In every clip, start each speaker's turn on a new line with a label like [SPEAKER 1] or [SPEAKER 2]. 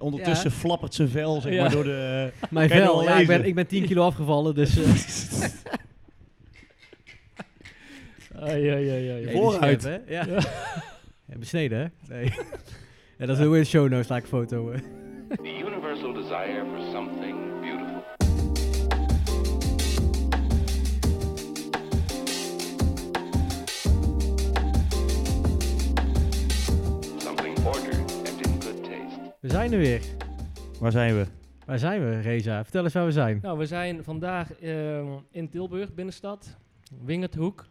[SPEAKER 1] ondertussen flappert zijn vel zeg
[SPEAKER 2] Ja.
[SPEAKER 1] maar, door de... eh,
[SPEAKER 2] Mijn
[SPEAKER 1] Kan je
[SPEAKER 2] vel,
[SPEAKER 1] wel
[SPEAKER 2] ja, ik, ben,
[SPEAKER 1] lezen.
[SPEAKER 2] ik ben 10 kilo afgevallen, dus... eh,
[SPEAKER 3] Ai, ai, ai, ai.
[SPEAKER 2] je
[SPEAKER 1] vooruit.
[SPEAKER 2] hebt, hè? Ja. Ja, Besneden, hè? Nee. Ja, dat is heel in de show notes, laat ik een foto. eh.
[SPEAKER 4] The universal desire for something beautiful. Something ordered and in good taste.
[SPEAKER 2] We zijn er weer.
[SPEAKER 1] Waar zijn we?
[SPEAKER 2] Waar zijn we, Reza? Vertel eens waar we zijn.
[SPEAKER 3] Nou, we zijn vandaag eh, in Tilburg, binnenstad. Wingerthoek.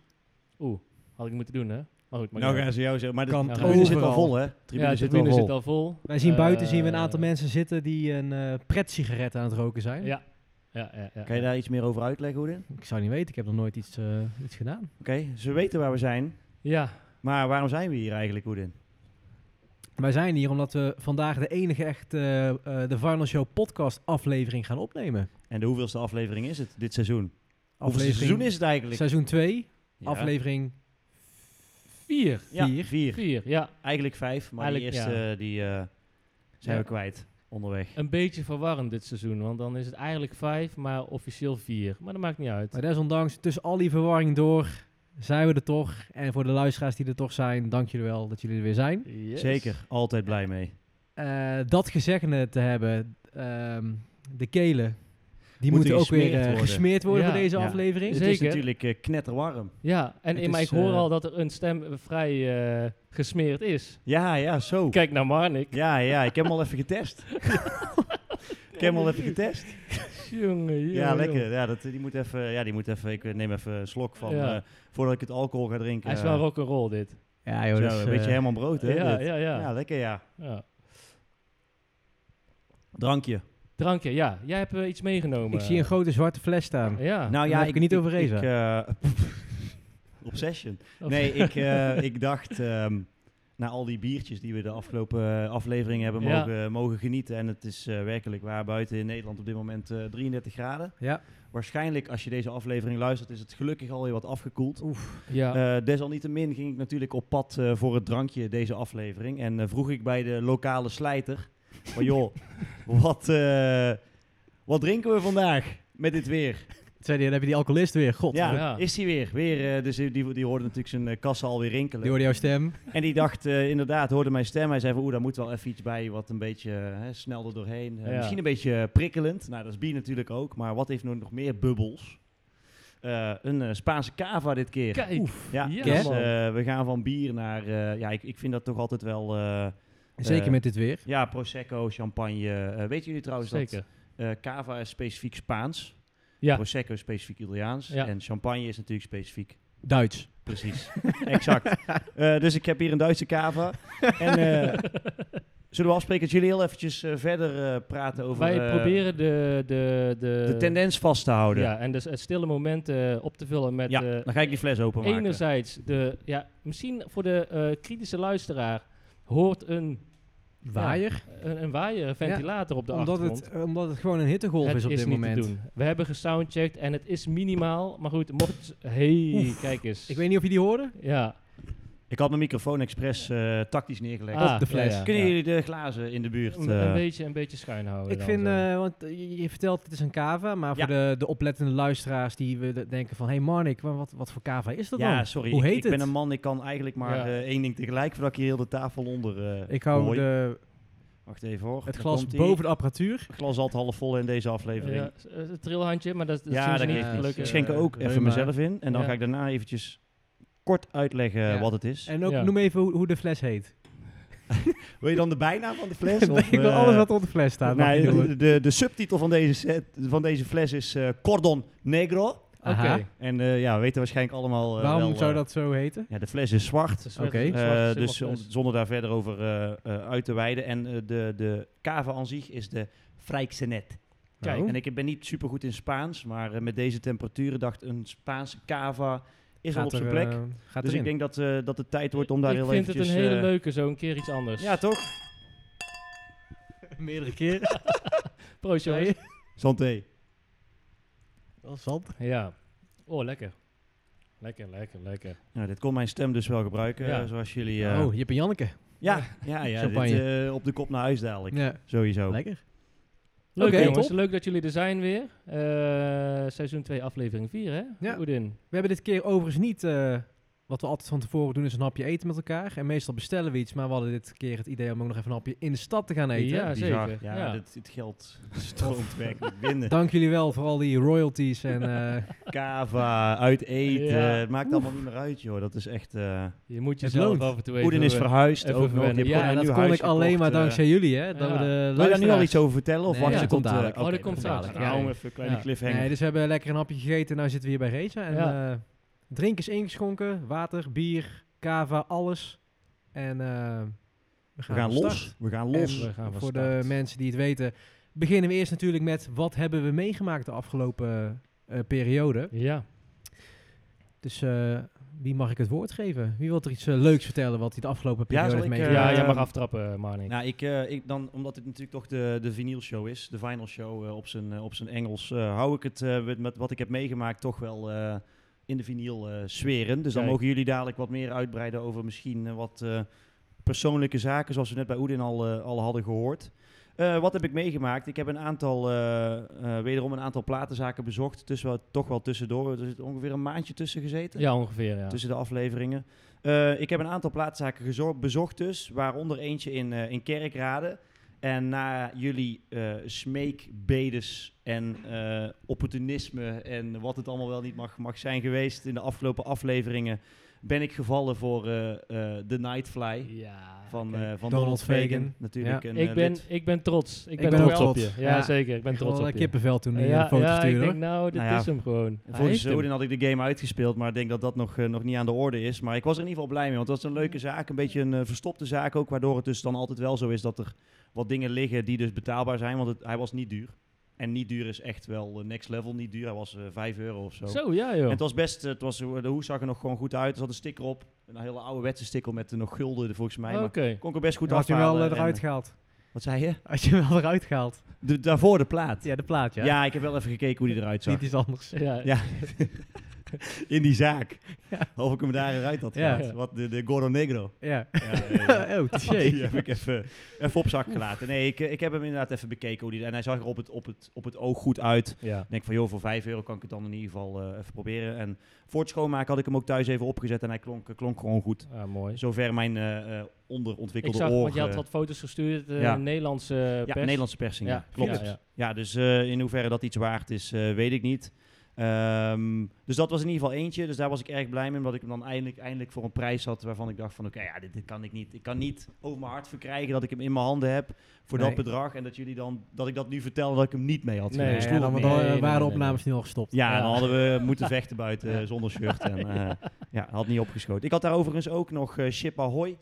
[SPEAKER 3] Oeh, had ik moeten doen, hè? Maar goed, maar
[SPEAKER 1] Nou gaan ze jou zeggen, maar de
[SPEAKER 2] Kan
[SPEAKER 1] tribune zit al
[SPEAKER 2] overal.
[SPEAKER 1] vol hè? Tribune
[SPEAKER 3] ja, de
[SPEAKER 1] zit
[SPEAKER 3] tribune
[SPEAKER 1] al vol.
[SPEAKER 3] zit al vol.
[SPEAKER 2] Wij zien buiten
[SPEAKER 3] Eh,
[SPEAKER 2] zien we een aantal mensen zitten die een eh pret-sigaret aan het roken zijn.
[SPEAKER 3] Ja. Ja, ja, ja.
[SPEAKER 1] Kan je daar iets meer over uitleggen, Hoedin?
[SPEAKER 2] Ik zou niet weten, ik heb nog nooit iets, eh, iets gedaan.
[SPEAKER 1] Oké, ze weten waar we zijn,
[SPEAKER 3] Ja,
[SPEAKER 1] maar waarom zijn we hier eigenlijk, Hoedin?
[SPEAKER 2] Wij zijn hier omdat we vandaag de enige echt eh, eh, de Vinyl Show podcast aflevering gaan opnemen.
[SPEAKER 1] En de hoeveelste aflevering is het dit seizoen? Hoeveel
[SPEAKER 2] Aflevering-
[SPEAKER 1] seizoen is het eigenlijk?
[SPEAKER 2] Seizoen 2,
[SPEAKER 1] Ja.
[SPEAKER 2] aflevering
[SPEAKER 3] vier.
[SPEAKER 1] Ja,
[SPEAKER 2] vier.
[SPEAKER 1] vier.
[SPEAKER 3] Vier, ja.
[SPEAKER 1] Eigenlijk vijf, maar
[SPEAKER 3] Eigenlijk,
[SPEAKER 1] die eerste die, eh, zijn
[SPEAKER 3] Ja.
[SPEAKER 1] we kwijt onderweg.
[SPEAKER 3] Een beetje verwarrend dit seizoen, want dan is het eigenlijk vijf, maar officieel vier. Maar dat maakt niet uit.
[SPEAKER 2] Maar desondanks, tussen al die verwarring door, zijn we er toch. En voor de luisteraars die er toch zijn, dank jullie wel dat jullie er weer zijn.
[SPEAKER 3] Yes.
[SPEAKER 1] Zeker, altijd blij mee.
[SPEAKER 2] Eh, dat gezeggende te hebben, ehm, de kelen, die
[SPEAKER 1] Moeten
[SPEAKER 2] moeten ook
[SPEAKER 1] gesmeerd
[SPEAKER 2] weer eh,
[SPEAKER 1] worden.
[SPEAKER 2] gesmeerd worden
[SPEAKER 3] Ja.
[SPEAKER 2] voor deze
[SPEAKER 1] Ja.
[SPEAKER 2] aflevering.
[SPEAKER 1] Het is
[SPEAKER 3] Zeker.
[SPEAKER 1] natuurlijk eh, knetterwarm.
[SPEAKER 3] Ja, en,
[SPEAKER 2] Het
[SPEAKER 3] en maar
[SPEAKER 2] is,
[SPEAKER 3] ik hoor
[SPEAKER 2] eh,
[SPEAKER 3] al dat er een stem eh, vrij eh, gesmeerd is.
[SPEAKER 1] Ja, ja, zo.
[SPEAKER 3] Kijk naar Marnik.
[SPEAKER 1] Ja, ja, ik heb hem al even getest. ik heb hem al even getest.
[SPEAKER 3] Jongen, jongen,
[SPEAKER 1] Ja,
[SPEAKER 3] jongen.
[SPEAKER 1] lekker. Ja, dat, die moet even, ja, die moet even, ik eh, neem even een slok van,
[SPEAKER 3] Ja.
[SPEAKER 1] eh, voordat ik het alcohol ga drinken.
[SPEAKER 3] Hij is wel rock'n'roll dit.
[SPEAKER 2] Ja
[SPEAKER 1] Zo,
[SPEAKER 2] joh, dat is,
[SPEAKER 1] een beetje
[SPEAKER 2] eh,
[SPEAKER 1] helemaal brood, hè?
[SPEAKER 3] ja,
[SPEAKER 1] dit.
[SPEAKER 3] ja, ja,
[SPEAKER 1] ja. lekker, ja.
[SPEAKER 3] ja.
[SPEAKER 1] Drankje.
[SPEAKER 3] Drankje, ja. Jij hebt eh, iets meegenomen.
[SPEAKER 2] Ik zie een grote zwarte fles staan.
[SPEAKER 3] Ja.
[SPEAKER 1] nou
[SPEAKER 2] dan heb ik het niet over Reza.
[SPEAKER 1] Ik, eh, obsession. Nee, ik, eh, ik dacht, ehm, na al die biertjes die we de afgelopen eh, afleveringen hebben
[SPEAKER 3] Ja.
[SPEAKER 1] mogen, eh, mogen genieten. En het is eh, werkelijk waar buiten in Nederland op dit moment eh, 33 graden.
[SPEAKER 2] Ja.
[SPEAKER 1] Waarschijnlijk, als je deze aflevering luistert, is het gelukkig alweer wat afgekoeld.
[SPEAKER 3] ja.
[SPEAKER 1] Eh, desalniettemin ging ik natuurlijk op pad eh, voor het drankje deze aflevering. En eh, vroeg ik bij de lokale slijter: van joh, wat, eh, wat drinken we vandaag met dit weer?
[SPEAKER 2] Toen zei hij, dan heb je die alcoholist weer. God,
[SPEAKER 1] Ja,
[SPEAKER 3] ja.
[SPEAKER 1] is hij weer? weer eh, dus die, die hoorde natuurlijk zijn eh, kassen alweer rinkelen.
[SPEAKER 2] die hoorde jouw stem.
[SPEAKER 1] En die dacht eh, inderdaad, hoorde mijn stem. Hij zei van, oeh, daar moet wel even iets bij wat een beetje eh, hè, snel er doorheen. Eh,
[SPEAKER 3] Ja.
[SPEAKER 1] Misschien een beetje prikkelend. Nou, dat is bier natuurlijk ook. Maar wat heeft nu nog meer bubbels? Eh, een eh, Spaanse cava dit keer.
[SPEAKER 3] Kijk.
[SPEAKER 1] ja,
[SPEAKER 3] ja,
[SPEAKER 1] dus,
[SPEAKER 3] man.
[SPEAKER 1] eh, we gaan van bier naar... eh, ja, ik, ik vind dat toch altijd wel... eh,
[SPEAKER 2] Zeker
[SPEAKER 1] Eh,
[SPEAKER 2] met dit weer.
[SPEAKER 1] ja, prosecco, champagne. Eh, weten jullie trouwens
[SPEAKER 3] Zeker.
[SPEAKER 1] dat eh, cava is specifiek Spaans?
[SPEAKER 3] Ja.
[SPEAKER 1] Prosecco is specifiek Italiaans.
[SPEAKER 3] Ja.
[SPEAKER 1] En champagne is natuurlijk specifiek
[SPEAKER 2] Duits.
[SPEAKER 1] Precies, exact. Eh, dus ik heb hier een Duitse cava. En eh, zullen we afspreken dat jullie heel eventjes eh, verder eh, praten over
[SPEAKER 3] Wij
[SPEAKER 1] eh,
[SPEAKER 3] proberen de, de, de,
[SPEAKER 1] de tendens vast te houden. Ja,
[SPEAKER 3] Ja, en dus het stille moment eh, op te vullen met
[SPEAKER 2] nou,
[SPEAKER 3] eh,
[SPEAKER 1] dan ga ik die fles openmaken.
[SPEAKER 3] enerzijds de... Ja, misschien voor de eh, kritische luisteraar hoort een,
[SPEAKER 2] Waaier.
[SPEAKER 3] een, een waaier, een ventilator op de
[SPEAKER 2] omdat,
[SPEAKER 3] achtergrond.
[SPEAKER 2] het, eh, omdat het gewoon een hittegolf
[SPEAKER 3] Het
[SPEAKER 2] is op dit
[SPEAKER 3] niet
[SPEAKER 2] moment.
[SPEAKER 3] te doen. We hebben gesoundcheckt en het is minimaal. Maar goed, mocht... Hey, kijk eens.
[SPEAKER 2] Ik weet niet of je die hoorde.
[SPEAKER 3] Ja.
[SPEAKER 1] Ik had mijn microfoon expres eh, tactisch neergelegd.
[SPEAKER 3] Ah,
[SPEAKER 2] de fles.
[SPEAKER 3] ja, ja,
[SPEAKER 1] Kunnen
[SPEAKER 3] ja.
[SPEAKER 1] jullie de glazen in de buurt?
[SPEAKER 3] Een,
[SPEAKER 1] eh,
[SPEAKER 3] een beetje, een beetje schuin houden.
[SPEAKER 2] Ik
[SPEAKER 3] dan
[SPEAKER 2] vind,
[SPEAKER 3] zo.
[SPEAKER 2] eh, want je, je vertelt het is een cava, maar
[SPEAKER 1] Oh, Ja.
[SPEAKER 2] voor de, de oplettende luisteraars die we de- denken van, hé hey Marnik, wa- wat, wat voor cava is dat
[SPEAKER 1] ja,
[SPEAKER 2] dan?
[SPEAKER 1] sorry.
[SPEAKER 2] Hoe
[SPEAKER 1] ik-
[SPEAKER 2] heet
[SPEAKER 1] ik
[SPEAKER 2] het?
[SPEAKER 1] ben een man, ik kan eigenlijk maar
[SPEAKER 3] Ja.
[SPEAKER 1] eh, één ding tegelijk, voordat ik hier heel de tafel onder eh,
[SPEAKER 2] Ik hou
[SPEAKER 1] gooi.
[SPEAKER 2] de,
[SPEAKER 1] Wacht even hoor.
[SPEAKER 2] het
[SPEAKER 1] daar
[SPEAKER 2] glas
[SPEAKER 1] komt-ie.
[SPEAKER 2] boven de apparatuur.
[SPEAKER 1] Het glas altijd half vol in deze aflevering.
[SPEAKER 3] Ja, s- eh, het trilhandje, maar dat, dat
[SPEAKER 1] ja,
[SPEAKER 3] zien
[SPEAKER 1] dat
[SPEAKER 3] ze
[SPEAKER 1] geeft
[SPEAKER 3] niet.
[SPEAKER 2] niet.
[SPEAKER 1] niks.
[SPEAKER 3] Gelukkig.
[SPEAKER 1] Ik schenk er ook
[SPEAKER 2] eh,
[SPEAKER 1] even
[SPEAKER 2] maar-
[SPEAKER 1] mezelf in. En dan
[SPEAKER 3] Ja.
[SPEAKER 1] ga ik daarna eventjes kort uitleggen
[SPEAKER 2] Ja.
[SPEAKER 1] wat het is.
[SPEAKER 2] En ook
[SPEAKER 3] Ja.
[SPEAKER 2] noem even hoe, hoe de fles heet.
[SPEAKER 1] Wil je dan de bijnaam van de fles? eh, nou,
[SPEAKER 2] ik wil alles wat op de fles staat. mag je doen.
[SPEAKER 1] de, de, de subtitel van deze, set, van deze fles is eh, Cordon Negro.
[SPEAKER 3] Oké.
[SPEAKER 2] Aha.
[SPEAKER 1] En eh, ja, we weten waarschijnlijk allemaal eh,
[SPEAKER 2] Waarom
[SPEAKER 1] wel,
[SPEAKER 2] zou
[SPEAKER 1] eh,
[SPEAKER 2] dat zo heten?
[SPEAKER 1] Ja, de fles is zwart.
[SPEAKER 3] Het is weer
[SPEAKER 2] Oké.
[SPEAKER 3] een
[SPEAKER 1] Eh,
[SPEAKER 3] zwarte
[SPEAKER 1] dus om-
[SPEAKER 3] zilverfles.
[SPEAKER 1] zonder daar verder over eh, eh, uit te wijden. En eh, de, de cava aan zich is de Frijksenet.
[SPEAKER 3] Kijk,
[SPEAKER 2] Nou,
[SPEAKER 1] En ik ben niet super goed in Spaans, maar eh, met deze temperaturen dacht een Spaanse cava is al
[SPEAKER 2] gaat
[SPEAKER 1] op zijn
[SPEAKER 2] er,
[SPEAKER 1] plek.
[SPEAKER 2] eh, gaat
[SPEAKER 1] dus ik
[SPEAKER 2] erin.
[SPEAKER 1] denk dat, eh, dat het tijd wordt om daar
[SPEAKER 3] ik
[SPEAKER 1] heel
[SPEAKER 3] vind
[SPEAKER 1] eventjes...
[SPEAKER 3] het een hele
[SPEAKER 1] eh,
[SPEAKER 3] leuke zo, een keer iets anders.
[SPEAKER 1] Ja, toch?
[SPEAKER 2] meerdere keren.
[SPEAKER 3] Proost, jongens.
[SPEAKER 1] Santé.
[SPEAKER 2] Wel zand.
[SPEAKER 3] Ja. Oh, lekker. Lekker, lekker, lekker.
[SPEAKER 1] Nou, dit kon mijn stem dus wel gebruiken,
[SPEAKER 3] Ja.
[SPEAKER 1] eh, zoals jullie... eh,
[SPEAKER 2] Oh, Jip en Janneke.
[SPEAKER 1] Ja, ja, ja dit,
[SPEAKER 2] Champagne.
[SPEAKER 1] eh, op de kop naar huis dadelijk.
[SPEAKER 2] Ja,
[SPEAKER 1] Sowieso.
[SPEAKER 2] lekker.
[SPEAKER 3] Leuk
[SPEAKER 2] Oké,
[SPEAKER 3] jongens,
[SPEAKER 2] top.
[SPEAKER 3] leuk dat jullie er zijn weer. Eh, seizoen 2, aflevering 4 hè?
[SPEAKER 2] Ja.
[SPEAKER 3] Oedin.
[SPEAKER 2] We hebben dit keer overigens niet... eh, wat we altijd van tevoren doen is een hapje eten met elkaar. En meestal bestellen we iets, maar we hadden dit keer het idee om ook nog even een hapje in de stad te gaan eten.
[SPEAKER 3] Ja,
[SPEAKER 1] Bizar.
[SPEAKER 3] zeker.
[SPEAKER 1] Ja,
[SPEAKER 3] Ja.
[SPEAKER 1] Dit, dit geld stroomt werkelijk binnen.
[SPEAKER 2] Dank jullie wel voor al die royalties en... eh,
[SPEAKER 1] Kava, uit eten,
[SPEAKER 3] Ja.
[SPEAKER 1] het maakt allemaal niet meer uit, joh. Dat is echt... eh
[SPEAKER 3] Je
[SPEAKER 2] Het
[SPEAKER 3] moet jezelf
[SPEAKER 2] loont.
[SPEAKER 3] af en toe even... eh,
[SPEAKER 1] Oedin is verhuisd
[SPEAKER 3] even
[SPEAKER 1] ook nog. Die
[SPEAKER 3] wennen.
[SPEAKER 1] heeft
[SPEAKER 3] Ja,
[SPEAKER 2] ja,
[SPEAKER 1] gewoon een
[SPEAKER 2] en
[SPEAKER 1] nieuw
[SPEAKER 2] dat kon
[SPEAKER 1] huis
[SPEAKER 2] ik alleen maar
[SPEAKER 1] gekocht, eh.
[SPEAKER 2] dankzij jullie, hè. Dat
[SPEAKER 3] ja.
[SPEAKER 2] we de
[SPEAKER 1] Wil je daar nu al
[SPEAKER 2] luisteraars-
[SPEAKER 1] iets over vertellen? Of
[SPEAKER 3] Nee,
[SPEAKER 1] wacht
[SPEAKER 3] ja,
[SPEAKER 1] je
[SPEAKER 2] dat
[SPEAKER 1] tot...
[SPEAKER 2] komt
[SPEAKER 1] eh,
[SPEAKER 2] dadelijk.
[SPEAKER 1] oké,
[SPEAKER 3] Oh, dat komt
[SPEAKER 1] komt
[SPEAKER 3] dadelijk.
[SPEAKER 1] dadelijk.
[SPEAKER 2] Ja,
[SPEAKER 1] Nou,
[SPEAKER 2] ja.
[SPEAKER 1] even een kleine
[SPEAKER 3] Ja.
[SPEAKER 1] cliffhanger.
[SPEAKER 2] Nee, dus we hebben lekker een hapje gegeten en nu zitten we hier bij Reza. En
[SPEAKER 3] Ja.
[SPEAKER 2] eh drink is ingeschonken, water, bier, kava, alles. En eh, we
[SPEAKER 1] we
[SPEAKER 2] gaan,
[SPEAKER 1] gaan
[SPEAKER 2] van start.
[SPEAKER 1] los. We gaan
[SPEAKER 2] En
[SPEAKER 1] los.
[SPEAKER 3] We gaan van
[SPEAKER 2] voor
[SPEAKER 3] start.
[SPEAKER 2] de mensen die het weten, beginnen we eerst natuurlijk met wat hebben we meegemaakt de afgelopen eh, periode.
[SPEAKER 3] Ja.
[SPEAKER 2] Dus eh, wie mag ik het woord geven? Wie wil er iets eh, leuks vertellen wat hij de afgelopen periode
[SPEAKER 1] zal ik,
[SPEAKER 2] heeft
[SPEAKER 1] eh,
[SPEAKER 2] meegemaakt?
[SPEAKER 3] ja, jij mag
[SPEAKER 1] Ehm,
[SPEAKER 3] aftrappen, Marnik.
[SPEAKER 1] Nou, ik, eh, ik dan, omdat dit natuurlijk toch de, de vinyl show is, de vinyl show eh, op, zijn, eh, op zijn Engels, eh, hou ik het eh, met, met wat ik heb meegemaakt toch wel eh, in de vinyl eh, sferen. Dus dan
[SPEAKER 3] Kijk.
[SPEAKER 1] mogen jullie dadelijk wat meer uitbreiden over misschien eh, wat eh, persoonlijke zaken, zoals we net bij Oedin al, eh, al hadden gehoord. Eh, wat heb ik meegemaakt? Ik heb een aantal, eh, eh, wederom een aantal platenzaken bezocht, tussen, wel- toch wel tussendoor. Er zit ongeveer een maandje tussen gezeten
[SPEAKER 3] ja, ongeveer, ja.
[SPEAKER 1] tussen de afleveringen. Eh, ik heb een aantal plaatszaken gezo- bezocht dus, waaronder eentje in, eh, in Kerkrade. En na jullie eh, smeekbedes en eh, opportunisme en wat het allemaal wel niet mag, mag zijn geweest in de afgelopen afleveringen, ben ik gevallen voor eh, eh, The Nightfly
[SPEAKER 3] ja.
[SPEAKER 1] van,
[SPEAKER 3] kijk.
[SPEAKER 1] eh, van
[SPEAKER 2] Donald
[SPEAKER 1] Donald Fagan.
[SPEAKER 2] Fagan.
[SPEAKER 1] Natuurlijk
[SPEAKER 2] Ja.
[SPEAKER 1] een eh,
[SPEAKER 3] ik, ben,
[SPEAKER 1] lid.
[SPEAKER 3] ik ben trots. Ik,
[SPEAKER 2] ben
[SPEAKER 3] ben,
[SPEAKER 2] ook
[SPEAKER 3] trots op
[SPEAKER 2] trots.
[SPEAKER 3] je. Ja,
[SPEAKER 2] Ja.
[SPEAKER 3] zeker. Ik ben trots
[SPEAKER 2] Wel,
[SPEAKER 3] op
[SPEAKER 2] eh,
[SPEAKER 3] je.
[SPEAKER 2] kippenvel toen hij
[SPEAKER 3] ja,
[SPEAKER 2] een foto
[SPEAKER 3] ja,
[SPEAKER 2] stuurde.
[SPEAKER 3] ik
[SPEAKER 2] hoor.
[SPEAKER 3] denk nou, dit
[SPEAKER 1] Nou ja,
[SPEAKER 3] is hem gewoon. Hij
[SPEAKER 1] Volgens
[SPEAKER 3] heeft hem.
[SPEAKER 1] Odin had ik de game uitgespeeld, maar ik denk dat dat nog, eh, nog niet aan de orde is. Maar ik was er in ieder geval blij mee, want dat is een leuke zaak. Een beetje een eh, verstopte zaak ook, waardoor het dus dan altijd wel zo is dat er wat dingen liggen die dus betaalbaar zijn. Want het, hij was niet duur. En niet duur is echt wel eh, next level niet duur. Hij was eh 5 euro of zo.
[SPEAKER 3] Zo, ja
[SPEAKER 1] En
[SPEAKER 3] joh.
[SPEAKER 1] het was best, eh, het was, de hoes zag er nog gewoon goed uit. Er zat een sticker op, een hele ouderwetse sticker met eh, nog gulden volgens mij.
[SPEAKER 3] Oké.
[SPEAKER 1] Maar kon ik er best goed
[SPEAKER 2] Had je hem
[SPEAKER 1] afhalen.
[SPEAKER 2] wel eh,
[SPEAKER 1] En,
[SPEAKER 2] eruit
[SPEAKER 1] eh,
[SPEAKER 2] gehaald?
[SPEAKER 1] Wat zei je?
[SPEAKER 2] Had je hem wel eruit gehaald?
[SPEAKER 1] De, daarvoor de plaat.
[SPEAKER 2] Ja, de plaat,
[SPEAKER 1] Ja.
[SPEAKER 2] ja.
[SPEAKER 1] ik heb wel even gekeken hoe die eruit zag.
[SPEAKER 2] Niet iets anders.
[SPEAKER 3] Ja,
[SPEAKER 1] Ja, in die zaak.
[SPEAKER 2] Ja.
[SPEAKER 1] Of ik hem daaruit had
[SPEAKER 2] Ja.
[SPEAKER 1] gehad. Wat, de, de Goro Negro.
[SPEAKER 2] Ja.
[SPEAKER 1] Ja, ja, ja.
[SPEAKER 2] oh,
[SPEAKER 1] Die
[SPEAKER 2] touché.
[SPEAKER 1] heb ik even, even op zak gelaten. Nee, ik, eh, ik heb hem inderdaad even bekeken. Hoe die, en hij zag er op het, op, het, op het oog goed uit.
[SPEAKER 3] ja.
[SPEAKER 1] Ik denk van, joh, voor 5 euro kan ik het dan in ieder geval eh, even proberen. En voor het schoonmaken had ik hem ook thuis even opgezet. En hij klonk, eh, klonk gewoon goed.
[SPEAKER 3] Ah, mooi.
[SPEAKER 1] Zover mijn eh, eh,
[SPEAKER 3] Ik
[SPEAKER 1] onderontwikkelde
[SPEAKER 3] zag,
[SPEAKER 1] oor.
[SPEAKER 3] want je had
[SPEAKER 1] eh,
[SPEAKER 3] wat foto's gestuurd, eh
[SPEAKER 1] ja.
[SPEAKER 3] Nederlandse
[SPEAKER 1] ja,
[SPEAKER 3] pers.
[SPEAKER 1] Nederlandse persing. Ja, klopt.
[SPEAKER 3] Ja, ja.
[SPEAKER 1] Ja, dus eh, in hoeverre dat iets waard is, eh, weet ik niet. Ehm, dus dat was in ieder geval eentje. Dus daar was ik erg blij mee, omdat ik hem dan eindelijk, eindelijk voor een prijs had waarvan ik dacht van oké, ja, dit, dit kan ik niet. Ik kan niet over mijn hart verkrijgen dat ik hem in mijn handen heb voor
[SPEAKER 2] Nee.
[SPEAKER 1] dat bedrag. En dat jullie dan dat ik dat nu vertel dat ik hem niet mee had. genomen.
[SPEAKER 2] Nee,
[SPEAKER 3] Nee,
[SPEAKER 1] Sloeg het
[SPEAKER 2] ja, dan
[SPEAKER 1] niet.
[SPEAKER 2] dan,
[SPEAKER 3] Nee, nee,
[SPEAKER 2] waren de
[SPEAKER 3] nee,
[SPEAKER 2] opnames
[SPEAKER 3] nee.
[SPEAKER 2] nu al gestopt.
[SPEAKER 1] Ja,
[SPEAKER 3] Ja.
[SPEAKER 1] dan hadden we moeten vechten buiten eh, zonder shirt. En, eh, ja, had niet opgeschoten. Ik had daar overigens ook nog eh Ship Ahoy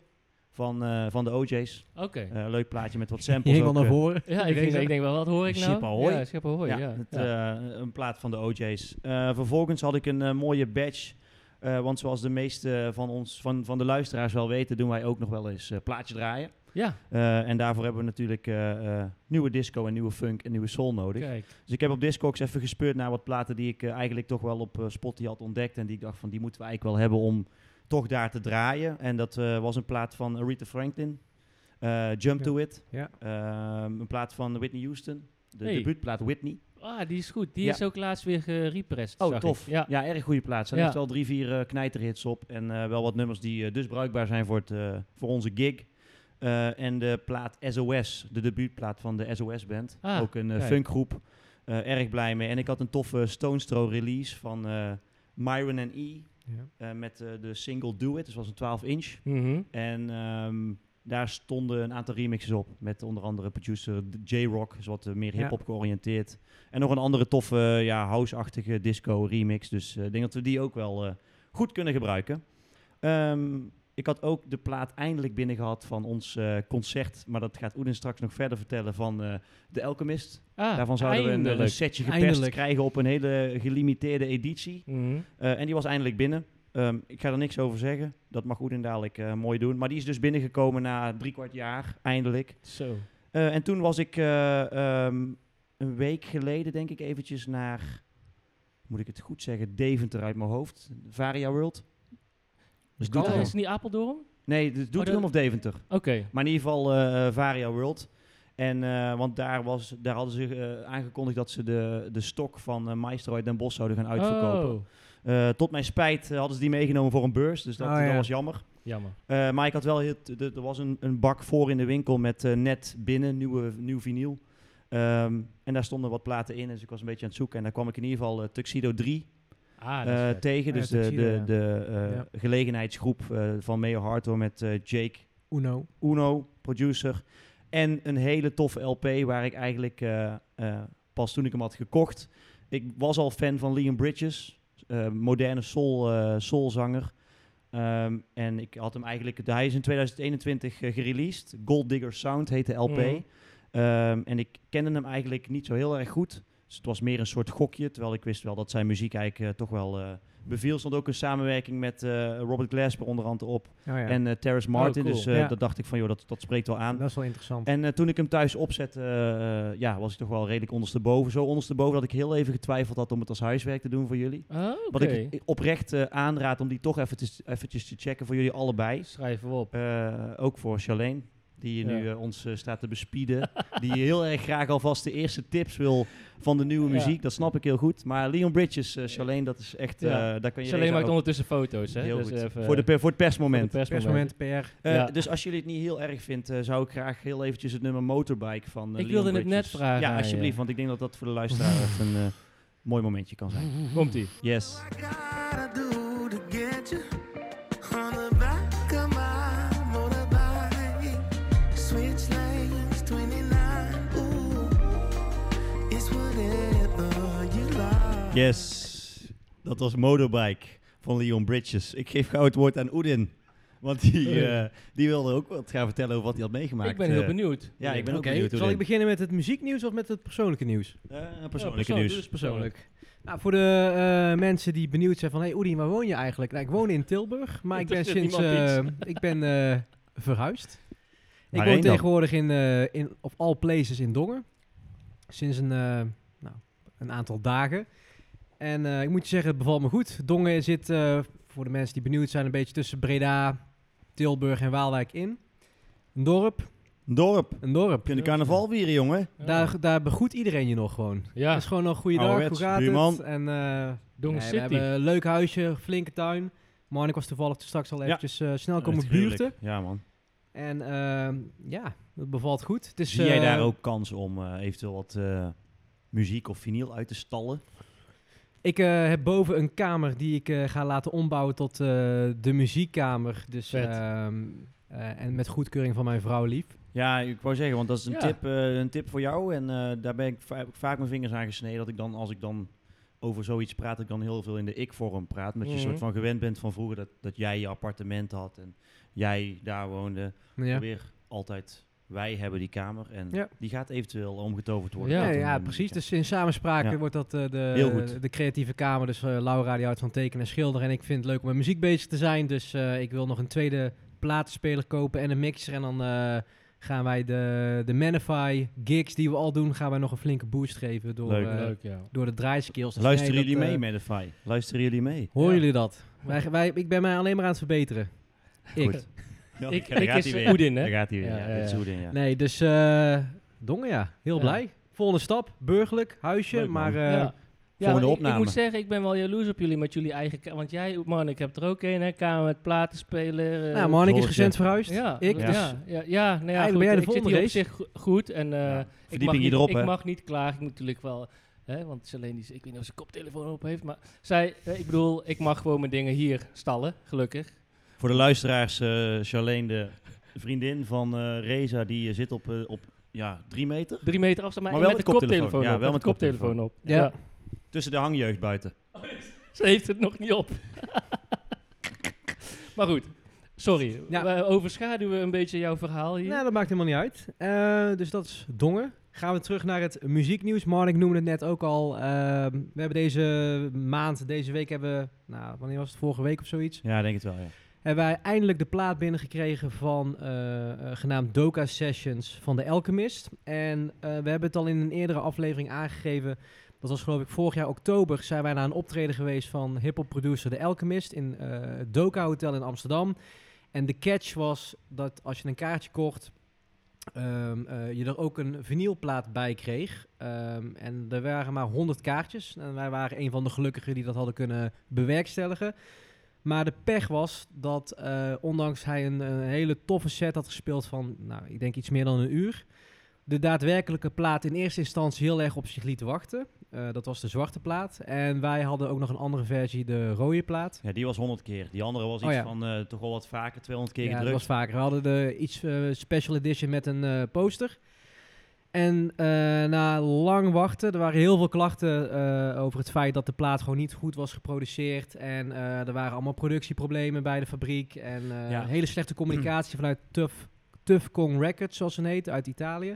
[SPEAKER 1] van, eh, van de OJ's.
[SPEAKER 3] Oké.
[SPEAKER 1] Eh, leuk plaatje met wat
[SPEAKER 2] Je
[SPEAKER 1] samples.
[SPEAKER 2] ging al
[SPEAKER 1] ook,
[SPEAKER 2] naar
[SPEAKER 1] eh,
[SPEAKER 2] voren.
[SPEAKER 3] Ja, ik, denk,
[SPEAKER 2] Reza?
[SPEAKER 3] ik denk wel, wat hoor ik nou?
[SPEAKER 1] Schip Ahoy.
[SPEAKER 3] Ja, Schip Ahoy, ja.
[SPEAKER 1] ja, het,
[SPEAKER 3] Ja.
[SPEAKER 1] eh, een plaat van de OJ's. Eh, vervolgens had ik een eh, mooie badge. eh, want zoals de meeste van, ons, van, van de luisteraars wel weten, doen wij ook nog wel eens eh, plaatje draaien.
[SPEAKER 3] ja,
[SPEAKER 1] Eh, en daarvoor hebben we natuurlijk eh, eh, nieuwe disco en nieuwe funk en nieuwe soul nodig.
[SPEAKER 3] kijk.
[SPEAKER 1] Dus ik heb op Discogs even gespeurd naar wat platen die ik eh, eigenlijk toch wel op eh, Spotify had ontdekt. En die ik dacht van, die moeten we eigenlijk wel hebben om toch daar te draaien. En dat eh, was een plaat van Aretha Franklin, eh, Jump
[SPEAKER 2] Ja.
[SPEAKER 1] to It.
[SPEAKER 2] Ja.
[SPEAKER 1] Ehm, een plaat van Whitney Houston, de
[SPEAKER 3] Hey.
[SPEAKER 1] debuutplaat Whitney.
[SPEAKER 3] Ah, die is goed. Die
[SPEAKER 1] Ja.
[SPEAKER 3] is ook laatst weer gerepressed.
[SPEAKER 1] Oh,
[SPEAKER 3] zag ik.
[SPEAKER 1] tof. Ja.
[SPEAKER 3] Ja.
[SPEAKER 1] erg goede plaats. Er
[SPEAKER 3] Ja.
[SPEAKER 1] heeft wel drie, vier eh, knijterhits op. En eh, wel wat nummers die eh, dus bruikbaar zijn voor, het, eh, voor onze gig. Eh, en de plaat SOS, de debuutplaat van de SOS-band.
[SPEAKER 3] Ah,
[SPEAKER 1] Ook een eh,
[SPEAKER 3] kijk.
[SPEAKER 1] funkgroep. Eh, erg blij mee. En ik had een toffe Stone Throw release van eh, Myron en E. eh, met eh, de single Do It. Dus was een 12-inch.
[SPEAKER 3] Mhm.
[SPEAKER 1] En ehm, daar stonden een aantal remixes op. Met onder andere producer D- J-Rock, is wat eh, meer
[SPEAKER 2] Ja.
[SPEAKER 1] hip-hop georiënteerd. En nog een andere toffe ja, house-achtige disco-remix. Dus eh, ik denk dat we die ook wel eh, goed kunnen gebruiken. Ehm, ik had ook de plaat eindelijk binnen gehad van ons eh, concert. Maar dat gaat Oedin straks nog verder vertellen van eh The Alchemist.
[SPEAKER 3] Ah,
[SPEAKER 1] Daarvan zouden we een, eh,
[SPEAKER 3] eindelijk.
[SPEAKER 1] een setje geperst
[SPEAKER 2] Eindelijk.
[SPEAKER 1] krijgen op een hele gelimiteerde editie.
[SPEAKER 3] Mhm.
[SPEAKER 1] Eh, en die was eindelijk binnen. Ehm, ik ga er niks over zeggen. Dat mag Oedin dadelijk eh, mooi doen. Maar die is dus binnengekomen na drie kwart jaar, eindelijk.
[SPEAKER 3] Zo.
[SPEAKER 1] Eh, en toen was ik eh, ehm, een week geleden, denk ik, eventjes naar... Moet ik het goed zeggen? Deventer uit mijn hoofd. Varia World. Dus die
[SPEAKER 3] Oh,
[SPEAKER 1] daar-
[SPEAKER 3] is het niet Apeldoorn?
[SPEAKER 1] Nee, dus Doetinchem of Deventer.
[SPEAKER 3] Oké.
[SPEAKER 1] Maar in ieder geval eh, eh, Varia World. En, eh, want daar, was, daar hadden ze eh, aangekondigd dat ze de, de stok van eh, Maestro uit Den Bosch zouden gaan uitverkopen.
[SPEAKER 3] Oh,
[SPEAKER 1] Eh, tot mijn spijt eh, hadden ze die meegenomen voor een beurs, dus dat,
[SPEAKER 2] Oh, ja.
[SPEAKER 1] dat was jammer.
[SPEAKER 3] jammer.
[SPEAKER 1] Eh, maar ik had wel, heel, d- d- er was een, een bak voor in de winkel met eh, net binnen, nieuwe, nieuw vinyl. Ehm, en daar stonden wat platen in, dus ik was een beetje aan het zoeken. En daar kwam ik in ieder geval eh, Tuxedo 3
[SPEAKER 3] Ah,
[SPEAKER 1] eh,
[SPEAKER 3] dat is vet.
[SPEAKER 1] tegen.
[SPEAKER 2] Ah,
[SPEAKER 1] Dus
[SPEAKER 2] ja,
[SPEAKER 1] de,
[SPEAKER 2] Tuxedo,
[SPEAKER 1] de,
[SPEAKER 2] ja.
[SPEAKER 1] de eh,
[SPEAKER 2] Ja.
[SPEAKER 1] gelegenheidsgroep eh, van Mayor Hardware met eh, Jake
[SPEAKER 2] Uno.
[SPEAKER 1] Uno, producer. En een hele toffe LP waar ik eigenlijk eh, eh, pas toen ik hem had gekocht. Ik was al fan van Liam Bridges, eh, moderne soul, eh, soulzanger. Ehm, en ik had hem eigenlijk, hij is in 2021 eh, gereleased. Gold Digger Sound heet de LP.
[SPEAKER 3] Mhm.
[SPEAKER 1] Ehm, en ik kende hem eigenlijk niet zo heel erg goed. Dus het was meer een soort gokje, terwijl ik wist wel dat zijn muziek eigenlijk eh, toch wel eh, beviel. Stond ook een samenwerking met eh, Robert Glasper onderhand op.
[SPEAKER 2] Oh, ja.
[SPEAKER 1] En eh Terrace Martin,
[SPEAKER 3] cool.
[SPEAKER 1] dus eh,
[SPEAKER 2] Ja.
[SPEAKER 1] dat dacht ik van, joh, dat, dat spreekt wel aan.
[SPEAKER 2] dat is wel interessant.
[SPEAKER 1] En eh, toen ik hem thuis opzette, eh, eh, ja, was ik toch wel redelijk ondersteboven. Zo ondersteboven dat ik heel even getwijfeld had om het als huiswerk te doen voor jullie.
[SPEAKER 3] Oh, oké.
[SPEAKER 1] Wat ik oprecht eh, aanraad om die toch eventjes, eventjes te checken voor jullie allebei.
[SPEAKER 3] Schrijven we op.
[SPEAKER 1] Eh, ook voor Charlene, die hier nu
[SPEAKER 3] Ja.
[SPEAKER 1] eh, ons eh, staat te bespieden. die heel erg graag alvast de eerste tips wil van de nieuwe
[SPEAKER 3] Ja.
[SPEAKER 1] muziek. Dat snap ik heel goed. Maar Leon Bridges, eh Charlene, dat is echt... eh,
[SPEAKER 3] Ja.
[SPEAKER 1] daar kan je
[SPEAKER 3] Charlene
[SPEAKER 1] deze
[SPEAKER 3] maakt
[SPEAKER 1] ook-
[SPEAKER 3] ondertussen foto's, hè?
[SPEAKER 1] heel
[SPEAKER 3] dus
[SPEAKER 1] goed.
[SPEAKER 3] even
[SPEAKER 1] voor, de, per- voor het
[SPEAKER 3] voor de
[SPEAKER 1] persmoment.
[SPEAKER 3] persmoment.
[SPEAKER 2] Persmoment, PR.
[SPEAKER 1] Eh,
[SPEAKER 3] Ja.
[SPEAKER 1] Dus als jullie het niet heel erg vindt, eh, zou ik graag heel eventjes het nummer Motorbike van. eh,
[SPEAKER 3] Ik
[SPEAKER 1] Leon
[SPEAKER 3] wilde het
[SPEAKER 1] Bridges-
[SPEAKER 3] net vragen
[SPEAKER 1] Ja,
[SPEAKER 3] aan
[SPEAKER 1] alsjeblieft,
[SPEAKER 3] je.
[SPEAKER 1] want ik denk dat dat voor de luisteraar echt een eh, mooi momentje kan zijn.
[SPEAKER 3] Komt-ie.
[SPEAKER 1] Yes.
[SPEAKER 5] I gotta do to get you on the back of my motorbike? Switch lanes, 29. Ooh, it's whatever you like.
[SPEAKER 1] Yes. Dat was Motorbike van Leon Bridges. Ik geef gauw het woord aan Oedin. Want die,
[SPEAKER 3] Oedin.
[SPEAKER 1] eh, die wilde ook wat gaan vertellen over wat hij had meegemaakt.
[SPEAKER 3] Ik ben heel
[SPEAKER 1] eh,
[SPEAKER 3] benieuwd.
[SPEAKER 1] ja, ik ben ook
[SPEAKER 2] Oké,
[SPEAKER 1] benieuwd,
[SPEAKER 2] zal
[SPEAKER 1] Oedin.
[SPEAKER 2] ik beginnen met het muzieknieuws of met het persoonlijke nieuws?
[SPEAKER 1] Eh,
[SPEAKER 3] Ja,
[SPEAKER 1] persoonlijke
[SPEAKER 3] persoon-
[SPEAKER 1] nieuws.
[SPEAKER 3] doe eens
[SPEAKER 2] Persoonlijk. Nou, voor de eh, mensen die benieuwd zijn van, hey Oedien, waar woon je eigenlijk? Nou, ik woon in Tilburg, maar ik ben
[SPEAKER 3] Interesseert
[SPEAKER 2] sinds,
[SPEAKER 3] niemand
[SPEAKER 2] eh, ik ben eh, verhuisd. Ik
[SPEAKER 1] Waarheen
[SPEAKER 2] woon
[SPEAKER 1] dan?
[SPEAKER 2] tegenwoordig in, eh, in, op all places in Dongen. Sinds een, eh, nou, een aantal dagen. En eh, ik moet je zeggen, het bevalt me goed. Dongen zit, eh, voor de mensen die benieuwd zijn, een beetje tussen Breda, Tilburg en Waalwijk in. Een dorp,
[SPEAKER 1] Een dorp.
[SPEAKER 2] een dorp.
[SPEAKER 1] Kunnen carnaval vieren, jongen.
[SPEAKER 3] Ja.
[SPEAKER 2] Daar, daar begroet iedereen je nog gewoon.
[SPEAKER 3] Ja,
[SPEAKER 2] Dat is gewoon nog goeiedag, hoe
[SPEAKER 1] Ouderwets,
[SPEAKER 2] gaat het?
[SPEAKER 1] buurman.
[SPEAKER 2] En eh,
[SPEAKER 3] Dongen
[SPEAKER 2] Nee,
[SPEAKER 3] City.
[SPEAKER 2] We hebben een leuk huisje, flinke tuin. Marnik was toevallig straks al eventjes eh, snel komen
[SPEAKER 1] Echt gruwelijk.
[SPEAKER 2] buurten.
[SPEAKER 1] Ja, man.
[SPEAKER 2] En ehm, ja, het bevalt goed. Het is,
[SPEAKER 1] Zie jij
[SPEAKER 2] eh,
[SPEAKER 1] daar ook kans om eh, eventueel wat eh, muziek of vinyl uit te stallen?
[SPEAKER 2] Ik eh, heb boven een kamer die ik eh, ga laten ombouwen tot eh, de muziekkamer. Dus,
[SPEAKER 3] Vet.
[SPEAKER 2] ehm, eh, en met goedkeuring van mijn vrouw lief.
[SPEAKER 1] Ja, ik wou zeggen, want dat is een,
[SPEAKER 3] Ja.
[SPEAKER 1] tip, eh, een tip voor jou. En eh, daar ben ik, va- heb ik vaak mijn vingers aan gesneden. Dat ik dan, als ik dan over zoiets praat, dat ik dan heel veel in de ik-vorm praat. Omdat je
[SPEAKER 3] Mhm.
[SPEAKER 1] een soort van gewend bent van vroeger dat, dat jij je appartement had en jij daar woonde.
[SPEAKER 2] Ja.
[SPEAKER 1] Weer altijd, wij hebben die kamer en
[SPEAKER 2] Ja.
[SPEAKER 1] die gaat eventueel omgetoverd worden.
[SPEAKER 3] Ja.
[SPEAKER 2] Ja,
[SPEAKER 1] tot een,
[SPEAKER 2] ja,
[SPEAKER 1] eh,
[SPEAKER 2] precies.
[SPEAKER 1] muziek.
[SPEAKER 2] Dus in samenspraak
[SPEAKER 1] Ja.
[SPEAKER 2] eh, wordt dat eh,
[SPEAKER 1] Heel
[SPEAKER 2] de,
[SPEAKER 1] goed.
[SPEAKER 2] de creatieve kamer. Dus eh, Laura die houdt van tekenen en schilderen. En ik vind het leuk om met muziek bezig te zijn. Dus eh, ik wil nog een tweede platenspeler kopen en een mixer. En dan eh, gaan wij de, de Manify gigs die we al doen, gaan wij nog een flinke boost geven door,
[SPEAKER 1] Leuk.
[SPEAKER 2] eh,
[SPEAKER 3] Leuk, ja.
[SPEAKER 2] door de draaiskills. Dus
[SPEAKER 1] Luisteren
[SPEAKER 2] nee, dat,
[SPEAKER 1] jullie mee,
[SPEAKER 2] eh,
[SPEAKER 1] Medify? Luisteren jullie mee?
[SPEAKER 2] Horen
[SPEAKER 3] Ja.
[SPEAKER 2] jullie dat? Wij, wij, ik ben mij alleen maar aan het verbeteren. Ik.
[SPEAKER 1] Goed. Ja,
[SPEAKER 3] Ik-
[SPEAKER 1] daar
[SPEAKER 3] ik
[SPEAKER 1] gaat
[SPEAKER 3] is,
[SPEAKER 1] hij
[SPEAKER 3] eh,
[SPEAKER 1] weer.
[SPEAKER 3] Oedin, hè?
[SPEAKER 1] Daar gaat hij weer,
[SPEAKER 3] Ja,
[SPEAKER 1] ja.
[SPEAKER 3] ja,
[SPEAKER 1] Dit is
[SPEAKER 3] ja.
[SPEAKER 1] Oedin, ja.
[SPEAKER 2] Nee, dus eh Dongen ja, heel
[SPEAKER 3] Ja.
[SPEAKER 2] blij. Volgende stap, burgerlijk, huisje.
[SPEAKER 1] Leuk, man.
[SPEAKER 2] maar eh,
[SPEAKER 3] ja. Ja,
[SPEAKER 1] Volgende
[SPEAKER 3] ik- Ik,
[SPEAKER 1] opname.
[SPEAKER 3] moet zeggen, ik ben wel jaloers op jullie met jullie eigen... ka- Want jij, man, ik heb er ook een, hè? Kamer met platen spelen. eh,
[SPEAKER 2] nou, Marnik is
[SPEAKER 1] Zoldertje.
[SPEAKER 2] recent verhuisd.
[SPEAKER 3] Ja,
[SPEAKER 2] ik,
[SPEAKER 3] ja,
[SPEAKER 2] dus
[SPEAKER 3] ja, ja, ja, nou ja,
[SPEAKER 2] Eigenlijk ben
[SPEAKER 3] goed,
[SPEAKER 2] jij de
[SPEAKER 3] ik zit
[SPEAKER 2] volgende
[SPEAKER 3] hier op
[SPEAKER 2] race.
[SPEAKER 3] zich go- goed en eh,
[SPEAKER 1] Ja.
[SPEAKER 3] ik, mag
[SPEAKER 1] Verdieping
[SPEAKER 3] niet,
[SPEAKER 1] hierop,
[SPEAKER 3] ik
[SPEAKER 1] hè?
[SPEAKER 3] mag niet klagen. Ik moet natuurlijk wel, hè, want Celine, die, is- ik weet niet of ze koptelefoon op heeft, maar zij, eh, ik bedoel, ik mag gewoon mijn dingen hier stallen, gelukkig.
[SPEAKER 1] Voor de luisteraars, eh Charlene, de vriendin van eh, Reza, die eh, zit op, eh, op ja, drie meter.
[SPEAKER 3] Drie meter afstand, maar,
[SPEAKER 1] Maar
[SPEAKER 3] met
[SPEAKER 1] wel
[SPEAKER 3] de
[SPEAKER 1] met
[SPEAKER 3] koptelefoon,
[SPEAKER 1] koptelefoon.
[SPEAKER 3] op.
[SPEAKER 1] Ja, wel
[SPEAKER 3] de
[SPEAKER 1] met
[SPEAKER 3] koptelefoon op.
[SPEAKER 2] Ja.
[SPEAKER 1] Tussen de hangjeugd buiten.
[SPEAKER 3] Ze heeft het nog niet op. maar goed, sorry.
[SPEAKER 2] Ja.
[SPEAKER 3] We overschaduwen een beetje jouw verhaal hier.
[SPEAKER 2] Nou, dat maakt helemaal niet uit. Eh, dus dat is Dongen. Gaan we terug naar het muzieknieuws. Marnik noemde het net ook al. ehm, we hebben deze maand, deze week hebben we... Nou, wanneer was het? Vorige week of zoiets.
[SPEAKER 1] Ja, ik denk het wel, ja.
[SPEAKER 2] Hebben wij eindelijk de plaat binnengekregen van eh, eh, genaamd Doka Sessions van de Alchemist. En eh, we hebben het al in een eerdere aflevering aangegeven. Dat was geloof ik vorig jaar oktober. Zijn wij naar een optreden geweest van hip-hop producer The Alchemist in eh, het Doka Hotel in Amsterdam. En de catch was dat als je een kaartje kocht, ehm, eh, je er ook een vinylplaat bij kreeg. Ehm, en er waren maar 100 kaartjes. En wij waren een van de gelukkigen die dat hadden kunnen bewerkstelligen. Maar de pech was dat, eh, ondanks hij een, een hele toffe set had gespeeld van, nou, ik denk iets meer dan een uur, de daadwerkelijke plaat in eerste instantie heel erg op zich liet wachten. Eh, dat was de zwarte plaat. En wij hadden ook nog een andere versie, de rode plaat.
[SPEAKER 1] Ja, die was 100 keer. Die andere was
[SPEAKER 2] Oh
[SPEAKER 1] iets
[SPEAKER 2] ja.
[SPEAKER 1] van eh, toch wel wat vaker, 200 keer
[SPEAKER 2] ja, dat
[SPEAKER 1] gedrukt.
[SPEAKER 2] was vaker. We hadden de iets eh, special edition met een eh, poster. En eh, na lang wachten, er waren heel veel klachten eh, over het feit dat de plaat gewoon niet goed was geproduceerd. En eh, er waren allemaal productieproblemen bij de fabriek. En eh,
[SPEAKER 1] Ja.
[SPEAKER 2] hele slechte communicatie vanuit Tough, Tough Kong Records, zoals ze heet, uit Italië.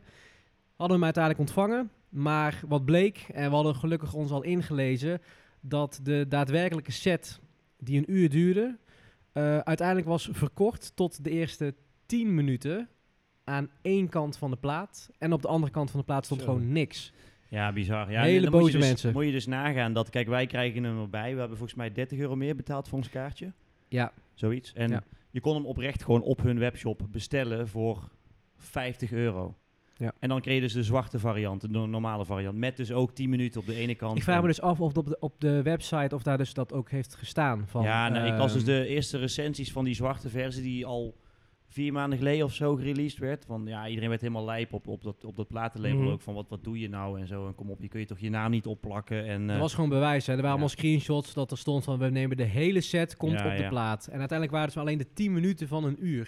[SPEAKER 2] Hadden we hem uiteindelijk ontvangen. Maar wat bleek, en we hadden gelukkig ons al ingelezen, dat de daadwerkelijke set, die een uur duurde, eh, uiteindelijk was verkort tot de eerste 10 minuten aan één kant van de plaat. En op de andere kant van de plaat stond
[SPEAKER 3] Zo.
[SPEAKER 2] gewoon niks.
[SPEAKER 1] Ja, bizar. Ja,
[SPEAKER 2] Hele
[SPEAKER 1] en dan moet je
[SPEAKER 2] boze
[SPEAKER 1] dus-
[SPEAKER 2] mensen.
[SPEAKER 1] Moet je dus nagaan dat, kijk, wij krijgen hem erbij. We hebben volgens mij 30 euro meer betaald voor ons kaartje.
[SPEAKER 2] Ja.
[SPEAKER 1] Zoiets. En
[SPEAKER 2] Ja.
[SPEAKER 1] je kon hem oprecht gewoon op hun webshop bestellen voor 50 euro.
[SPEAKER 2] Ja.
[SPEAKER 1] En dan kreeg je dus de zwarte variant, de no- normale variant. Met dus ook 10 minuten op de ene kant.
[SPEAKER 2] Ik vraag me
[SPEAKER 1] en-
[SPEAKER 2] dus af of op de, op de website of daar dus dat ook heeft gestaan. Van,
[SPEAKER 1] ja, nou, ik las dus
[SPEAKER 2] ehm,
[SPEAKER 1] de eerste recensies van die zwarte versie die al vier maanden geleden of zo gereleased werd. Van ja, iedereen werd helemaal lijp op, op dat, op dat platenlabel
[SPEAKER 3] Mhm.
[SPEAKER 1] ook. Van wat, wat doe je nou en zo. En kom op, je kun je toch je naam niet opplakken. En, eh,
[SPEAKER 2] Er was gewoon bewijs. Hè. Er waren
[SPEAKER 1] Ja.
[SPEAKER 2] allemaal screenshots dat er stond van... we nemen de hele set, komt
[SPEAKER 1] Ja,
[SPEAKER 2] op de
[SPEAKER 1] ja.
[SPEAKER 2] plaat. En uiteindelijk waren het maar alleen de 10 minuten van een uur.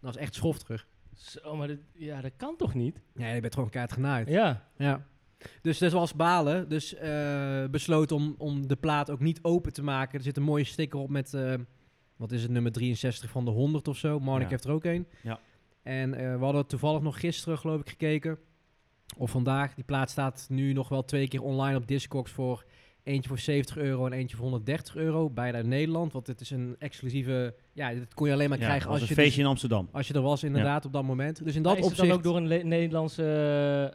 [SPEAKER 2] Dat was echt schoftig.
[SPEAKER 3] Zo, maar dit- ja, dat kan toch niet?
[SPEAKER 2] Ja, je bent gewoon kaart genaaid.
[SPEAKER 3] Ja.
[SPEAKER 2] Ja. Dus dat was balen. Dus eh besloten om, om de plaat ook niet open te maken. Er zit een mooie sticker op met, eh, wat is het, nummer 63 van de 100 of zo. Marnik
[SPEAKER 1] Ja.
[SPEAKER 2] heeft er ook een.
[SPEAKER 1] Ja.
[SPEAKER 2] En eh, we hadden toevallig nog gisteren, geloof ik, gekeken. Of vandaag. Die plaat staat nu nog wel twee keer online op Discogs voor eentje voor 70 euro en eentje voor 130 euro. Beide uit Nederland, want het is een exclusieve... Ja, dat kon je alleen maar
[SPEAKER 1] ja,
[SPEAKER 2] krijgen
[SPEAKER 1] was
[SPEAKER 2] als
[SPEAKER 1] een
[SPEAKER 2] je,
[SPEAKER 1] feestje
[SPEAKER 2] dus-
[SPEAKER 1] in Amsterdam.
[SPEAKER 2] als je er was, inderdaad, op dat moment. Dus in
[SPEAKER 3] Dat
[SPEAKER 2] dat
[SPEAKER 3] is het
[SPEAKER 2] opzicht...
[SPEAKER 3] dan ook door een le- Nederlandse...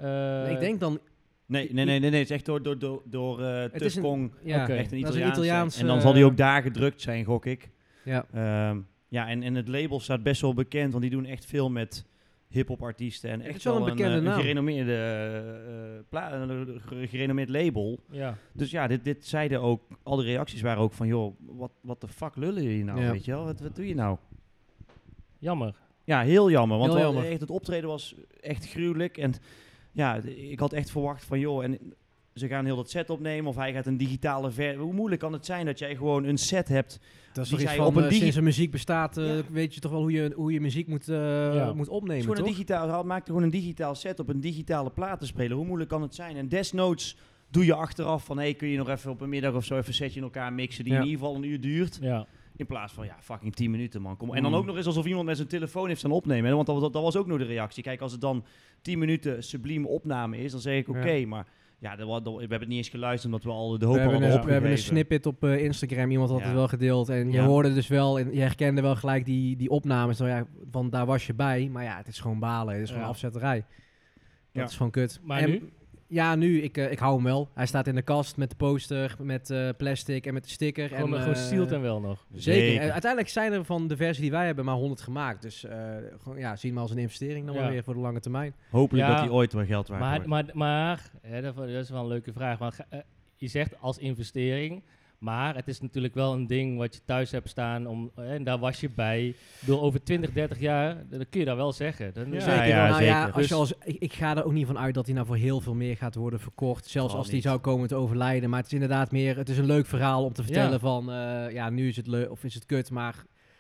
[SPEAKER 3] eh, eh,
[SPEAKER 2] ik denk dan...
[SPEAKER 1] Nee, nee, nee, nee, nee. Het is echt door, door, door, door eh,
[SPEAKER 2] Het is een-
[SPEAKER 1] Tufkong.
[SPEAKER 2] Ja,
[SPEAKER 3] Oké.
[SPEAKER 1] Echt een
[SPEAKER 2] Dat is een
[SPEAKER 1] Italiaanse.
[SPEAKER 2] Italiaanse- eh,
[SPEAKER 1] en dan zal die ook daar gedrukt zijn, gok ik.
[SPEAKER 2] ja.
[SPEAKER 1] Ehm, ja, en, en het label staat best wel bekend, want die doen echt veel met hip-hop artiesten. En
[SPEAKER 2] Het
[SPEAKER 1] echt
[SPEAKER 2] is wel een
[SPEAKER 1] eh,
[SPEAKER 2] bekende naam.
[SPEAKER 1] gerenommeerde, eh, pla- een ge- gerenommeerd label.
[SPEAKER 3] Ja.
[SPEAKER 1] Dus ja, dit, dit zeiden ook, al die reacties waren ook van, joh, wat, wat de fuck lullen jullie nou,
[SPEAKER 2] Ja.
[SPEAKER 1] weet je wel? Wat, wat doe je nou?
[SPEAKER 3] Jammer.
[SPEAKER 1] Ja, heel jammer, want
[SPEAKER 2] Heel
[SPEAKER 1] wel-
[SPEAKER 2] jammer.
[SPEAKER 1] Echt, het optreden was echt gruwelijk. En ja, d- ik had echt verwacht van, joh, en ze gaan heel dat set opnemen of hij gaat een digitale ver... Hoe moeilijk kan het zijn dat jij gewoon een set hebt
[SPEAKER 2] Dat is
[SPEAKER 1] Die
[SPEAKER 2] toch
[SPEAKER 1] zei
[SPEAKER 2] iets van,
[SPEAKER 1] op
[SPEAKER 2] op
[SPEAKER 1] een
[SPEAKER 2] een
[SPEAKER 1] digi-
[SPEAKER 2] sinds er muziek bestaat, eh,
[SPEAKER 1] Ja.
[SPEAKER 2] weet je toch wel hoe je, hoe je muziek moet, eh,
[SPEAKER 3] Ja.
[SPEAKER 2] moet
[SPEAKER 1] Het
[SPEAKER 2] opnemen,
[SPEAKER 1] is
[SPEAKER 2] toch?
[SPEAKER 1] gewoon een digitaal, hij maakte gewoon een digitaal set op een digitale plaat te spelen. Hoe moeilijk kan het zijn? En desnoods doe je achteraf van, hey, kun je nog even op een middag of zo even een setje in elkaar mixen die
[SPEAKER 2] Ja.
[SPEAKER 1] in ieder geval een uur duurt.
[SPEAKER 3] Ja.
[SPEAKER 1] In plaats van, ja, fucking 10 minuten, man. Kom. op. En dan
[SPEAKER 2] Mm.
[SPEAKER 1] ook nog eens alsof iemand met zijn telefoon heeft staan opnemen. hè, Want dat, dat, dat was ook nog de reactie. Kijk, als het dan 10 minuten sublieme opname is, dan zeg ik
[SPEAKER 2] Ja.
[SPEAKER 1] oké, maar... Ja, dat, wa- dat- we hebben het niet eens geluisterd omdat we al de hoop
[SPEAKER 2] We
[SPEAKER 1] al
[SPEAKER 2] hebben,
[SPEAKER 1] hadden
[SPEAKER 2] een, we hebben een
[SPEAKER 1] opgegeven.
[SPEAKER 2] snippet op eh, Instagram, iemand had
[SPEAKER 1] Ja.
[SPEAKER 2] het wel gedeeld. En je
[SPEAKER 1] Ja.
[SPEAKER 2] hoorde dus wel, en je herkende wel gelijk die, die opnames, nou ja, want daar was je bij. Maar ja, het is gewoon balen, het is gewoon
[SPEAKER 3] Ja.
[SPEAKER 2] afzetterij. Dat
[SPEAKER 1] Ja.
[SPEAKER 2] is gewoon kut.
[SPEAKER 3] Maar
[SPEAKER 2] En-
[SPEAKER 3] nu?
[SPEAKER 2] Ja, nu, ik, eh, ik hou hem wel. Hij staat in de kast met de poster, met eh, plastic en met de sticker.
[SPEAKER 3] Gewoon,
[SPEAKER 2] en,
[SPEAKER 3] gewoon
[SPEAKER 2] eh,
[SPEAKER 3] sealed en wel nog.
[SPEAKER 2] Zeker. En uiteindelijk zijn er van de versie die wij hebben maar 100 gemaakt. Dus eh, gewoon, ja, zie hem als een investering dan
[SPEAKER 3] Ja.
[SPEAKER 2] maar weer voor de lange termijn.
[SPEAKER 1] Hopelijk
[SPEAKER 3] Ja.
[SPEAKER 1] dat die ooit wel geld waard
[SPEAKER 3] Maar,
[SPEAKER 1] wordt.
[SPEAKER 3] maar, maar hè, dat, dat is wel een leuke vraag. Maar, ga- eh, je zegt als investering, maar het is natuurlijk wel een ding wat je thuis hebt staan om, eh, en daar was je bij. Ik bedoel, over 20, 30 jaar, dan kun je dat wel zeggen. Dan
[SPEAKER 1] Ja,
[SPEAKER 3] is-
[SPEAKER 1] Zeker.
[SPEAKER 2] nou ja,
[SPEAKER 1] zeker. Dus-
[SPEAKER 2] als je als, ik, ik ga er ook niet van uit dat hij nou voor heel veel meer gaat worden verkocht. Zelfs
[SPEAKER 1] Zal
[SPEAKER 2] als die
[SPEAKER 1] niet.
[SPEAKER 2] zou komen te overlijden. Maar het is inderdaad meer, het is een leuk verhaal om te vertellen
[SPEAKER 3] Ja.
[SPEAKER 2] van, eh, ja, nu is het leuk of is het kut. Maar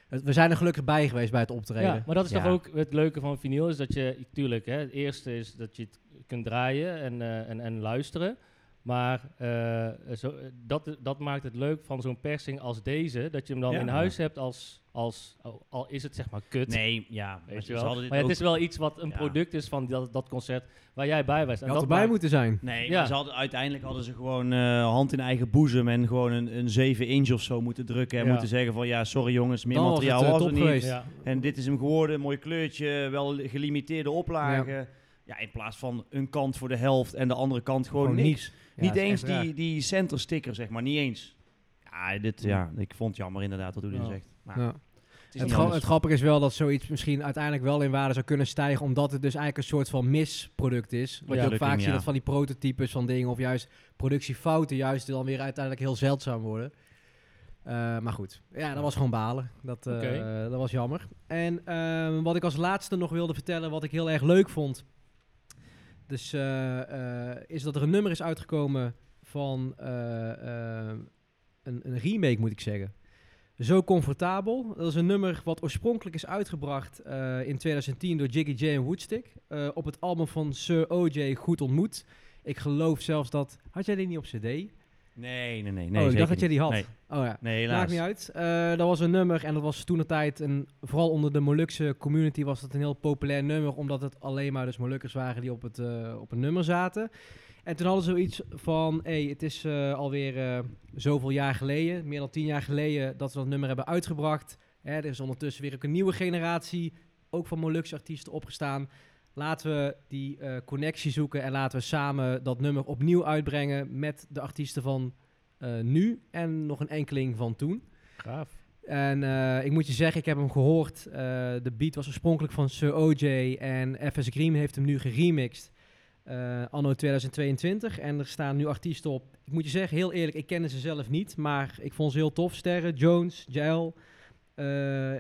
[SPEAKER 2] het- we zijn er gelukkig bij geweest bij het optreden.
[SPEAKER 3] Ja, maar dat is
[SPEAKER 1] Ja.
[SPEAKER 3] toch ook het leuke van vinyl, is dat je, tuurlijk, hè, het eerste is dat je het kunt draaien en, eh, en, en luisteren. Maar eh, zo, dat, dat maakt het leuk van zo'n persing als deze, dat je hem dan
[SPEAKER 1] Ja.
[SPEAKER 3] in huis hebt als, als al- al is het zeg maar kut.
[SPEAKER 1] nee, ja.
[SPEAKER 3] Weet je
[SPEAKER 1] ze
[SPEAKER 3] wel?
[SPEAKER 1] hadden
[SPEAKER 3] Maar
[SPEAKER 1] dit
[SPEAKER 3] ja, het
[SPEAKER 1] ook-
[SPEAKER 3] is wel iets wat een
[SPEAKER 1] Ja.
[SPEAKER 3] product is van dat, dat concert waar jij bij was.
[SPEAKER 2] Je
[SPEAKER 3] En
[SPEAKER 2] had
[SPEAKER 3] dat
[SPEAKER 2] erbij
[SPEAKER 3] maakt-
[SPEAKER 2] moeten zijn.
[SPEAKER 1] Nee,
[SPEAKER 3] Ja.
[SPEAKER 1] maar ze hadden, uiteindelijk hadden ze gewoon eh, hand in eigen boezem en gewoon een, een 7 inch of zo moeten drukken. En
[SPEAKER 3] Ja.
[SPEAKER 1] moeten zeggen van ja, sorry jongens, meer
[SPEAKER 2] Dan was
[SPEAKER 1] materiaal
[SPEAKER 2] het, eh,
[SPEAKER 1] was,
[SPEAKER 2] top
[SPEAKER 1] er niet.
[SPEAKER 2] geweest.
[SPEAKER 3] Ja.
[SPEAKER 1] En dit is hem geworden, mooi kleurtje, wel gelimiteerde oplagen. Ja. in plaats van een kant voor de helft en de andere kant gewoon,
[SPEAKER 2] Gewoon
[SPEAKER 1] niks.
[SPEAKER 2] Ja,
[SPEAKER 1] niet
[SPEAKER 2] dat is
[SPEAKER 1] eens
[SPEAKER 2] echt raar.
[SPEAKER 1] die, die center sticker, zeg maar, niet eens. Ja, dit, ja, ik vond het jammer inderdaad wat u dit
[SPEAKER 3] Ja.
[SPEAKER 1] zegt. Maar,
[SPEAKER 2] Mm. Ja.
[SPEAKER 1] is
[SPEAKER 2] Het,
[SPEAKER 1] niet
[SPEAKER 2] gra-
[SPEAKER 1] anders.
[SPEAKER 2] het grappige is wel dat zoiets misschien uiteindelijk wel in waarde zou kunnen stijgen, omdat het dus eigenlijk een soort van misproduct is. Wat
[SPEAKER 1] Ja.
[SPEAKER 2] je ook vaak
[SPEAKER 1] Lukking,
[SPEAKER 2] ziet
[SPEAKER 1] ja.
[SPEAKER 2] dat van die prototypes van dingen of juist productiefouten juist dan weer uiteindelijk heel zeldzaam worden. Eh, maar goed, ja, dat was gewoon balen. Dat, eh,
[SPEAKER 3] Oké.
[SPEAKER 2] dat was jammer. En ehm, wat ik als laatste nog wilde vertellen, wat ik heel erg leuk vond, dus, eh, eh, is dat er een nummer is uitgekomen van eh, eh, een, een remake, moet ik zeggen. Zo comfortabel. Dat is een nummer wat oorspronkelijk is uitgebracht eh, in 2010 door Jiggy J en Woodstick. eh, op het album van Sir O.J. Goed Ontmoet. Ik geloof zelfs dat... Had jij die niet op cd?
[SPEAKER 1] Nee, nee, nee. nee
[SPEAKER 2] oh, ik
[SPEAKER 1] zeker
[SPEAKER 2] dacht dat jij die
[SPEAKER 1] niet.
[SPEAKER 2] had.
[SPEAKER 1] Nee,
[SPEAKER 2] Oh ja.
[SPEAKER 1] nee, helaas.
[SPEAKER 2] Maakt niet uit. Eh, dat was een nummer en dat was toen de tijd, een, vooral onder de Molukse community, was dat een heel populair nummer, omdat het alleen maar dus Molukkers waren die op het, eh, op het nummer zaten. En toen hadden ze zoiets van, hey, het is eh, alweer eh, zoveel jaar geleden, meer dan tien jaar geleden, dat we dat nummer hebben uitgebracht. Hè, er is ondertussen weer ook een nieuwe generatie, ook van Molukse artiesten opgestaan. Laten we die eh, connectie zoeken en laten we samen dat nummer opnieuw uitbrengen met de artiesten van eh, nu en nog een enkeling van toen.
[SPEAKER 3] Gaaf.
[SPEAKER 2] En eh, ik moet je zeggen, ik heb hem gehoord. Eh, de beat was oorspronkelijk van Sir OJ en FS Green heeft hem nu geremixed. eh, anno 2022. En er staan nu artiesten op. Ik moet je zeggen, heel eerlijk, ik kende ze zelf niet. Maar ik vond ze heel tof. Sterren, Jones, Jael, eh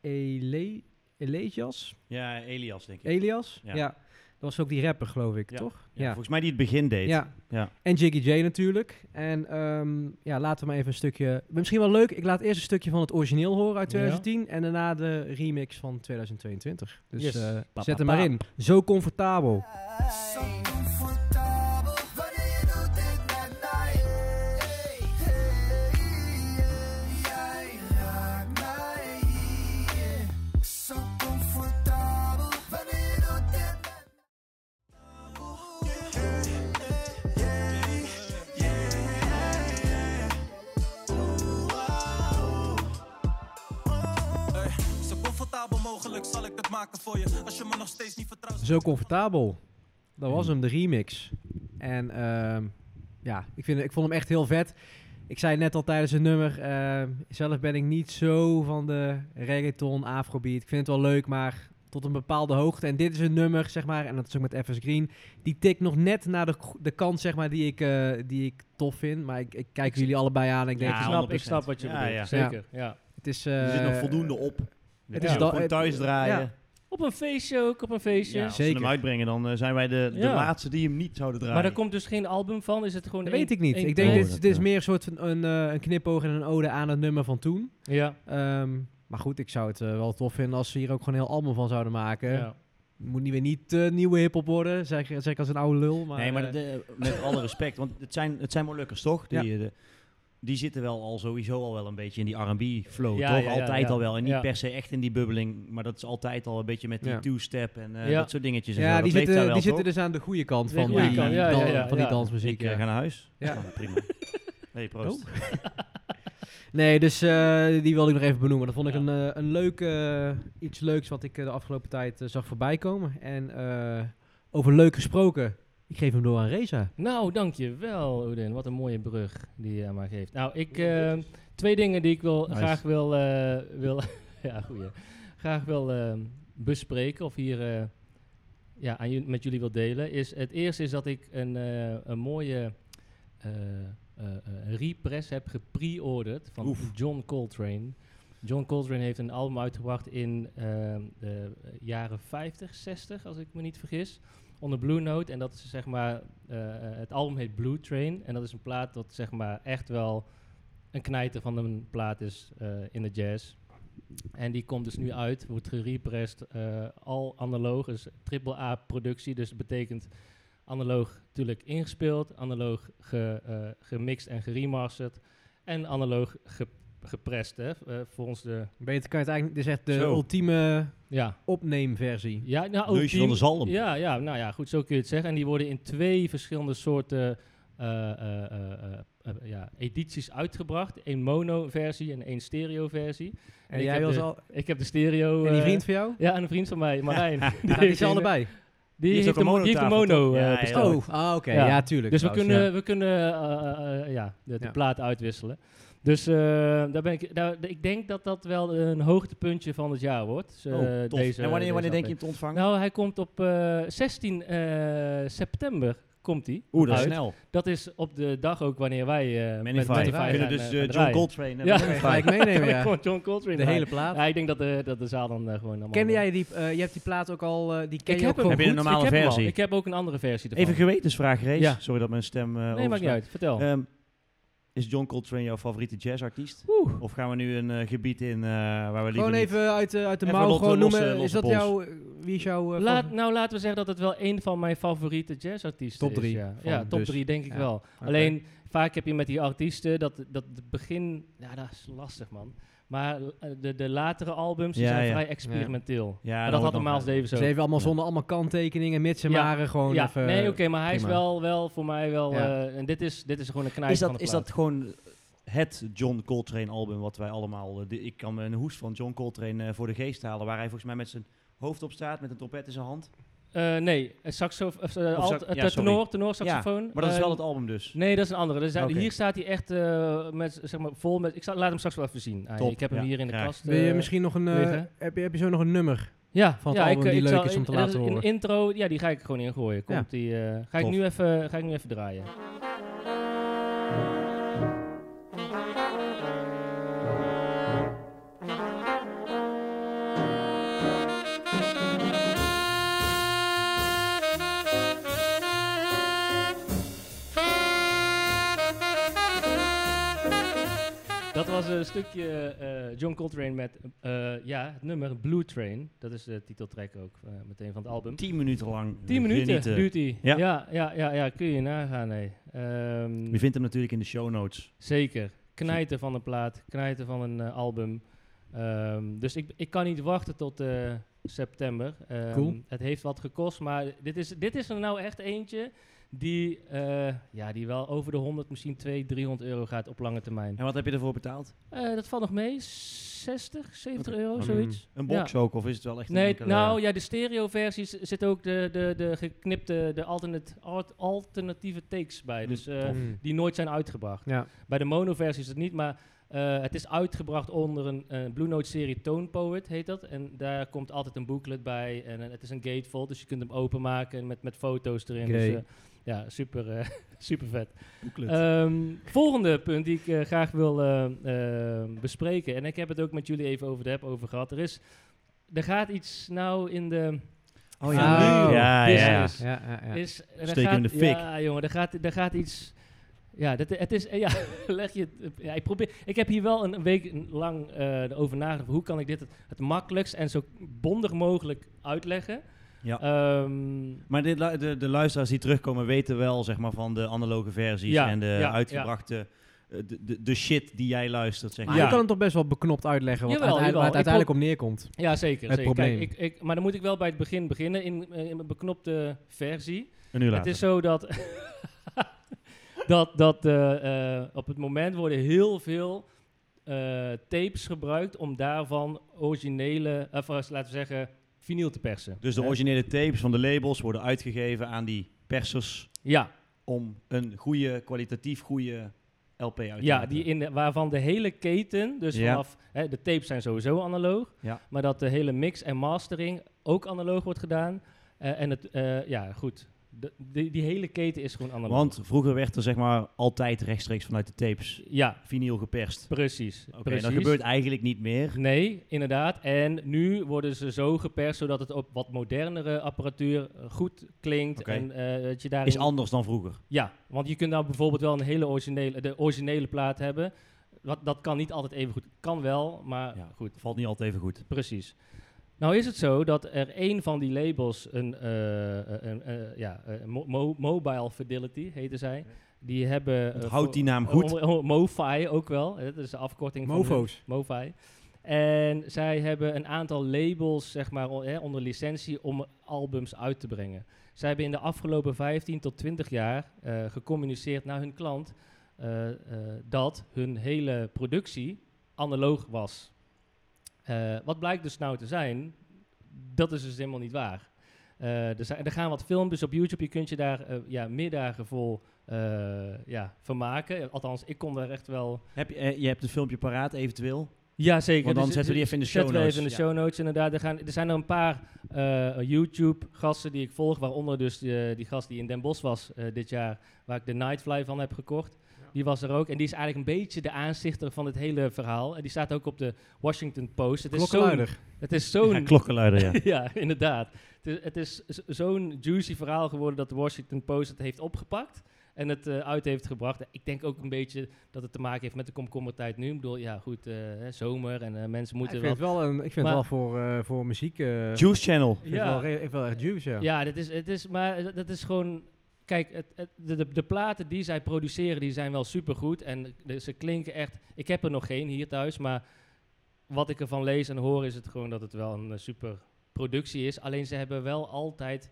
[SPEAKER 2] Ele Elejas.
[SPEAKER 1] Ja, Elias, denk ik.
[SPEAKER 2] Elias? Ja.
[SPEAKER 1] Ja.
[SPEAKER 2] Dat was ook die rapper, geloof ik,
[SPEAKER 1] Ja.
[SPEAKER 2] toch?
[SPEAKER 1] Ja, Volgens mij die het begin deed.
[SPEAKER 2] Ja.
[SPEAKER 1] Ja.
[SPEAKER 2] En Jiggy J natuurlijk. En ehm, ja, laten we maar even een stukje... Misschien wel leuk, ik laat eerst een stukje van het origineel horen uit
[SPEAKER 3] Ja.
[SPEAKER 2] 2010... en daarna de remix van 2022. Dus
[SPEAKER 3] Yes.
[SPEAKER 2] eh,
[SPEAKER 1] pa,
[SPEAKER 2] zet hem
[SPEAKER 1] pa.
[SPEAKER 2] maar in. Zo comfortabel.
[SPEAKER 5] Zo comfortabel wanneer je doet dit met mij. Hey, hey, jij raakt mij. yeah. Zo comfortabel wanneer je doet dit met
[SPEAKER 6] Hey, zo comfortabel mogelijk zal ik het maken voor je. Als je me nog steeds niet vertrouwt.
[SPEAKER 2] Zo comfortabel. Dat
[SPEAKER 1] Mm.
[SPEAKER 2] was hem, de remix. En ehm, ja, ik, vind, ik vond hem echt heel vet. Ik zei net al tijdens het nummer, ehm, zelf ben ik niet zo van de reggaeton, afrobeat. Ik vind het wel leuk, maar tot een bepaalde hoogte. En dit is een nummer, zeg maar, en dat is ook met FS Green. Die tikt nog net naar de, go- de kant, zeg maar, die ik, eh, die ik tof vind. Maar ik, ik kijk jullie allebei aan en ik denk,
[SPEAKER 1] Ja,
[SPEAKER 3] ik,
[SPEAKER 2] het is,
[SPEAKER 3] snap, ik
[SPEAKER 1] 100%.
[SPEAKER 3] snap wat je
[SPEAKER 1] Ja,
[SPEAKER 3] bedoelt,
[SPEAKER 1] ja.
[SPEAKER 3] zeker. Ja.
[SPEAKER 2] het is,
[SPEAKER 1] Dus er zit nog
[SPEAKER 2] eh,
[SPEAKER 1] voldoende op.
[SPEAKER 2] het
[SPEAKER 1] Het
[SPEAKER 2] is
[SPEAKER 1] is
[SPEAKER 2] da-
[SPEAKER 1] gewoon
[SPEAKER 2] het-
[SPEAKER 1] thuis draaien.
[SPEAKER 2] ja.
[SPEAKER 3] Op een feestje ook, op een feestje.
[SPEAKER 1] Ja, als
[SPEAKER 2] Zeker.
[SPEAKER 1] ze hem uitbrengen, dan eh, zijn wij de, de
[SPEAKER 3] Ja.
[SPEAKER 1] laatste die hem niet zouden draaien.
[SPEAKER 3] maar daar komt dus geen album van? Is het gewoon
[SPEAKER 2] dat
[SPEAKER 3] één-
[SPEAKER 2] weet ik niet.
[SPEAKER 3] één
[SPEAKER 2] Ik denk,
[SPEAKER 1] Oh,
[SPEAKER 2] dit,
[SPEAKER 3] track?
[SPEAKER 2] is-
[SPEAKER 1] dat,
[SPEAKER 2] dit is
[SPEAKER 1] ja.
[SPEAKER 2] meer een soort van een, eh, een knipoog en een ode aan het nummer van toen.
[SPEAKER 3] Ja.
[SPEAKER 2] Ehm, maar goed, ik zou het eh, wel tof vinden als ze hier ook gewoon een heel album van zouden maken.
[SPEAKER 3] ja.
[SPEAKER 2] Moet niet weer niet eh, nieuwe hip-hop worden, zeg, zeg ik als een oude lul. Maar,
[SPEAKER 1] nee, maar
[SPEAKER 2] eh,
[SPEAKER 1] de- met alle respect, want het zijn, het zijn Molukkers, toch? Die, eh, de- die zitten wel al sowieso al wel een beetje in die R&B-flow,
[SPEAKER 3] Ja,
[SPEAKER 1] toch?
[SPEAKER 3] ja, ja,
[SPEAKER 1] altijd
[SPEAKER 3] ja.
[SPEAKER 1] al wel. En niet
[SPEAKER 3] Ja.
[SPEAKER 1] per se echt in die bubbeling, maar dat is altijd al een beetje met die
[SPEAKER 2] Ja.
[SPEAKER 1] two-step en eh,
[SPEAKER 3] Ja.
[SPEAKER 1] dat soort dingetjes. En zo.
[SPEAKER 2] ja,
[SPEAKER 1] Dat
[SPEAKER 2] die,
[SPEAKER 1] leeft
[SPEAKER 2] zitten,
[SPEAKER 1] daar wel,
[SPEAKER 2] die zitten
[SPEAKER 1] toch?
[SPEAKER 2] dus aan de goede kant
[SPEAKER 3] De
[SPEAKER 2] van
[SPEAKER 1] goede
[SPEAKER 2] die,
[SPEAKER 1] kant, ja,
[SPEAKER 2] dan-
[SPEAKER 1] ja, ja,
[SPEAKER 2] van die
[SPEAKER 3] ja.
[SPEAKER 2] dansmuziek.
[SPEAKER 1] Ik eh,
[SPEAKER 2] ja.
[SPEAKER 1] ga naar huis.
[SPEAKER 2] Ja.
[SPEAKER 1] Nou, prima. Hey, proost. Oh,
[SPEAKER 2] Nee, dus eh, die wilde ik nog even benoemen. Dat vond ik
[SPEAKER 1] Ja.
[SPEAKER 2] een, eh, een leuk, eh, iets leuks wat ik eh, de afgelopen tijd eh, zag voorbij komen. En eh, over leuk gesproken, ik geef hem door aan Reza.
[SPEAKER 3] Nou, dankjewel, Odin. Wat een mooie brug die je aan mij geeft. Nou, ik, eh, twee dingen die ik wil,
[SPEAKER 1] Nice.
[SPEAKER 3] graag wil, eh, wil ja, goeie. graag wil eh, bespreken of hier eh, ja, aan jullie- met jullie wil delen. Is, het eerste is dat ik een, eh, een mooie eh, eh, eh, repress heb gepre-orderd van
[SPEAKER 1] Oef.
[SPEAKER 3] John Coltrane. John Coltrane heeft een album uitgebracht in eh, de jaren 50, 60, als ik me niet vergis. Onder Blue Note. En dat is zeg maar. eh, eh, het album heet Blue Train. En dat is een plaat dat zeg maar echt wel een knijter van een plaat is eh, in de jazz. En die komt dus nu uit, wordt gerepressed, eh, al analoog, dus AAA productie. Dus dat betekent analoog natuurlijk ingespeeld, analoog ge, eh, gemixt en geremasterd. En analoog ge, geprest, hè, v- eh, volgens de...
[SPEAKER 2] Beter kan je het eigenlijk, dit is echt de
[SPEAKER 1] Zo.
[SPEAKER 2] ultieme
[SPEAKER 3] Ja,
[SPEAKER 2] opneemversie.
[SPEAKER 3] ja nou,
[SPEAKER 1] Neusje van de
[SPEAKER 3] ultiem-
[SPEAKER 1] zalm.
[SPEAKER 3] ja, ja, nou ja, goed, zo kun je het zeggen. En die worden in twee verschillende soorten eh, eh, eh, eh, eh, ja, edities uitgebracht. Eén mono-versie en één stereo-versie.
[SPEAKER 2] En
[SPEAKER 3] Ik
[SPEAKER 2] jij
[SPEAKER 3] heb
[SPEAKER 2] was
[SPEAKER 3] de-
[SPEAKER 2] al,
[SPEAKER 3] Ik heb de stereo...
[SPEAKER 2] en die
[SPEAKER 3] eh,
[SPEAKER 2] vriend van jou?
[SPEAKER 3] Ja, en een vriend van mij, Marijn.
[SPEAKER 2] Ja, die zijn allebei.
[SPEAKER 3] Die,
[SPEAKER 1] is ook
[SPEAKER 3] heeft
[SPEAKER 1] een
[SPEAKER 3] een, mo- die heeft een
[SPEAKER 1] monotafel,
[SPEAKER 3] mono
[SPEAKER 1] toch?
[SPEAKER 3] eh,
[SPEAKER 1] Ja, ja,
[SPEAKER 3] besteld.
[SPEAKER 1] ja.
[SPEAKER 2] Oh, ah, oké.
[SPEAKER 3] Ja.
[SPEAKER 2] Ja. tuurlijk.
[SPEAKER 3] Dus we
[SPEAKER 2] trouwens,
[SPEAKER 3] kunnen,
[SPEAKER 2] ja.
[SPEAKER 3] we kunnen eh, eh, eh, ja, de, de
[SPEAKER 2] Ja.
[SPEAKER 3] plaat uitwisselen. Dus eh, daar ben ik, daar, ik denk dat dat wel een hoogtepuntje van het jaar wordt. Dus, eh,
[SPEAKER 1] Oh, tof.
[SPEAKER 3] deze,
[SPEAKER 1] en wanneer, wanneer
[SPEAKER 3] deze
[SPEAKER 1] denk je hem te ontvangen?
[SPEAKER 3] Nou, hij komt op eh, 16 eh, september komt hij.
[SPEAKER 1] Oeh, dat is
[SPEAKER 3] uit.
[SPEAKER 1] snel.
[SPEAKER 3] Dat is op de dag ook wanneer wij eh
[SPEAKER 1] Manify.
[SPEAKER 3] met
[SPEAKER 1] We kunnen dus eh, John eh, Coltrane en
[SPEAKER 3] Ja.
[SPEAKER 1] Manify.
[SPEAKER 2] Gelijk meenemen, ja.
[SPEAKER 3] Gewoon John Coltrane.
[SPEAKER 2] De
[SPEAKER 3] draaien.
[SPEAKER 2] hele plaat.
[SPEAKER 3] Ja, ik denk dat de, dat de zaal dan eh, gewoon allemaal...
[SPEAKER 2] Kende jij die... eh, je hebt die plaat ook al... eh, die ken
[SPEAKER 3] Ik
[SPEAKER 2] je
[SPEAKER 3] heb
[SPEAKER 2] ook gewoon
[SPEAKER 3] hem
[SPEAKER 1] Heb je een
[SPEAKER 2] goed?
[SPEAKER 1] normale
[SPEAKER 3] ik heb hem al.
[SPEAKER 1] versie?
[SPEAKER 3] Ik heb ook een andere versie ervan.
[SPEAKER 1] Even gewetensvraag, Race.
[SPEAKER 3] Ja.
[SPEAKER 1] Sorry dat mijn stem eh
[SPEAKER 3] Nee, maakt niet uit. Vertel.
[SPEAKER 1] Ehm, is John Coltrane jouw favoriete jazzartiest?
[SPEAKER 3] Oeh.
[SPEAKER 1] Of gaan we nu een eh, gebied in eh, waar we liever
[SPEAKER 2] Gewoon
[SPEAKER 1] niet-
[SPEAKER 2] even uit, de uit de
[SPEAKER 1] Even
[SPEAKER 2] mouw
[SPEAKER 1] losse-
[SPEAKER 2] gewoon
[SPEAKER 1] losse-
[SPEAKER 2] noemen.
[SPEAKER 1] losse
[SPEAKER 2] is dat
[SPEAKER 1] pols.
[SPEAKER 2] jouw... eh, Wie is jouw... eh,
[SPEAKER 3] Laat,
[SPEAKER 2] favoriet?
[SPEAKER 3] nou, laten we zeggen dat het wel een van mijn favoriete jazzartiesten
[SPEAKER 2] Top drie
[SPEAKER 3] is. Ja,
[SPEAKER 2] van
[SPEAKER 3] ja top
[SPEAKER 2] dus.
[SPEAKER 3] drie denk ik
[SPEAKER 2] Ja,
[SPEAKER 3] wel.
[SPEAKER 2] oké.
[SPEAKER 3] Alleen, vaak heb je met die artiesten dat, dat het begin... Ja, dat is lastig, man. Maar eh, de, de latere albums die
[SPEAKER 1] Ja,
[SPEAKER 3] zijn
[SPEAKER 1] ja.
[SPEAKER 3] vrij experimenteel.
[SPEAKER 1] Ja,
[SPEAKER 3] Maar
[SPEAKER 1] dat
[SPEAKER 3] dat
[SPEAKER 1] hoort
[SPEAKER 3] had
[SPEAKER 1] nog
[SPEAKER 3] Miles
[SPEAKER 1] bij.
[SPEAKER 3] Davis
[SPEAKER 2] Ze
[SPEAKER 3] ook.
[SPEAKER 2] even allemaal zonder allemaal kanttekeningen, mits en
[SPEAKER 3] Ja.
[SPEAKER 2] maren gewoon
[SPEAKER 3] ja,
[SPEAKER 2] even... eh,
[SPEAKER 3] nee, oké, maar hij is
[SPEAKER 2] prima.
[SPEAKER 3] wel, wel voor mij wel...
[SPEAKER 2] Ja.
[SPEAKER 3] eh, en dit is, dit is gewoon een knijp
[SPEAKER 1] Is
[SPEAKER 3] van
[SPEAKER 1] dat,
[SPEAKER 3] de
[SPEAKER 1] is
[SPEAKER 3] plaat.
[SPEAKER 1] dat gewoon het John Coltrane album wat wij allemaal... eh, di- ik kan me een hoest van John Coltrane eh, voor de geest halen. Waar hij volgens mij met zijn hoofd op staat, met een trompet in zijn hand.
[SPEAKER 3] Eh, nee, een saxo, of, eh,
[SPEAKER 1] Of
[SPEAKER 3] alt-
[SPEAKER 1] sax-
[SPEAKER 3] eh,
[SPEAKER 1] ja, sorry.
[SPEAKER 3] tenor, tenor, saxofoon.
[SPEAKER 1] Maar dat is
[SPEAKER 3] Eh,
[SPEAKER 1] wel het album dus.
[SPEAKER 3] Nee, dat is een andere. Dus hij-
[SPEAKER 1] Oké.
[SPEAKER 3] Hier staat hij echt eh, met, zeg maar, vol met... Ik zal, laat hem straks wel even zien. Ah,
[SPEAKER 1] Top,
[SPEAKER 3] ik heb hem
[SPEAKER 1] ja,
[SPEAKER 3] hier in de
[SPEAKER 1] graag.
[SPEAKER 3] kast.
[SPEAKER 2] Wil je
[SPEAKER 3] eh,
[SPEAKER 2] misschien nog een... eh,
[SPEAKER 3] liggen.
[SPEAKER 2] heb, je, heb je zo nog een nummer?
[SPEAKER 3] Ja,
[SPEAKER 2] van het
[SPEAKER 3] ja,
[SPEAKER 2] album die leuk
[SPEAKER 3] zal-
[SPEAKER 2] is om te
[SPEAKER 3] er
[SPEAKER 2] laten horen.
[SPEAKER 3] Een intro, ja, die ga ik er gewoon ingooien. Komt
[SPEAKER 2] Ja.
[SPEAKER 3] die, eh, ga, ik
[SPEAKER 1] Tof.
[SPEAKER 3] nu even, ga ik nu even draaien. Dat was een stukje eh, John Coltrane met eh, ja, het nummer Blue Train. Dat is de titeltrack ook eh, meteen van het album.
[SPEAKER 1] 10 minuten lang. eh,
[SPEAKER 3] 10 minuten
[SPEAKER 1] genieten.
[SPEAKER 3] duurt die.
[SPEAKER 1] Ja.
[SPEAKER 3] Ja. Ja, ja, ja, kun je nagaan. Nee. Ehm,
[SPEAKER 1] Je vindt hem natuurlijk in de show notes.
[SPEAKER 3] zeker. Knijten van een plaat, knijten van een eh, album. Ehm, dus ik, ik kan niet wachten tot eh, september. Ehm,
[SPEAKER 2] Cool.
[SPEAKER 3] Het heeft wat gekost, maar dit is, dit is er nou echt eentje die, eh, ja, die wel over de 100, misschien 200, 300 euro gaat op lange termijn.
[SPEAKER 1] En wat heb je ervoor betaald?
[SPEAKER 3] Eh, dat valt nog mee, 60, 70
[SPEAKER 1] Oké.
[SPEAKER 3] euro,
[SPEAKER 2] Mm.
[SPEAKER 3] zoiets.
[SPEAKER 1] Een box ook? Of is het wel echt een
[SPEAKER 3] Nee,
[SPEAKER 1] enkele-
[SPEAKER 3] nou ja, de stereo-versie z- zit ook de, de, de geknipte, de alternate, alt- alternatieve takes bij.
[SPEAKER 1] Mm,
[SPEAKER 3] Dus eh,
[SPEAKER 2] Mm. Oh,
[SPEAKER 3] die nooit zijn uitgebracht.
[SPEAKER 2] Ja.
[SPEAKER 3] Bij de mono-versie is het niet, maar eh, het is uitgebracht onder een eh, Blue Note-serie Tone Poet, heet dat. En daar komt altijd een booklet bij en eh, het is een gatefold, dus je kunt hem openmaken met, met foto's erin. Dus,
[SPEAKER 2] Oké.
[SPEAKER 3] eh, ja, super, eh, super vet. Ehm, volgende punt die ik eh, graag wil eh, eh, bespreken. En ik heb het ook met jullie even over de app over gehad. Er is, er gaat iets nou in de
[SPEAKER 1] Oh
[SPEAKER 2] Ah,
[SPEAKER 1] ja, ja, ja.
[SPEAKER 3] business.
[SPEAKER 2] Ja, ja, ja.
[SPEAKER 3] Is, er
[SPEAKER 1] Steek hem
[SPEAKER 3] gaat,
[SPEAKER 1] in de fik.
[SPEAKER 3] Ja, jongen, er gaat, er gaat iets... Ja, dat, het is... Ja, leg je... het- Ja, ik, probeer, ik heb hier wel een week lang eh over nagedacht. Hoe kan ik dit het, het makkelijkst en zo bondig mogelijk uitleggen?
[SPEAKER 1] Ja.
[SPEAKER 3] Ehm,
[SPEAKER 1] Maar dit, lu- de, de luisteraars die terugkomen weten wel zeg maar, van de analoge versies
[SPEAKER 3] Ja,
[SPEAKER 1] en de
[SPEAKER 3] ja,
[SPEAKER 1] uitgebrachte... eh, De, de, de shit die jij luistert, zeg
[SPEAKER 2] Maar
[SPEAKER 1] maar.
[SPEAKER 3] Ja.
[SPEAKER 2] Ah, je kan het toch best wel beknopt uitleggen wat
[SPEAKER 3] Jawel,
[SPEAKER 2] uiteindelijk-
[SPEAKER 3] jawel.
[SPEAKER 2] waar het uiteindelijk om neerkomt.
[SPEAKER 3] ja, zeker.
[SPEAKER 2] Het
[SPEAKER 3] zeker.
[SPEAKER 2] probleem.
[SPEAKER 3] Kijk, ik, ik, maar dan moet ik wel bij het begin beginnen. In, eh, in mijn beknopte versie.
[SPEAKER 1] Een uur
[SPEAKER 3] Het
[SPEAKER 1] later.
[SPEAKER 3] is zo dat. dat dat eh, eh, op het moment worden heel veel eh, tapes gebruikt om daarvan originele, of eh, laten we zeggen, vinyl te persen.
[SPEAKER 1] Dus de
[SPEAKER 3] Hè?
[SPEAKER 1] originele tapes van de labels worden uitgegeven aan die persers
[SPEAKER 3] Ja,
[SPEAKER 1] om een goede, kwalitatief goede LP uit te
[SPEAKER 3] ja
[SPEAKER 1] maken.
[SPEAKER 3] die in de- waarvan de hele keten, dus
[SPEAKER 1] Ja.
[SPEAKER 3] vanaf hè, de tapes zijn sowieso analoog,
[SPEAKER 1] Ja.
[SPEAKER 3] maar dat de hele mix en mastering ook analoog wordt gedaan. Eh, en het, eh, ja, goed. De- die, die hele keten is gewoon analoog.
[SPEAKER 1] Want vroeger werd er zeg maar altijd rechtstreeks vanuit de tapes
[SPEAKER 3] ja,
[SPEAKER 1] vinyl geperst.
[SPEAKER 3] precies.
[SPEAKER 1] Oké,
[SPEAKER 3] precies.
[SPEAKER 1] dat gebeurt eigenlijk niet meer.
[SPEAKER 3] Nee, inderdaad. En nu worden ze zo geperst zodat het op wat modernere apparatuur eh, goed klinkt.
[SPEAKER 1] Oké.
[SPEAKER 3] En eh, dat je daarin...
[SPEAKER 1] Is anders dan vroeger.
[SPEAKER 3] ja, want je kunt nou bijvoorbeeld wel een hele originele, de originele plaat hebben. Wat, dat kan niet altijd even goed. Kan wel, maar
[SPEAKER 1] Ja.
[SPEAKER 3] goed,
[SPEAKER 1] Valt niet altijd even goed.
[SPEAKER 3] precies. Nou is het zo dat er één van die labels, een, eh, eh, een, eh, ja, eh, mo- mo- Mobile Fidelity heette zij. Die hebben... eh,
[SPEAKER 1] Onthoud
[SPEAKER 3] voor-
[SPEAKER 1] die naam goed.
[SPEAKER 3] Oh, oh, MoFi ook wel. Eh, Dat is de afkorting van... hun-
[SPEAKER 2] Mofo's.
[SPEAKER 3] MoFi. En zij hebben een aantal labels zeg maar, on- hè, onder licentie om albums uit te brengen. Zij hebben in de afgelopen 15 tot 20 jaar eh, gecommuniceerd naar hun klant eh, eh, dat hun hele productie analoog was. Eh, wat blijkt dus nou te zijn, dat is dus helemaal niet waar. Eh, er, zijn, er gaan wat filmpjes op YouTube. Je kunt je daar eh, ja, middagen vol eh ja, vermaken. Althans, ik kon daar echt wel...
[SPEAKER 1] Heb je, eh, je hebt een filmpje paraat eventueel.
[SPEAKER 3] Ja, zeker.
[SPEAKER 1] Want dan
[SPEAKER 3] Dus-
[SPEAKER 1] zetten we die even in de show
[SPEAKER 3] Zetten we
[SPEAKER 1] notes.
[SPEAKER 3] even in de show notes, inderdaad. Er, gaan, er zijn er een paar eh, YouTube-gasten die ik volg, waaronder dus eh, die gast die in Den Bosch was eh, dit jaar, waar ik de Nightfly van heb gekocht. Die was er ook en die is eigenlijk een beetje de aanstichter van het hele verhaal. En die staat ook op de Washington Post. Het is zo'n...
[SPEAKER 2] Klokkenluider.
[SPEAKER 3] Het is zo'n...
[SPEAKER 1] Ja, klokkenluider, ja.
[SPEAKER 3] ja, inderdaad. Het is, het is z- zo'n juicy verhaal geworden dat de Washington Post het heeft opgepakt en het eh, uit heeft gebracht. Ik denk ook een beetje dat het te maken heeft met de komkommertijd nu. Ik bedoel, ja goed, eh, hè, zomer en eh, mensen
[SPEAKER 2] Ja, ik
[SPEAKER 3] moeten
[SPEAKER 2] vind het
[SPEAKER 3] wel...
[SPEAKER 2] wel, een, ik vind
[SPEAKER 3] Maar-
[SPEAKER 2] het wel voor, eh, voor muziek. eh vind
[SPEAKER 1] Juice Channel.
[SPEAKER 2] ik wel, re- ik wel echt juice, ja.
[SPEAKER 3] Ja, dat is, het is, maar dat- dat is gewoon... Kijk, het, het- de, de, de platen die zij produceren, die zijn wel supergoed. En de- ze klinken echt... Ik heb er nog geen hier thuis, maar wat ik ervan lees en hoor... is het gewoon dat het wel een eh, super productie is. Alleen ze hebben wel altijd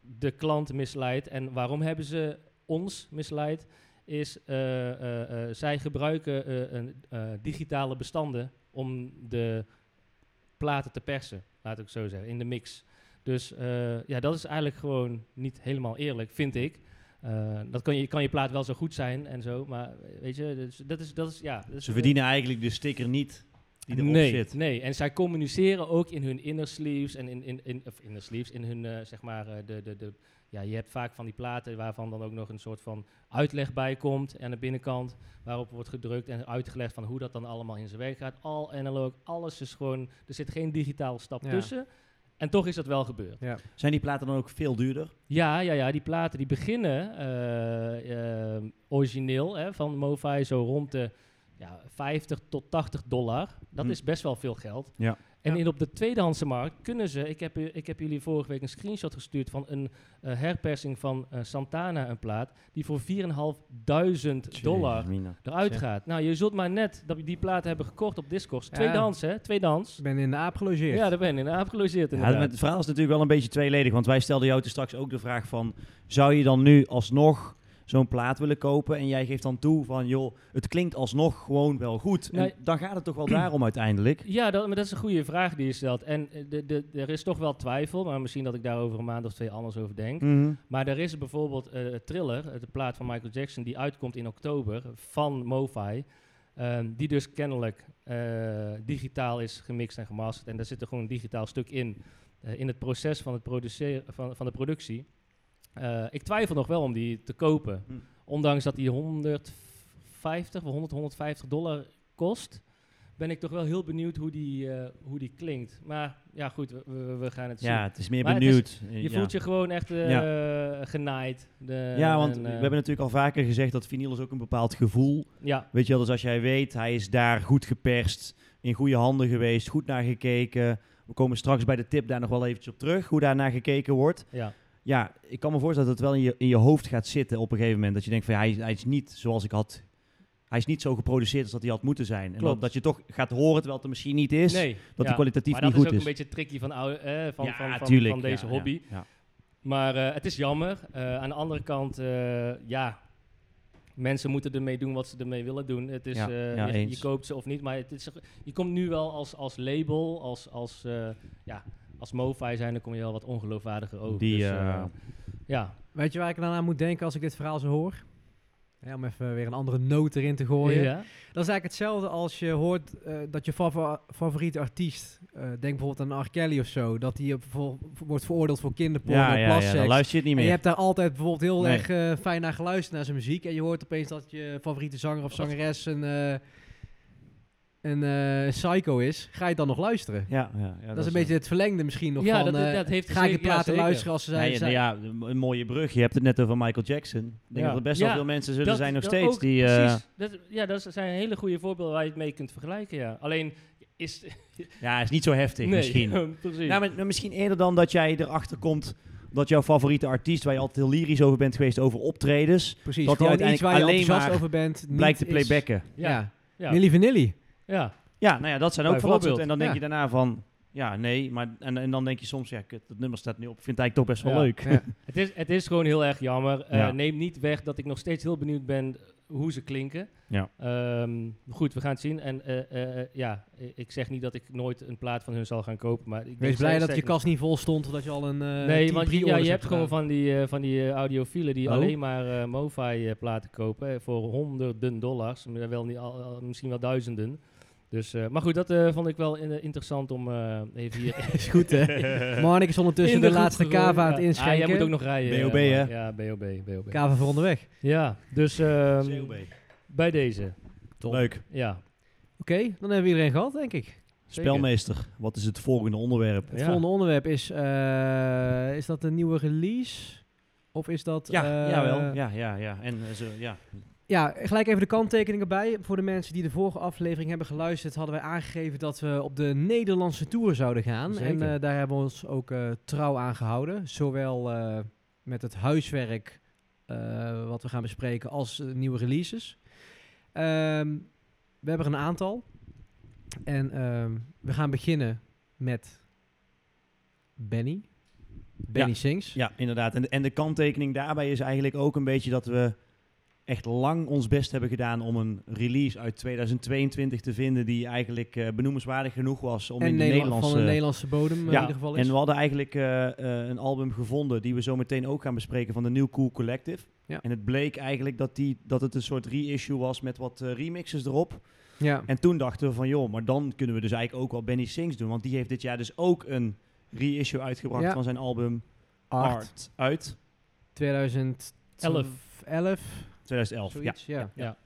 [SPEAKER 3] de klant misleid. En waarom hebben ze ons misleid? Is eh, eh, eh, zij gebruiken eh, een, eh, digitale bestanden om de platen te persen, laat ik het zo zeggen, in de mix. Dus eh, ja, dat is eigenlijk gewoon niet helemaal eerlijk, vind ik. Eh, dat kan je, kan je plaat wel zo goed zijn en zo, maar eh, weet je, dus dat is, dat is ja. dat is-
[SPEAKER 1] Ze verdienen eigenlijk de sticker niet die erop
[SPEAKER 3] nee,
[SPEAKER 1] zit.
[SPEAKER 3] Nee, en zij communiceren ook in hun inner sleeves en in, in, in, of inner sleeves, in hun, eh, zeg maar, eh, de, de, de, ja, je hebt vaak van die platen waarvan dan ook nog een soort van uitleg bij komt aan de binnenkant, waarop wordt gedrukt en uitgelegd van hoe dat dan allemaal in zijn werk gaat. Al analog, alles is gewoon, er zit geen digitaal stap
[SPEAKER 2] Ja.
[SPEAKER 3] tussen. En toch is dat wel gebeurd.
[SPEAKER 1] Zijn die platen dan ook veel duurder?
[SPEAKER 3] Ja, ja, ja, die platen die beginnen eh, eh, origineel hè, van MoFi zo rond de ja, 50 tot 80 dollar. Dat
[SPEAKER 1] Hm.
[SPEAKER 3] is best wel veel geld.
[SPEAKER 1] Ja.
[SPEAKER 3] En
[SPEAKER 2] Ja.
[SPEAKER 3] in op de tweedehandse markt kunnen ze, ik heb, u- ik heb jullie vorige week een screenshot gestuurd van een eh, herpersing van eh, Santana, een plaat, die voor 4.500 dollar
[SPEAKER 1] Jezus, Mina.
[SPEAKER 3] eruit
[SPEAKER 2] Tja.
[SPEAKER 3] gaat. Nou, je zult maar net dat je die platen hebben gekocht op Discogs.
[SPEAKER 2] Ja.
[SPEAKER 3] Tweedehands, hè? Tweedehands.
[SPEAKER 2] Ik ben in de aap gelogeerd.
[SPEAKER 3] Ja, daar ben je in afgelogeerd
[SPEAKER 1] Ja,
[SPEAKER 3] inderdaad.
[SPEAKER 1] maar het verhaal is natuurlijk wel een beetje tweeledig. Want wij stelden jou toen straks ook de vraag van... zou je dan nu alsnog zo'n plaat willen kopen? En jij geeft dan toe van... joh, het klinkt alsnog gewoon wel goed.
[SPEAKER 3] Nee.
[SPEAKER 1] En dan gaat het toch wel daarom uiteindelijk?
[SPEAKER 3] Ja, dat, maar dat is een goede vraag die je stelt. En eh, de, de, er is toch wel twijfel, maar misschien dat ik daar over een maand of twee anders over denk.
[SPEAKER 1] Mhm.
[SPEAKER 3] Maar er is bijvoorbeeld eh Thriller, eh, de plaat van Michael Jackson, die uitkomt in oktober van MoFi. ehm, die dus kennelijk eh, digitaal is gemixt en gemasterd. En daar zit er gewoon een digitaal stuk in, eh, in het proces van, het produceer- van, van de productie. Eh, ik twijfel nog wel om die te kopen.
[SPEAKER 1] Hm.
[SPEAKER 3] Ondanks dat die 150 of 100, 150 dollar kost, ben ik toch wel heel benieuwd hoe die, eh, hoe die klinkt. Maar ja, goed, we, we, we gaan het zien.
[SPEAKER 1] Ja, het is meer
[SPEAKER 3] Maar het
[SPEAKER 1] benieuwd. Eh,
[SPEAKER 3] Je
[SPEAKER 1] ja.
[SPEAKER 3] voelt je gewoon echt eh, genaaid. De-
[SPEAKER 1] Ja, want
[SPEAKER 3] en,
[SPEAKER 1] we
[SPEAKER 3] eh,
[SPEAKER 1] hebben natuurlijk al vaker gezegd... dat vinyl is ook een bepaald gevoel.
[SPEAKER 3] Ja,
[SPEAKER 1] Weet je wel, dus als jij weet... hij is daar goed geperst, in goede handen geweest... goed naar gekeken... We komen straks bij de tip daar nog wel eventjes op terug, hoe daar naar gekeken wordt.
[SPEAKER 3] ja.
[SPEAKER 1] Ja, ik kan me voorstellen dat het wel in je, in je hoofd gaat zitten op een gegeven moment. Dat je denkt van ja, hij, is- hij is niet zoals ik had. Hij is niet zo geproduceerd als dat hij had moeten zijn. En
[SPEAKER 3] Klopt.
[SPEAKER 1] dat, dat je toch gaat horen terwijl het er misschien niet is.
[SPEAKER 3] nee,
[SPEAKER 1] die
[SPEAKER 3] ja.
[SPEAKER 1] kwalitatief
[SPEAKER 3] maar
[SPEAKER 1] niet
[SPEAKER 3] dat
[SPEAKER 1] goed
[SPEAKER 3] is ook
[SPEAKER 1] is.
[SPEAKER 3] een beetje tricky van, oude, eh, van,
[SPEAKER 1] Ja,
[SPEAKER 3] van, van,
[SPEAKER 1] tuurlijk.
[SPEAKER 3] van deze
[SPEAKER 1] Ja,
[SPEAKER 3] hobby.
[SPEAKER 1] ja, ja.
[SPEAKER 3] Maar eh, het is jammer. Eh, aan de andere kant, eh, ja, mensen moeten ermee doen wat ze ermee willen doen. Het is,
[SPEAKER 1] Ja,
[SPEAKER 3] eh,
[SPEAKER 1] ja,
[SPEAKER 3] je, je
[SPEAKER 1] eens.
[SPEAKER 3] koopt ze of niet, maar het is, je komt nu wel als, als label, als, als, eh, ja, als MoFi zijn, dan kom je wel wat ongeloofwaardiger over.
[SPEAKER 1] Die,
[SPEAKER 3] Dus,
[SPEAKER 1] eh,
[SPEAKER 3] eh, ja,
[SPEAKER 2] Weet je waar ik dan aan moet denken als ik dit verhaal zo hoor? Ja, om even weer een andere noot erin te gooien.
[SPEAKER 3] Ja.
[SPEAKER 2] Dat is eigenlijk hetzelfde als je hoort eh, dat je favo- favoriete artiest, eh, denk bijvoorbeeld aan R. Kelly of zo, dat die eh, voor- wordt veroordeeld voor kinderporno
[SPEAKER 1] ja,
[SPEAKER 2] en
[SPEAKER 1] ja, ja,
[SPEAKER 2] plasseks.
[SPEAKER 1] dan luister je het niet
[SPEAKER 2] en je
[SPEAKER 1] meer.
[SPEAKER 2] hebt daar altijd bijvoorbeeld heel
[SPEAKER 1] Nee.
[SPEAKER 2] erg eh, fijn naar geluisterd, naar zijn muziek. En je hoort opeens dat je favoriete zanger of zangeres een, eh, een eh, psycho is. Ga je dan nog luisteren?
[SPEAKER 1] Ja, ja, ja,
[SPEAKER 2] dat, is een beetje het verlengde misschien nog
[SPEAKER 3] Ja,
[SPEAKER 2] van...
[SPEAKER 3] dat-
[SPEAKER 2] eh,
[SPEAKER 3] dat heeft
[SPEAKER 2] ga ik de
[SPEAKER 3] zeker- ja,
[SPEAKER 2] platen
[SPEAKER 3] zeker.
[SPEAKER 2] luisteren als ze zijn...
[SPEAKER 1] Nee,
[SPEAKER 2] zijn-
[SPEAKER 1] ja, een mooie brug. Je hebt het net over Michael Jackson. Ik denk
[SPEAKER 3] Ja.
[SPEAKER 1] dat er best
[SPEAKER 3] Ja,
[SPEAKER 1] wel veel mensen zullen zijn nog
[SPEAKER 3] dat
[SPEAKER 1] steeds
[SPEAKER 3] ook,
[SPEAKER 1] die... eh,
[SPEAKER 3] precies. Dat, ja, dat zijn hele goede voorbeelden waar je het mee kunt vergelijken, ja. Alleen is...
[SPEAKER 1] ja, is niet zo heftig
[SPEAKER 3] nee,
[SPEAKER 1] misschien.
[SPEAKER 3] precies.
[SPEAKER 1] Nou, maar, maar misschien eerder dan dat jij erachter komt dat jouw favoriete artiest, waar je altijd heel lyrisch over bent geweest over optredens,
[SPEAKER 2] Precies,
[SPEAKER 1] dat die
[SPEAKER 2] gewoon iets
[SPEAKER 1] uiteindelijk
[SPEAKER 2] waar je
[SPEAKER 1] alleen
[SPEAKER 2] enthousiast
[SPEAKER 1] maar
[SPEAKER 2] over bent. niet
[SPEAKER 1] blijkt te
[SPEAKER 2] is-
[SPEAKER 1] playbacken.
[SPEAKER 2] Ja.
[SPEAKER 3] ja, ja, ja,
[SPEAKER 2] Milli Vanilli.
[SPEAKER 1] Ja, nou ja, dat zijn ook van dat
[SPEAKER 3] Bijvoorbeeld.
[SPEAKER 1] soort- En dan denk
[SPEAKER 2] Ja.
[SPEAKER 1] je daarna van, ja, nee. Maar, en, en dan denk je soms, ja, kut, dat nummer staat nu op. Ik vind het eigenlijk toch best wel
[SPEAKER 3] Ja.
[SPEAKER 1] leuk.
[SPEAKER 2] Ja.
[SPEAKER 3] Het, is, het is gewoon heel erg jammer. Eh,
[SPEAKER 1] Ja.
[SPEAKER 3] Neem niet weg dat ik nog steeds heel benieuwd ben hoe ze klinken.
[SPEAKER 1] Ja.
[SPEAKER 3] Ehm, goed, we gaan het zien. En eh, eh, eh, ja, i- ik zeg niet dat ik nooit een plaat van hun zal gaan kopen. Maar ik denk
[SPEAKER 2] Wees blij
[SPEAKER 3] steeds
[SPEAKER 2] dat je
[SPEAKER 3] sterker-
[SPEAKER 2] kast niet vol stond, of dat je al een eh
[SPEAKER 3] Nee,
[SPEAKER 2] tien
[SPEAKER 3] want je, ja,
[SPEAKER 2] pre-orders
[SPEAKER 3] je hebt gewoon
[SPEAKER 2] gedaan.
[SPEAKER 3] van die, eh, van die eh, audiofielen die
[SPEAKER 2] Oh.
[SPEAKER 3] alleen maar eh MoFi-platen kopen eh, voor honderden dollars. Maar Wel niet, al, al- misschien wel duizenden. Dus, eh, maar goed, dat eh, vond ik wel in- interessant om eh, even hier
[SPEAKER 2] Is goed, hè? Marnik is ondertussen
[SPEAKER 3] in
[SPEAKER 2] de,
[SPEAKER 3] groep
[SPEAKER 2] laatste
[SPEAKER 3] gegooid.
[SPEAKER 2] kava aan het
[SPEAKER 3] Ja. Ah, jij
[SPEAKER 2] inschenken.
[SPEAKER 3] moet ook nog rijden.
[SPEAKER 1] BOB,
[SPEAKER 3] eh,
[SPEAKER 1] hè?
[SPEAKER 3] maar- Ja, BOB, BOB.
[SPEAKER 2] Kava voor onderweg.
[SPEAKER 3] ja, dus ehm, bij deze.
[SPEAKER 2] Top.
[SPEAKER 1] Leuk.
[SPEAKER 3] Ja.
[SPEAKER 2] Oké, dan hebben we iedereen gehad, denk ik.
[SPEAKER 3] Zeker.
[SPEAKER 1] Spelmeester, wat is het volgende onderwerp?
[SPEAKER 2] Het
[SPEAKER 3] Ja.
[SPEAKER 2] volgende onderwerp is... eh, is dat een nieuwe release? Of is dat... eh,
[SPEAKER 1] Ja, ja, ja. En eh, zo, ja.
[SPEAKER 2] Ja, gelijk even de kanttekeningen bij. Voor de mensen die de vorige aflevering hebben geluisterd, hadden wij aangegeven dat we op de Nederlandse tour zouden gaan.
[SPEAKER 3] Zeker.
[SPEAKER 2] En eh, daar hebben we ons ook eh, trouw aan gehouden. Zowel eh, met het huiswerk eh, wat we gaan bespreken, als eh, nieuwe releases. Ehm, we hebben er een aantal. En ehm, we gaan beginnen met Benny. Benny Sings.
[SPEAKER 1] ja, inderdaad. En, en de kanttekening daarbij is eigenlijk ook een beetje dat we echt lang ons best hebben gedaan om een release uit 2022 te vinden die eigenlijk eh, benoemenswaardig genoeg was om
[SPEAKER 2] en
[SPEAKER 1] in de
[SPEAKER 2] Nederland-
[SPEAKER 1] Nederlandse...
[SPEAKER 2] van de Nederlandse bodem eh,
[SPEAKER 1] Ja,
[SPEAKER 2] in ieder geval is.
[SPEAKER 1] En we hadden eigenlijk eh, eh, een album gevonden die we zo meteen ook gaan bespreken van de New Cool Collective.
[SPEAKER 2] Ja.
[SPEAKER 1] En het bleek eigenlijk dat, die, dat het een soort reissue was met wat eh, remixes erop.
[SPEAKER 2] ja.
[SPEAKER 1] En toen dachten we van joh, maar dan kunnen we dus eigenlijk ook wel Benny Sings doen. Want die heeft dit jaar dus ook een reissue uitgebracht
[SPEAKER 2] Ja.
[SPEAKER 1] van zijn album
[SPEAKER 2] Art.
[SPEAKER 1] Art, uit
[SPEAKER 2] 2011.
[SPEAKER 1] 2011. Ja.
[SPEAKER 2] zoiets, ja. Ja,
[SPEAKER 3] ja.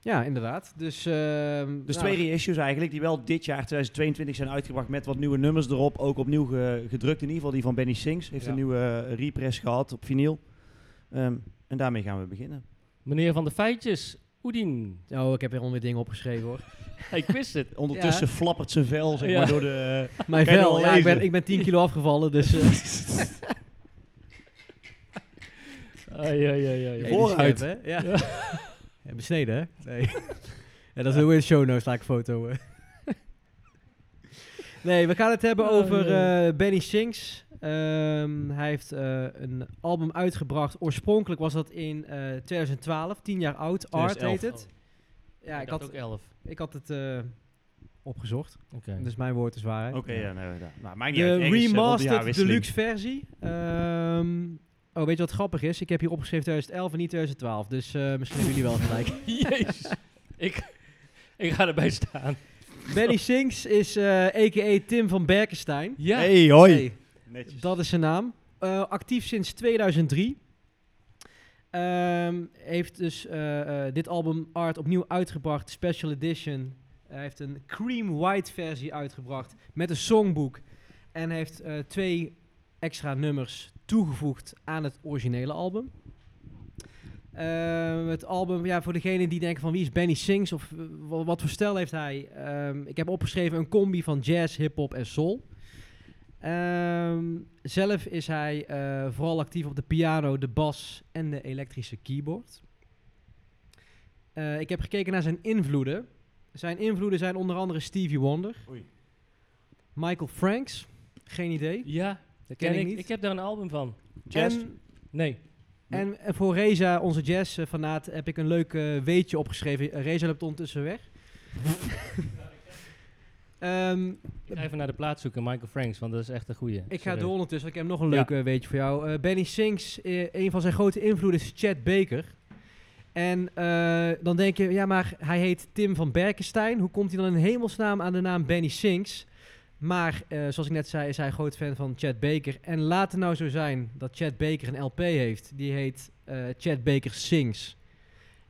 [SPEAKER 2] ja. inderdaad. Dus, ehm,
[SPEAKER 1] Dus
[SPEAKER 2] nou,
[SPEAKER 1] twee reissues eigenlijk die wel dit jaar 2022 zijn uitgebracht met wat nieuwe nummers erop. Ook opnieuw ge- gedrukt. In ieder geval die van Benny Sings. Heeft
[SPEAKER 3] Ja.
[SPEAKER 1] een nieuwe eh, repress gehad op vinyl. Ehm, en daarmee gaan we beginnen.
[SPEAKER 3] Meneer van de Feitjes, Oedien.
[SPEAKER 2] Oh, ik heb weer alweer dingen opgeschreven hoor.
[SPEAKER 3] Ik wist het.
[SPEAKER 1] Ondertussen flappert zijn vel zeg
[SPEAKER 3] Ja.
[SPEAKER 1] maar, door de... eh,
[SPEAKER 2] Mijn
[SPEAKER 1] Kan je
[SPEAKER 2] vel,
[SPEAKER 1] wel
[SPEAKER 2] ja, ik, ben,
[SPEAKER 1] lezen.
[SPEAKER 2] ik ben 10 kilo afgevallen, dus... eh,
[SPEAKER 3] Ai, ai, ai, ai.
[SPEAKER 2] die
[SPEAKER 1] vooruit.
[SPEAKER 2] scherp, hè? Ja. Ja, Besneden, hè? Nee. ja, dat is weer een show notes, laat ik een foto. eh. nee, we gaan het hebben
[SPEAKER 3] Oh,
[SPEAKER 2] over
[SPEAKER 3] jee.
[SPEAKER 2] eh, Benny Sings. Ehm, hij heeft eh, een album uitgebracht. Oorspronkelijk was dat in eh, 2012, 10 jaar oud. Art heet
[SPEAKER 1] 2011.
[SPEAKER 2] het. Ja, ik
[SPEAKER 3] Oh, dacht
[SPEAKER 2] had,
[SPEAKER 3] ook elf.
[SPEAKER 2] ik had het eh, opgezocht.
[SPEAKER 3] Oké.
[SPEAKER 2] Dus mijn woord is waarheid.
[SPEAKER 1] Oké, ja, nee, nee, nou, maakt niet
[SPEAKER 2] De
[SPEAKER 1] uit. Ergens, eh, rond die
[SPEAKER 2] remastered
[SPEAKER 1] jaarwisseling.
[SPEAKER 2] deluxe versie. Ehm, oh, weet je wat grappig is? Ik heb hier opgeschreven 2011 en niet 2012. Dus eh, misschien hebben jullie wel gelijk.
[SPEAKER 3] Jezus. ik, ik ga erbij staan.
[SPEAKER 2] Benny Sings is eh a.k.a. Tim van Berkenstein.
[SPEAKER 3] Ja.
[SPEAKER 1] Hey, hoi.
[SPEAKER 2] Hey,
[SPEAKER 1] Netjes.
[SPEAKER 2] dat is zijn naam. Eh, actief sinds 2003. Ehm, heeft dus eh, eh, dit album Art opnieuw uitgebracht, special edition. Eh, Hij heeft een cream white versie uitgebracht met een songboek. En heeft eh, twee extra nummers toegevoegd aan het originele album. Ehm, het album, ja, voor degene die denken van wie is Benny Sings of eh, wa- wat, voor stijl heeft hij. Ehm, ik heb opgeschreven een combi van jazz, hip-hop en soul. Ehm, zelf is hij eh, vooral actief op de piano, de bas en de elektrische keyboard. Eh, ik heb gekeken naar zijn invloeden. Zijn invloeden zijn onder andere Stevie Wonder,
[SPEAKER 1] Oei.
[SPEAKER 2] Michael Franks, geen idee.
[SPEAKER 3] Ja,
[SPEAKER 2] ken
[SPEAKER 3] dat ken
[SPEAKER 2] ik
[SPEAKER 3] ik.
[SPEAKER 2] niet.
[SPEAKER 3] Ik heb daar een album van.
[SPEAKER 1] Jazz.
[SPEAKER 2] En
[SPEAKER 3] Nee.
[SPEAKER 2] En eh, voor Reza, onze jazz-fanaat, heb ik een leuk eh, weetje opgeschreven. Eh, Reza loopt ondertussen weg. Ehm,
[SPEAKER 3] Ik ga even naar de plaats zoeken, Michael Franks, want dat is echt een goeie.
[SPEAKER 2] ik ga
[SPEAKER 3] Sorry.
[SPEAKER 2] door ondertussen, want ik heb nog een
[SPEAKER 3] Ja.
[SPEAKER 2] leuk eh, weetje voor jou. Eh, Benny Sings, eh, een van zijn grote invloeden is Chad Baker. En eh, dan denk je, ja maar hij heet Tim van Berkenstein. Hoe komt hij dan in hemelsnaam aan de naam Benny Sings? Maar eh, zoals ik net zei, is hij groot fan van Chad Baker. En laat het nou zo zijn dat Chad Baker een LP heeft. Die heet eh, Chad Baker Sings.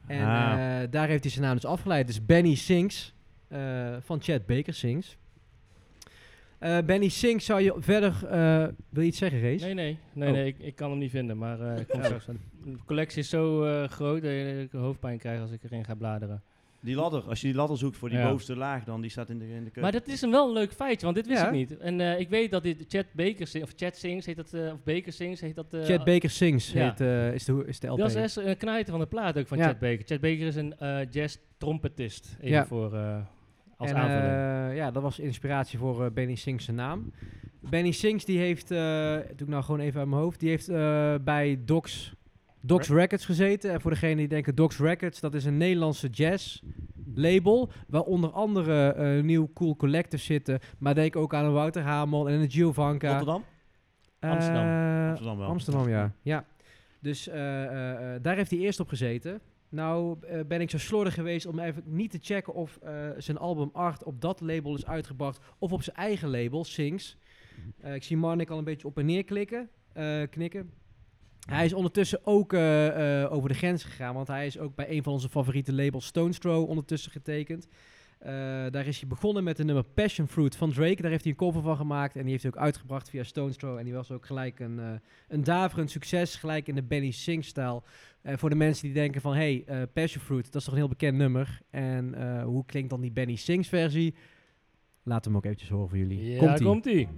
[SPEAKER 2] En
[SPEAKER 1] Ah.
[SPEAKER 2] eh, daar heeft hij zijn naam dus afgeleid. Dus Benny Sings eh, van Chad Baker Sings. Eh, Benny Sings zou je verder... eh, wil je iets zeggen, Rees?
[SPEAKER 3] Nee, nee. Nee,
[SPEAKER 2] Oh.
[SPEAKER 3] nee ik, ik kan hem niet vinden, maar eh, ik kom straks aan. De collectie is zo eh, groot dat ik hoofdpijn krijg als ik erin ga bladeren.
[SPEAKER 1] Die ladder, als je die ladder zoekt voor die
[SPEAKER 3] Ja.
[SPEAKER 1] bovenste laag dan, die staat in de, in de keuken.
[SPEAKER 3] Maar dat is een wel een leuk feitje, want dit wist
[SPEAKER 2] Ja.
[SPEAKER 3] ik niet. En eh, ik weet dat dit Chad Baker Sings, of Chad Sings heet dat, eh, of Baker Sings heet dat... eh,
[SPEAKER 2] Chad Baker Sings
[SPEAKER 3] ja.
[SPEAKER 2] heet, eh, is, de, is de LP.
[SPEAKER 3] Dat is echt een knijter van de plaat ook van
[SPEAKER 2] Ja.
[SPEAKER 3] Chad Baker. Chad Baker is een eh, jazz-trompetist, even
[SPEAKER 2] Ja.
[SPEAKER 3] voor, eh, als
[SPEAKER 2] En,
[SPEAKER 3] aanvulling.
[SPEAKER 2] eh, ja, dat was inspiratie voor eh, Benny Sings zijn naam. Benny Sings die heeft, eh doe ik nou gewoon even uit mijn hoofd, die heeft eh, bij Docs Docs Records gezeten. En voor degenen die denken, Docs Records, dat is een Nederlandse jazz label. Waar onder andere eh Nieuw Cool Collective zitten. Maar denk ook aan een Wouter Hamel en een Giovanka.
[SPEAKER 1] Rotterdam?
[SPEAKER 2] Eh,
[SPEAKER 3] Amsterdam.
[SPEAKER 1] Amsterdam wel.
[SPEAKER 2] Amsterdam, ja. ja. Dus eh, eh, eh, daar heeft hij eerst op gezeten. Nou eh, ben ik zo slordig geweest om even niet te checken of eh, zijn album Art op dat label is uitgebracht of op zijn eigen label, Sings. Eh, ik zie Marnik al een beetje op en neer klikken, eh, knikken. Hij is ondertussen ook eh, eh, over de grens gegaan, want hij is ook bij een van onze favoriete labels, Stone Throw, ondertussen getekend. Eh, daar is hij begonnen met de nummer Passion Fruit van Drake. Daar heeft hij een cover van gemaakt en die heeft hij ook uitgebracht via Stone Throw. En die was ook gelijk een, eh, een daverend succes, gelijk in de Benny Sing-stijl. Eh, voor de mensen die denken van, hey, eh, Passion Fruit, dat is toch een heel bekend nummer. En eh, hoe klinkt dan die Benny Sings-versie? Laat hem ook eventjes horen voor jullie.
[SPEAKER 3] Ja,
[SPEAKER 2] komt
[SPEAKER 3] komt ie.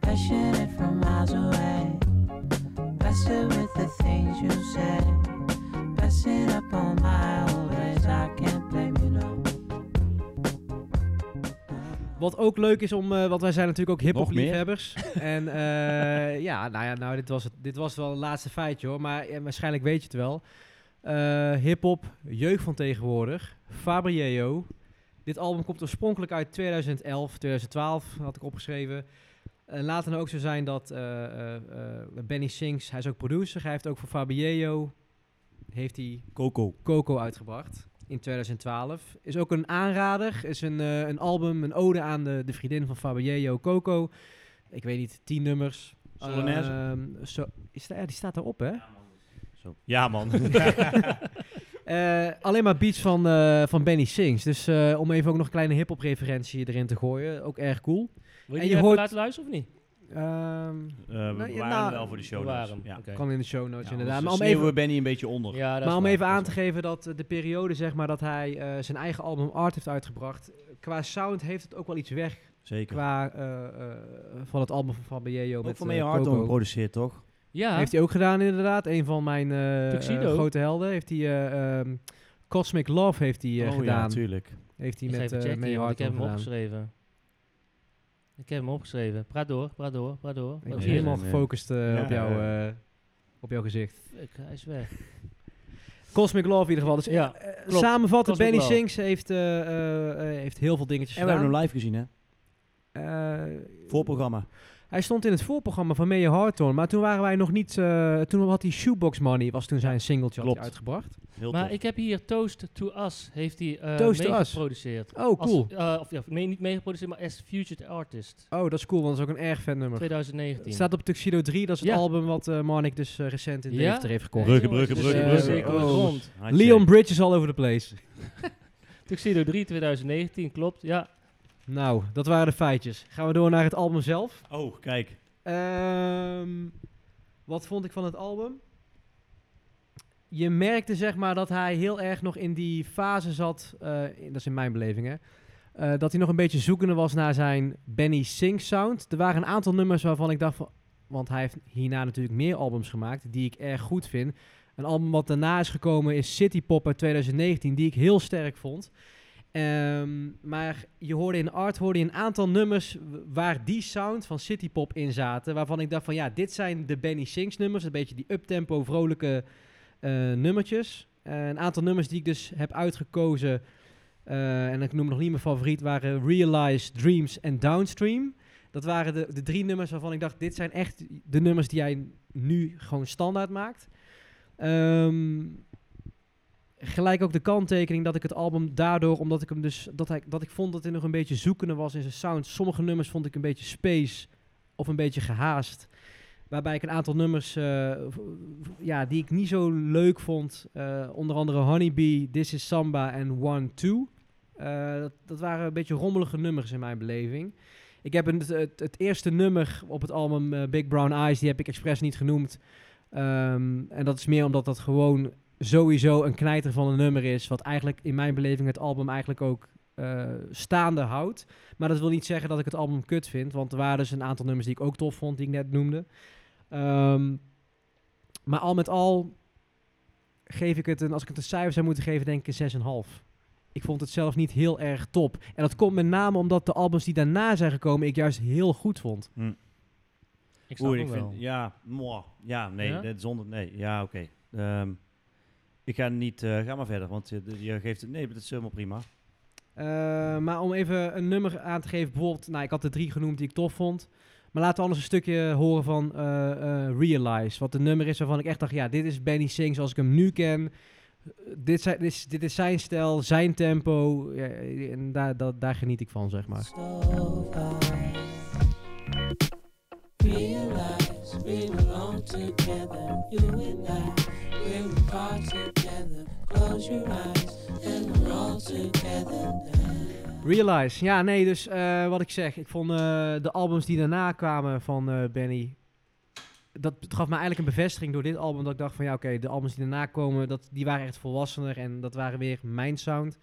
[SPEAKER 7] Passionate from miles away. Busted with the things you say. Passing up on my old ways. I can't blame you, no.
[SPEAKER 2] Wat ook leuk is om, eh, want wij zijn natuurlijk
[SPEAKER 1] Nog
[SPEAKER 2] ook hip-hop
[SPEAKER 1] meer?
[SPEAKER 2] liefhebbers. en eh, ja, nou ja, nou, dit was, het, dit was wel het laatste feitje hoor, maar eh, waarschijnlijk weet je het wel. Eh hip-hop, jeugd van tegenwoordig, Fabriello. Dit album komt oorspronkelijk uit 2011, 2012 had ik opgeschreven. En laat het nou ook zo zijn dat eh, eh, eh, Benny Sings, hij is ook producer, hij heeft ook voor Fabriello, heeft hij
[SPEAKER 1] Coco.
[SPEAKER 2] Coco uitgebracht in 2012. Is ook een aanrader. Is een, eh, een album, een ode aan de, de vriendin van Fabiello, Coco. Ik weet niet, tien nummers.
[SPEAKER 1] Solonaise?
[SPEAKER 2] Ehm, zo, is daar, ja, die staat daarop, hè?
[SPEAKER 1] Zo. Ja, man.
[SPEAKER 2] Eh, alleen maar beats van, eh, van Benny Sings. Dus eh, om even ook nog een kleine hip-hop referentie erin te gooien. Ook erg cool.
[SPEAKER 3] Wil je,
[SPEAKER 2] En
[SPEAKER 3] die
[SPEAKER 2] je
[SPEAKER 3] even
[SPEAKER 2] hoort-
[SPEAKER 3] laten luisteren of niet?
[SPEAKER 2] Ehm,
[SPEAKER 1] Eh, we
[SPEAKER 2] Nou, ja,
[SPEAKER 1] waren
[SPEAKER 2] nou,
[SPEAKER 1] wel voor de show.
[SPEAKER 3] We
[SPEAKER 1] notes.
[SPEAKER 3] waren,
[SPEAKER 1] Ja.
[SPEAKER 3] oké.
[SPEAKER 2] Kan in de show notes,
[SPEAKER 1] Ja,
[SPEAKER 2] inderdaad. Maar
[SPEAKER 1] anders
[SPEAKER 2] om
[SPEAKER 1] sneeuwen
[SPEAKER 2] even,
[SPEAKER 1] we Benny een beetje onder.
[SPEAKER 3] Ja, dat is
[SPEAKER 2] maar om
[SPEAKER 3] waar,
[SPEAKER 2] even
[SPEAKER 3] dat is
[SPEAKER 2] aan te
[SPEAKER 3] waar.
[SPEAKER 2] geven dat eh, de periode zeg maar, dat hij eh, zijn eigen album Art heeft uitgebracht. eh, Qua sound heeft het ook wel iets weg
[SPEAKER 1] Zeker.
[SPEAKER 2] qua eh, eh, van het album van Fabio
[SPEAKER 1] Ook
[SPEAKER 2] met
[SPEAKER 1] van
[SPEAKER 2] eh,
[SPEAKER 1] mij hard
[SPEAKER 2] Coco.
[SPEAKER 1] geproduceerd, toch?
[SPEAKER 3] Ja,
[SPEAKER 2] Heeft hij ook gedaan inderdaad. Een van mijn eh,
[SPEAKER 3] Tuxedo.
[SPEAKER 2] eh, grote helden. Heeft hij eh, ehm, Cosmic Love heeft hij eh,
[SPEAKER 1] oh ja,
[SPEAKER 2] gedaan.
[SPEAKER 1] natuurlijk.
[SPEAKER 2] heeft hij
[SPEAKER 3] Ik ga
[SPEAKER 2] met
[SPEAKER 3] even
[SPEAKER 2] eh
[SPEAKER 3] checken,
[SPEAKER 2] May
[SPEAKER 3] want
[SPEAKER 2] Hart
[SPEAKER 3] ik heb hem
[SPEAKER 2] gedaan.
[SPEAKER 3] opgeschreven. Ik heb hem opgeschreven. Praat door, praat door, praat door.
[SPEAKER 2] Ik
[SPEAKER 3] Praat
[SPEAKER 2] was
[SPEAKER 1] Ja,
[SPEAKER 3] door.
[SPEAKER 2] helemaal
[SPEAKER 1] ja.
[SPEAKER 2] gefocust eh,
[SPEAKER 1] Ja,
[SPEAKER 2] op, jou,
[SPEAKER 1] ja.
[SPEAKER 2] eh, op jouw gezicht.
[SPEAKER 3] Fuck, hij is weg.
[SPEAKER 2] Cosmic Love in ieder geval. Dus
[SPEAKER 3] Ja,
[SPEAKER 2] eh, eh,
[SPEAKER 3] klopt.
[SPEAKER 2] samenvatten,
[SPEAKER 3] Cosmic
[SPEAKER 2] Benny
[SPEAKER 3] Love.
[SPEAKER 2] Sings heeft, eh, eh, eh, heeft heel veel dingetjes
[SPEAKER 1] En we hebben
[SPEAKER 2] gedaan.
[SPEAKER 1] hem live gezien, hè?
[SPEAKER 2] Eh,
[SPEAKER 1] Voorprogramma.
[SPEAKER 2] Hij stond in het voorprogramma van Meijer Harton, maar toen waren wij nog niet... eh, toen had hij Shoebox Money, was toen zijn singeltje had hij
[SPEAKER 1] klopt.
[SPEAKER 2] uitgebracht.
[SPEAKER 1] Heel
[SPEAKER 3] Maar
[SPEAKER 1] tof.
[SPEAKER 3] ik heb hier Toast to Us, heeft hij eh
[SPEAKER 2] Toast to Us.
[SPEAKER 3] meegeproduceerd.
[SPEAKER 2] Oh, cool.
[SPEAKER 3] Als, eh, of ja, mee, niet meegeproduceerd, maar as Future Artist.
[SPEAKER 2] Oh, dat is cool, want dat is ook een erg vet nummer.
[SPEAKER 3] 2019.
[SPEAKER 2] Het staat op Tuxedo 3, dat is het
[SPEAKER 3] Ja.
[SPEAKER 2] album wat eh Marnik dus eh, recent in
[SPEAKER 3] Ja?
[SPEAKER 2] Deventer heeft gekocht.
[SPEAKER 3] Nee,
[SPEAKER 1] Bruggen,
[SPEAKER 3] jongens,
[SPEAKER 1] bruggen,
[SPEAKER 3] dus,
[SPEAKER 2] bruggen,
[SPEAKER 3] eh,
[SPEAKER 2] bruggen.
[SPEAKER 3] zeker wat
[SPEAKER 2] Oh.
[SPEAKER 3] rond.
[SPEAKER 1] Handshake.
[SPEAKER 2] Leon Bridges all over the place.
[SPEAKER 3] Tuxedo 3 2019, klopt. Ja,
[SPEAKER 2] Nou, dat waren de feitjes. Gaan we door naar het album zelf.
[SPEAKER 1] Oh, kijk.
[SPEAKER 2] Ehm, wat vond ik van het album? Je merkte zeg maar dat hij heel erg nog in die fase zat, eh, in- dat is in mijn beleving hè, eh, dat hij nog een beetje zoekende was naar zijn Benny Sing sound. Er waren een aantal nummers waarvan ik dacht van, want hij heeft hierna natuurlijk meer albums gemaakt die ik erg goed vind. Een album wat daarna is gekomen is City Pop uit 2019, die ik heel sterk vond. Ehm, maar je hoorde in Art hoorde je een aantal nummers w- waar die sound van City Pop in zaten. Waarvan ik dacht van ja, dit zijn de Benny Sings nummers. Een beetje die uptempo, vrolijke eh, nummertjes. Eh, een aantal nummers die ik dus heb uitgekozen. eh, en ik noem nog niet mijn favoriet, waren Realize, Dreams en Downstream. Dat waren de, de drie nummers waarvan ik dacht, dit zijn echt de nummers die jij nu gewoon standaard maakt. Ehm, gelijk ook de kanttekening dat ik het album daardoor, omdat ik hem dus, dat, hij, dat ik vond dat hij nog een beetje zoekende was in zijn sound. Sommige nummers vond ik een beetje space of een beetje gehaast. Waarbij ik een aantal nummers, eh, v- v- ja, die ik niet zo leuk vond. eh, onder andere Honeybee, This is Samba en One Two. Eh, dat, dat waren een beetje rommelige nummers in mijn beleving. Ik heb een, het, het eerste nummer op het album eh, Big Brown Eyes, die heb ik expres niet genoemd. Ehm, en dat is meer omdat dat gewoon sowieso een knijter van een nummer is. Wat eigenlijk in mijn beleving het album eigenlijk ook eh, staande houdt. Maar dat wil niet zeggen dat ik het album kut vind. Want er waren dus een aantal nummers die ik ook tof vond, die ik net noemde. Ehm, maar al met al geef ik het een, als ik het een cijfer zou moeten geven, denk ik een 6,5. Ik vond het zelf niet heel erg top. En dat komt met name omdat de albums die daarna zijn gekomen, ik juist heel goed vond.
[SPEAKER 3] Ik snap
[SPEAKER 1] Oeh,
[SPEAKER 3] hem
[SPEAKER 1] ik
[SPEAKER 3] wel.
[SPEAKER 1] vind, ja, moi, ja, nee,
[SPEAKER 3] Ja?
[SPEAKER 1] dit zonder, nee, ja, oké. Ehm, ik ga niet, eh, ga maar verder, want je, je geeft het, nee, dat is helemaal prima.
[SPEAKER 2] Eh, maar om even een nummer aan te geven, bijvoorbeeld, nou, ik had de drie genoemd die ik tof vond. Maar laten we anders een stukje horen van eh, eh, Realize. Wat een nummer is waarvan ik echt dacht, ja, dit is Benny Singh zoals ik hem nu ken. Eh, Dit, zijn, dit, is, dit is zijn stijl, zijn tempo. Ja, en daar, daar, daar geniet ik van, zeg maar.
[SPEAKER 7] It's over. Realize we belong together, you and I. We're apart together. Close your eyes and we're all together now.
[SPEAKER 2] Realize, ja, nee, dus eh, wat ik zeg. Ik vond eh, de albums die daarna kwamen van eh, Benny... Dat gaf me eigenlijk een bevestiging door dit album. Dat ik dacht van, ja, oké, de albums die daarna komen... Dat, die waren echt volwassener en dat waren weer mijn sound.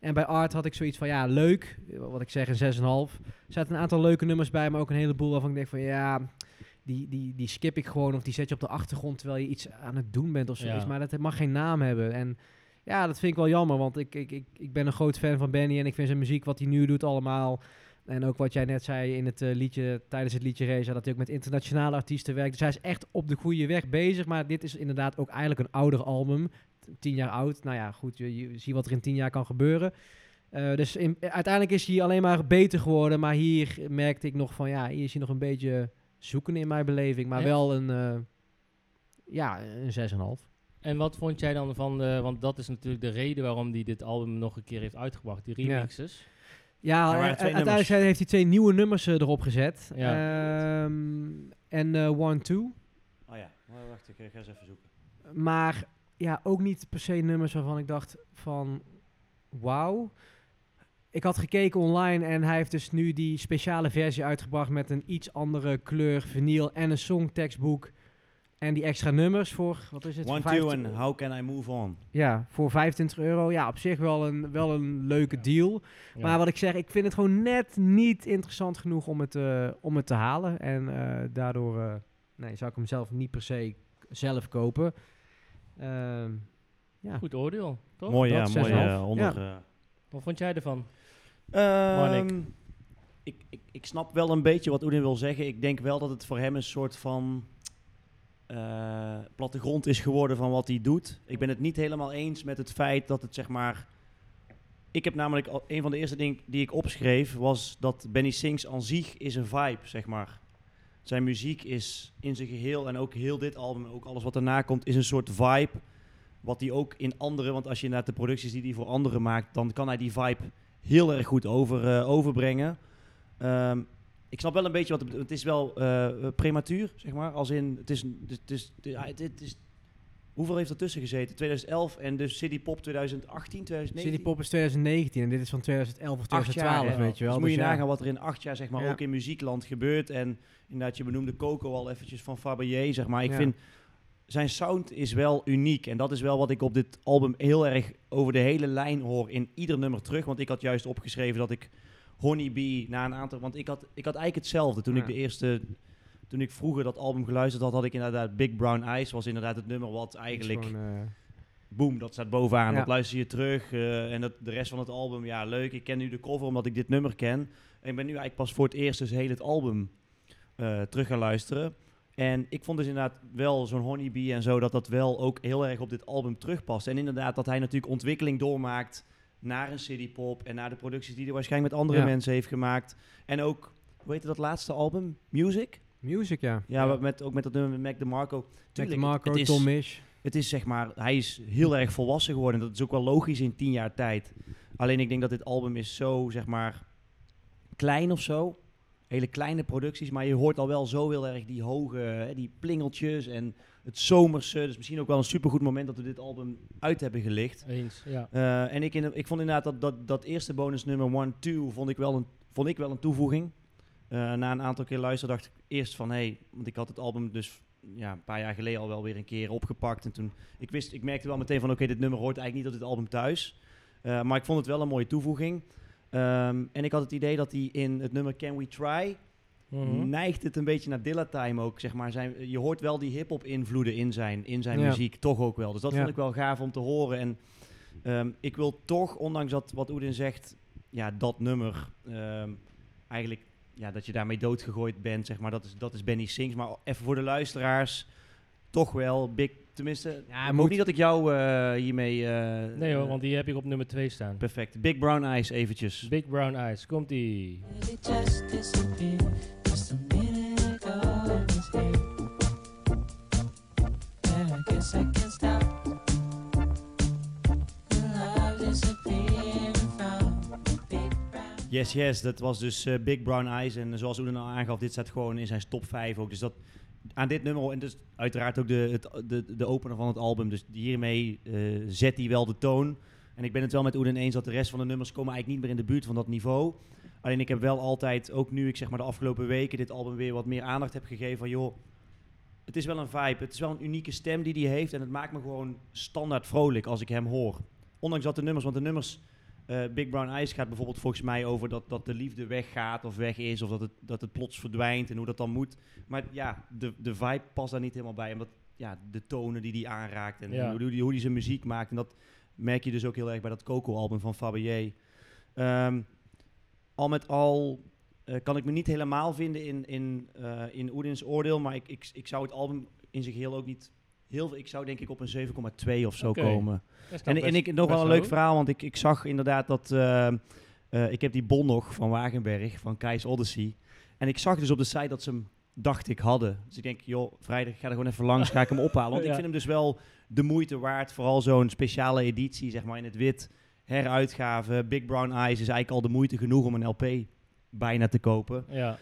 [SPEAKER 2] En bij Art had ik zoiets van, ja, leuk. Wat ik zeg, een 6,5. Er zaten een aantal leuke nummers bij, maar ook een heleboel waarvan ik denk van, ja... Die, die, die skip ik gewoon of die zet je op de achtergrond terwijl je iets aan het doen bent of zoiets.
[SPEAKER 3] Ja.
[SPEAKER 2] Maar dat mag geen naam hebben. En ja, dat vind ik wel jammer, want ik, ik, ik, ik ben een groot fan van Benny en ik vind zijn muziek, wat hij nu doet allemaal. En ook wat jij net zei in het eh, liedje, tijdens het liedje Reza, dat hij ook met internationale artiesten werkt. Dus hij is echt op de goede weg bezig, maar dit is inderdaad ook eigenlijk een ouder album. T- Tien jaar oud, nou ja, goed, je, je ziet wat er in tien jaar kan gebeuren. Eh, dus in- uiteindelijk is hij alleen maar beter geworden, maar hier merkte ik nog van, ja, hier is hij nog een beetje zoeken in mijn beleving, maar
[SPEAKER 3] Ja.
[SPEAKER 2] wel een, eh ja, een 6,5.
[SPEAKER 3] En wat vond jij dan van de... Want dat is natuurlijk de reden waarom hij dit album nog een keer heeft uitgebracht. Die
[SPEAKER 2] Ja.
[SPEAKER 3] remixes.
[SPEAKER 2] Ja,
[SPEAKER 1] Er waren
[SPEAKER 2] u-
[SPEAKER 1] twee
[SPEAKER 2] uiteindelijk
[SPEAKER 1] nummers.
[SPEAKER 2] zijn- heeft hij twee nieuwe nummers eh, erop gezet.
[SPEAKER 3] Ja.
[SPEAKER 2] Ehm, en eh, One Two.
[SPEAKER 1] Oh ja, wacht, ik ga eens even zoeken.
[SPEAKER 2] Maar ja, ook niet per se nummers waarvan ik dacht van wauw. Ik had gekeken online en hij heeft dus nu die speciale versie uitgebracht met een iets andere kleur vinyl en een songtekstboek. En die extra nummers voor, wat is het?
[SPEAKER 1] One,
[SPEAKER 2] voor
[SPEAKER 1] two
[SPEAKER 2] 15
[SPEAKER 1] and how can I move on?
[SPEAKER 2] Ja, voor 25 euro. Ja, op zich wel een, wel een leuke deal.
[SPEAKER 3] Ja.
[SPEAKER 2] Maar wat ik zeg, ik vind het gewoon net niet interessant genoeg om het, eh, om het te halen. En eh, daardoor eh, nee, zou ik hem zelf niet per se k- zelf kopen. Ehm,
[SPEAKER 3] Goed oordeel, toch?
[SPEAKER 1] mooi, ja,
[SPEAKER 2] dat is
[SPEAKER 1] mooi,
[SPEAKER 2] zeshalf.
[SPEAKER 1] eh, onder... eh,
[SPEAKER 3] Wat vond jij ervan?
[SPEAKER 1] Ehm,
[SPEAKER 3] Monik.
[SPEAKER 1] ik, ik, ik snap wel een beetje wat Oedin wil zeggen. Ik denk wel dat het voor hem een soort van eh, plattegrond is geworden van wat hij doet. Ik ben het niet helemaal eens met het feit dat het zeg maar. Ik heb namelijk al, een van de eerste dingen die ik opschreef was dat Benny Sings aan zich is een vibe, zeg maar. Zijn muziek is in zijn geheel en ook heel dit album, ook alles wat erna komt, is een soort vibe. Wat hij ook in andere, want als je naar de producties die hij voor anderen maakt, dan kan hij die vibe heel erg goed over, eh, overbrengen. Ehm, ik snap wel een beetje wat het bedo- Het is wel eh, prematuur, zeg maar. Als in, het is, het is, het is, ja, het- het is- hoeveel heeft er tussen gezeten? 2011 en dus City Pop 2018, 2019?
[SPEAKER 2] City Pop is 2019 en dit is van 2011 of
[SPEAKER 1] Acht jaar,
[SPEAKER 2] 2012,
[SPEAKER 1] hè?
[SPEAKER 2] weet je wel.
[SPEAKER 1] Dus moet je
[SPEAKER 2] Dus ja.
[SPEAKER 1] nagaan wat er in acht jaar, zeg maar,
[SPEAKER 2] Ja.
[SPEAKER 1] ook in muziekland gebeurt. En inderdaad, je benoemde Coco al eventjes van Fabergé, zeg maar. Ik
[SPEAKER 2] Ja.
[SPEAKER 1] vind, zijn sound is wel uniek. En dat is wel wat ik op dit album heel erg over de hele lijn hoor. In ieder nummer terug. Want ik had juist opgeschreven dat ik Honeybee na een aantal... Want ik had, ik had eigenlijk hetzelfde toen ik
[SPEAKER 2] Ja.
[SPEAKER 1] de eerste... Toen ik vroeger dat album geluisterd had, had ik inderdaad Big Brown Eyes. Was inderdaad het nummer wat
[SPEAKER 2] Het is
[SPEAKER 1] eigenlijk
[SPEAKER 2] gewoon, eh,
[SPEAKER 1] boom, dat staat bovenaan.
[SPEAKER 2] Ja.
[SPEAKER 1] Dat luister je terug. eh, en dat, de rest van het album, ja, leuk. Ik ken nu de cover omdat ik dit nummer ken. En ik ben nu eigenlijk pas voor het eerst dus heel het album eh, terug gaan luisteren. En ik vond dus inderdaad wel zo'n Honeybee en zo, dat dat wel ook heel erg op dit album terugpast. En inderdaad dat hij natuurlijk ontwikkeling doormaakt naar een citypop en naar de producties die hij waarschijnlijk met andere
[SPEAKER 2] Ja.
[SPEAKER 1] mensen heeft gemaakt. En ook, hoe heette dat laatste album? Music?
[SPEAKER 2] music, ja.
[SPEAKER 1] Ja, Met, ook met dat nummer met Mac DeMarco.
[SPEAKER 2] Jack
[SPEAKER 1] Tuurlijk,
[SPEAKER 2] Marco,
[SPEAKER 1] het is-
[SPEAKER 2] Tom Misch.
[SPEAKER 1] het is zeg maar, hij is heel erg volwassen geworden. Dat is ook wel logisch in tien jaar tijd. Alleen ik denk dat dit album is zo, zeg maar, klein of zo. Hele kleine producties, maar je hoort al wel zo heel erg die hoge, hè, die plingeltjes en het zomerse. Dus misschien ook wel een supergoed moment dat we dit album uit hebben gelicht.
[SPEAKER 3] Eens, ja.
[SPEAKER 1] Eh, en ik, in, ik vond inderdaad dat, dat, dat eerste bonusnummer One Two vond ik wel een, vond ik wel een toevoeging. Eh, na een aantal keer luisteren dacht ik eerst van, hé, hey, want ik had het album dus ja, een paar jaar geleden al wel weer een keer opgepakt. En toen, ik wist, ik merkte wel meteen van, oké, dit nummer hoort eigenlijk niet op dit album thuis. Eh, maar ik vond het wel een mooie toevoeging. Ehm, en ik had het idee dat hij in het nummer Can We Try, Mm.
[SPEAKER 3] Mhm.
[SPEAKER 1] neigt het een beetje naar Dilla Time ook, zeg maar. Zijn, je hoort wel die hip-hop invloeden in zijn, in zijn
[SPEAKER 2] Ja.
[SPEAKER 1] muziek, toch ook wel. Dus dat
[SPEAKER 2] Ja.
[SPEAKER 1] vond ik wel gaaf om te horen. En ehm, ik wil toch, ondanks dat wat Oedin zegt, ja, dat nummer ehm, eigenlijk ja, dat je daarmee doodgegooid bent, zeg maar. Dat is, dat is Benny Sings. Maar even voor de luisteraars, toch wel big... Tenminste,
[SPEAKER 2] Ja,
[SPEAKER 1] ik hoop
[SPEAKER 2] moet-
[SPEAKER 1] niet dat ik jou eh, hiermee... eh,
[SPEAKER 3] Nee hoor,
[SPEAKER 1] eh,
[SPEAKER 3] want die heb ik op nummer 2 staan.
[SPEAKER 1] Perfect. Big Brown Eyes eventjes.
[SPEAKER 3] Big Brown Eyes, komt die.
[SPEAKER 7] Did it just disappear? Just a minute ago it was here. And I guess I can't stop. The love disappeared from the big brown.
[SPEAKER 1] Yes, yes. Dat was dus eh, Big Brown Eyes. En zoals Oeden al aangaf, dit staat gewoon in zijn top 5 ook. Dus dat aan dit nummer, en dus uiteraard ook de, het, de, de opener van het album. Dus hiermee eh, zet hij wel de toon. En ik ben het wel met Oeden eens dat de rest van de nummers komen eigenlijk niet meer in de buurt van dat niveau. Alleen ik heb wel altijd, ook nu ik zeg maar de afgelopen weken dit album weer wat meer aandacht heb gegeven van joh, het is wel een vibe, het is wel een unieke stem die hij heeft en het maakt me gewoon standaard vrolijk als ik hem hoor. Ondanks dat de nummers, want de nummers eh, Big Brown Eyes gaat bijvoorbeeld volgens mij over dat, dat de liefde weggaat of weg is. Of dat het, dat het plots verdwijnt en hoe dat dan moet. Maar ja, de, de vibe past daar niet helemaal bij. Omdat ja, de tonen die hij aanraakt en
[SPEAKER 3] Ja.
[SPEAKER 1] hoe die- hoe hij zijn muziek maakt. En dat merk je dus ook heel erg bij dat Coco-album van Fabier. Ehm, al met al eh, kan ik me niet helemaal vinden in, in, eh, in Oedin's oordeel. Maar ik, ik, ik zou het album in zijn geheel ook niet... Heel, veel- ik zou denk ik op een 7,2 of zo
[SPEAKER 3] Oké.
[SPEAKER 1] komen.
[SPEAKER 3] Dat is nou
[SPEAKER 1] En, en
[SPEAKER 3] best-
[SPEAKER 1] ik nog
[SPEAKER 3] best
[SPEAKER 1] wel een leuk
[SPEAKER 3] hoog.
[SPEAKER 1] verhaal, want ik, ik zag inderdaad dat... eh, eh, ik heb die bon nog van Wagenberg, van Kei's Odyssey. En ik zag dus op de site dat ze hem, dacht ik, hadden. Dus ik denk, joh, vrijdag ga er gewoon even langs, ga ik hem ophalen. Want ik
[SPEAKER 3] Ja.
[SPEAKER 1] vind hem dus wel de moeite waard. Vooral zo'n speciale editie, zeg maar, in het wit. Heruitgave, Big Brown Eyes is eigenlijk al de moeite genoeg om een LP bijna te kopen.
[SPEAKER 3] Ja,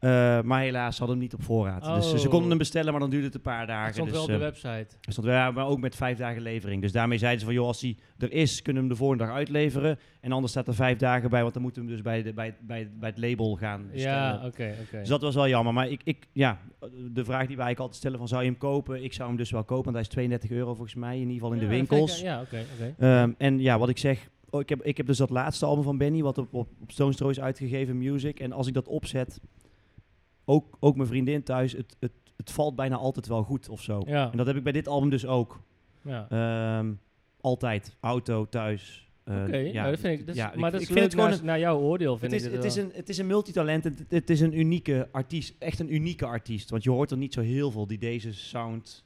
[SPEAKER 1] Eh, maar helaas, ze hadden hem niet op voorraad. Dus eh, ze
[SPEAKER 3] Oh.
[SPEAKER 1] konden hem bestellen, maar dan duurde het een paar
[SPEAKER 3] het
[SPEAKER 1] dagen.
[SPEAKER 3] stond
[SPEAKER 1] dus,
[SPEAKER 3] wel op de
[SPEAKER 1] eh,
[SPEAKER 3] website.
[SPEAKER 1] dus dat waren we ook met vijf dagen levering. Dus daarmee zeiden ze van, joh, als die er is, kunnen we hem de volgende dag uitleveren. En anders staat er vijf dagen bij, want dan moeten we hem dus bij, de, bij, bij, bij het label gaan bestellen.
[SPEAKER 3] Ja, oké, oké.
[SPEAKER 1] Dus dat was wel jammer. Maar ik, ik, ja, de vraag die wij eigenlijk altijd stellen van, zou je hem kopen? Ik zou hem dus wel kopen, want hij is 32 euro volgens mij, in ieder geval in de
[SPEAKER 3] Ja, dat vind ik-
[SPEAKER 1] winkels.
[SPEAKER 3] Ja, oké, oké.
[SPEAKER 1] Ehm, en ja, wat ik zeg, oh, ik, heb, ik heb dus dat laatste album van Benny, wat op, op, op Stones Throw is uitgegeven, Music. En als ik dat opzet, ook, ook mijn vriendin thuis, het, het, het valt bijna altijd wel goed of zo.
[SPEAKER 3] Ja.
[SPEAKER 1] En dat heb ik bij dit album dus ook.
[SPEAKER 3] Ja.
[SPEAKER 1] Ehm, altijd. Auto, thuis. Eh,
[SPEAKER 3] Oké, nou, dat vind ik, dat is-
[SPEAKER 1] ja,
[SPEAKER 3] maar dat is
[SPEAKER 1] vind
[SPEAKER 3] leuk
[SPEAKER 1] het gewoon
[SPEAKER 3] naar, naar jouw oordeel,
[SPEAKER 1] het
[SPEAKER 3] vind
[SPEAKER 1] is,
[SPEAKER 3] ik.
[SPEAKER 1] het, is een, het is een multitalent. Het, het is een unieke artiest. Echt een unieke artiest. Want je hoort er niet zo heel veel die deze sound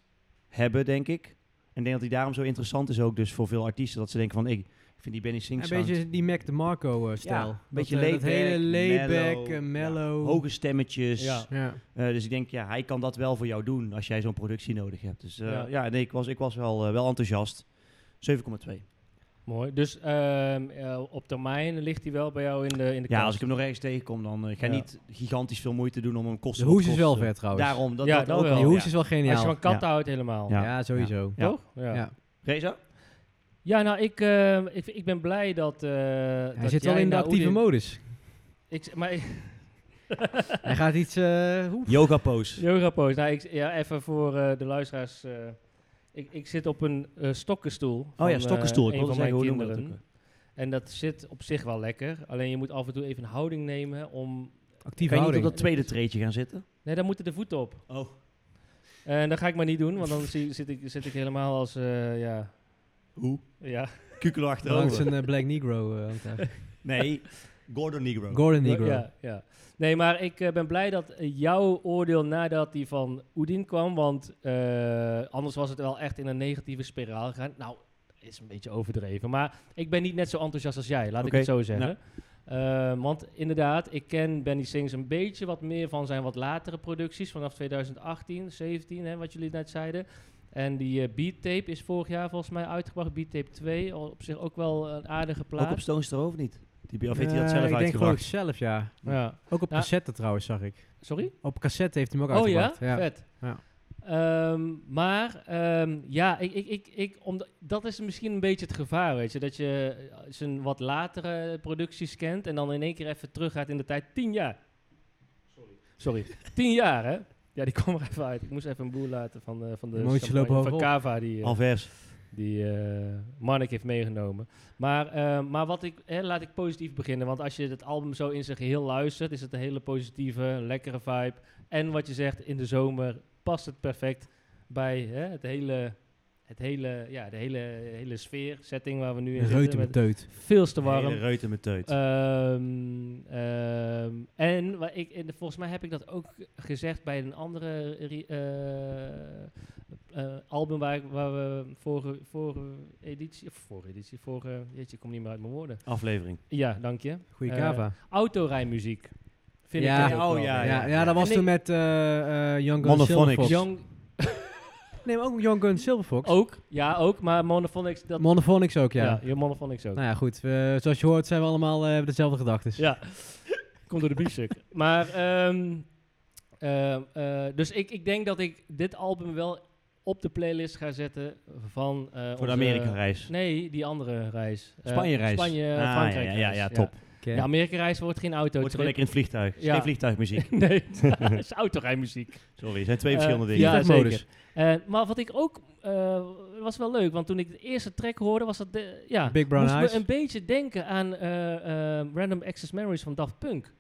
[SPEAKER 1] hebben, denk ik. En ik denk dat hij daarom zo interessant is ook dus voor veel artiesten. Dat ze denken van, hey, ik vind die Benny Sings
[SPEAKER 2] Een
[SPEAKER 1] sound-
[SPEAKER 2] beetje die Mac DeMarco eh stijl.
[SPEAKER 1] een
[SPEAKER 2] Dat,
[SPEAKER 1] beetje
[SPEAKER 2] eh,
[SPEAKER 1] laid
[SPEAKER 2] dat hele
[SPEAKER 1] back,
[SPEAKER 2] layback,
[SPEAKER 1] mellow,
[SPEAKER 2] eh, mellow.
[SPEAKER 1] ja, hoge stemmetjes.
[SPEAKER 3] Ja.
[SPEAKER 2] Ja.
[SPEAKER 1] Eh, dus ik denk, ja, hij kan dat wel voor jou doen als jij zo'n productie nodig hebt. Dus eh, ja,
[SPEAKER 3] Ja.
[SPEAKER 1] nee, ik was, ik was wel, eh, wel enthousiast. 7,2.
[SPEAKER 3] Mooi. Dus ehm, eh, op termijn ligt hij wel bij jou in de in de
[SPEAKER 1] Ja,
[SPEAKER 3] kast.
[SPEAKER 1] als ik hem nog ergens tegenkom, dan eh, ik ga
[SPEAKER 3] Ja.
[SPEAKER 1] niet gigantisch veel moeite doen om hem kosten
[SPEAKER 2] De hoes
[SPEAKER 1] op
[SPEAKER 2] is
[SPEAKER 1] kosten.
[SPEAKER 2] wel vet trouwens.
[SPEAKER 1] Daarom, dat,
[SPEAKER 3] Ja,
[SPEAKER 1] dat
[SPEAKER 3] dat
[SPEAKER 1] ook
[SPEAKER 3] wel.
[SPEAKER 1] wel.
[SPEAKER 2] die hoes
[SPEAKER 1] ja.
[SPEAKER 2] is wel
[SPEAKER 3] Als je
[SPEAKER 2] geniaal.
[SPEAKER 3] van katten
[SPEAKER 1] Ja.
[SPEAKER 3] houdt helemaal.
[SPEAKER 1] Ja.
[SPEAKER 2] Ja, sowieso.
[SPEAKER 1] Ja.
[SPEAKER 3] Toch? Ja.
[SPEAKER 2] Ja.
[SPEAKER 1] Reza?
[SPEAKER 3] Ja, nou, ik, ehm, ik, ik ben blij dat... eh
[SPEAKER 2] Hij zit wel in
[SPEAKER 1] nou
[SPEAKER 2] de actieve modus.
[SPEAKER 3] Ik, maar
[SPEAKER 2] Hij gaat iets... eh, oef.
[SPEAKER 1] Yoga pose.
[SPEAKER 3] Yoga pose. Nou, ik, ja, even voor eh, de luisteraars. eh, ik, ik zit op een eh, stokkenstoel. van,
[SPEAKER 1] Oh ja,
[SPEAKER 3] eh,
[SPEAKER 1] stokkenstoel. Ik
[SPEAKER 3] een
[SPEAKER 1] wilde
[SPEAKER 3] van mijn
[SPEAKER 1] zeggen, hoe noemen we dat
[SPEAKER 3] kinderen. En dat zit op zich wel lekker. Alleen je moet af en toe even een houding nemen om...
[SPEAKER 2] Actieve
[SPEAKER 1] Kan je niet op
[SPEAKER 2] houding.
[SPEAKER 1] dat tweede treetje gaan zitten?
[SPEAKER 3] Nee, daar moeten de voeten op.
[SPEAKER 1] Oh.
[SPEAKER 3] En dat ga ik maar niet doen, want dan zie- zit, ik, zit ik helemaal als... eh, ja.
[SPEAKER 1] Hoe?
[SPEAKER 3] Ja.
[SPEAKER 1] Kukelo
[SPEAKER 2] Langs
[SPEAKER 1] achterover.
[SPEAKER 2] een eh, Black Negro. eh, hangt daar.
[SPEAKER 1] Nee, Gordon Negro.
[SPEAKER 2] Gordon Negro.
[SPEAKER 3] Ja, ja. Nee, maar ik eh, ben blij dat eh, jouw oordeel nadat die van Oedin kwam. Want eh, anders was het wel echt in een negatieve spiraal gegaan. Nou, is een beetje overdreven. Maar ik ben niet net zo enthousiast als jij, laat ik
[SPEAKER 1] Oké,
[SPEAKER 3] het zo zeggen. Eh, want inderdaad, ik ken Benny Sings een beetje wat meer van zijn wat latere producties. Vanaf 2018, 17, hè, wat jullie net zeiden. En die eh, Beat Tape is vorig jaar volgens mij uitgebracht. Beat Tape 2, al op zich ook wel een aardige
[SPEAKER 1] Ook
[SPEAKER 3] plaat.
[SPEAKER 1] op Stones erover niet? Die, of heeft hij dat
[SPEAKER 2] Eh,
[SPEAKER 1] zelf
[SPEAKER 2] Ik denk gewoon
[SPEAKER 1] uitgebracht?
[SPEAKER 2] zelf, ja.
[SPEAKER 3] ja.
[SPEAKER 2] Ook op
[SPEAKER 3] Ja.
[SPEAKER 2] cassette trouwens, zag ik.
[SPEAKER 3] Sorry?
[SPEAKER 2] Op cassette heeft hij hem ook
[SPEAKER 3] Oh ja?
[SPEAKER 2] uitgebracht. ja?
[SPEAKER 3] Vet.
[SPEAKER 2] Ja.
[SPEAKER 3] Ehm, maar ehm, ja, ik, ik, ik, ik, omdat, dat is misschien een beetje het gevaar, weet je. Dat je eh, zijn wat latere producties kent en dan in één keer even teruggaat in de tijd. Tien jaar. Sorry. Sorry. Tien jaar, hè? Ja, die kwam er even uit. Ik moest even een boer laten van, eh, van de
[SPEAKER 2] Emoties
[SPEAKER 3] champagne-
[SPEAKER 2] lopen Oh,
[SPEAKER 3] van
[SPEAKER 2] hoog op.
[SPEAKER 3] Cava. Die, eh,
[SPEAKER 1] Alvers.
[SPEAKER 3] die eh Marnik heeft meegenomen. Maar, eh, maar wat ik, hè, laat ik positief beginnen. Want als je het album zo in zijn geheel luistert, is het een hele positieve, lekkere vibe. En wat je zegt, in de zomer past het perfect bij hè, het hele. het hele, ja, de hele, hele sfeer, setting waar we nu in
[SPEAKER 2] Reuten
[SPEAKER 3] zitten.
[SPEAKER 2] met
[SPEAKER 3] Met
[SPEAKER 2] deut.
[SPEAKER 3] veel te warm.
[SPEAKER 1] Hele reuten met teut.
[SPEAKER 2] Eh,
[SPEAKER 3] Ehm, ehm, en wat ik, en volgens mij heb ik dat ook gezegd bij een andere re- eh, eh, album waar, ik- waar we vorige, vorige editie, of vorige editie, vorige, jeetje, ik kom niet meer uit mijn woorden.
[SPEAKER 1] Aflevering.
[SPEAKER 3] Ja, dank je.
[SPEAKER 2] Goeie
[SPEAKER 3] Eh,
[SPEAKER 2] kava.
[SPEAKER 3] Autorijmuziek. Vind
[SPEAKER 2] Ja.
[SPEAKER 3] ik dat ook
[SPEAKER 1] Oh,
[SPEAKER 3] wel.
[SPEAKER 1] ja,
[SPEAKER 2] ja, ja, dat was
[SPEAKER 3] En
[SPEAKER 2] toen
[SPEAKER 3] ik-
[SPEAKER 2] met eh eh Young Gun
[SPEAKER 1] Monophonics.
[SPEAKER 2] Silverfox.
[SPEAKER 3] Young,
[SPEAKER 2] Nee, maar ook Young Gun Silverfox.
[SPEAKER 3] ook, ja, ook, maar Monophonics, dat,
[SPEAKER 2] Monophonics ook, ja.
[SPEAKER 3] ja, ja Monophonics ook.
[SPEAKER 2] Nou ja, goed. we- zoals je hoort zijn we allemaal eh, hebben dezelfde gedachten.
[SPEAKER 3] Ja, komt door de biefstuk. Maar, ehm, eh, eh, dus ik, ik denk dat ik dit album wel op de playlist ga zetten van... eh,
[SPEAKER 1] Voor de
[SPEAKER 3] onze-
[SPEAKER 1] Amerika-reis.
[SPEAKER 3] Nee, die andere reis. Eh,
[SPEAKER 1] Spanje-reis.
[SPEAKER 3] Spanje,
[SPEAKER 1] Ah,
[SPEAKER 3] Frankrijk.
[SPEAKER 1] ja, ja, ja, top.
[SPEAKER 3] De Amerika-reis wordt geen auto.
[SPEAKER 1] Wordt gewoon lekker in het vliegtuig. Is
[SPEAKER 3] Ja.
[SPEAKER 1] Geen vliegtuigmuziek.
[SPEAKER 3] Nee, het is autorijmuziek.
[SPEAKER 1] Sorry, het zijn twee verschillende
[SPEAKER 3] Eh,
[SPEAKER 1] dingen.
[SPEAKER 3] Ja,
[SPEAKER 2] Vliegtuigmodus.
[SPEAKER 3] zeker. Eh, maar wat ik ook... eh was wel leuk, want toen ik de eerste track hoorde, was dat... De, ja,
[SPEAKER 2] Big Brown
[SPEAKER 3] moest
[SPEAKER 2] Eyes.
[SPEAKER 3] me een beetje denken aan eh, eh, Random Access Memories van Daft Punk.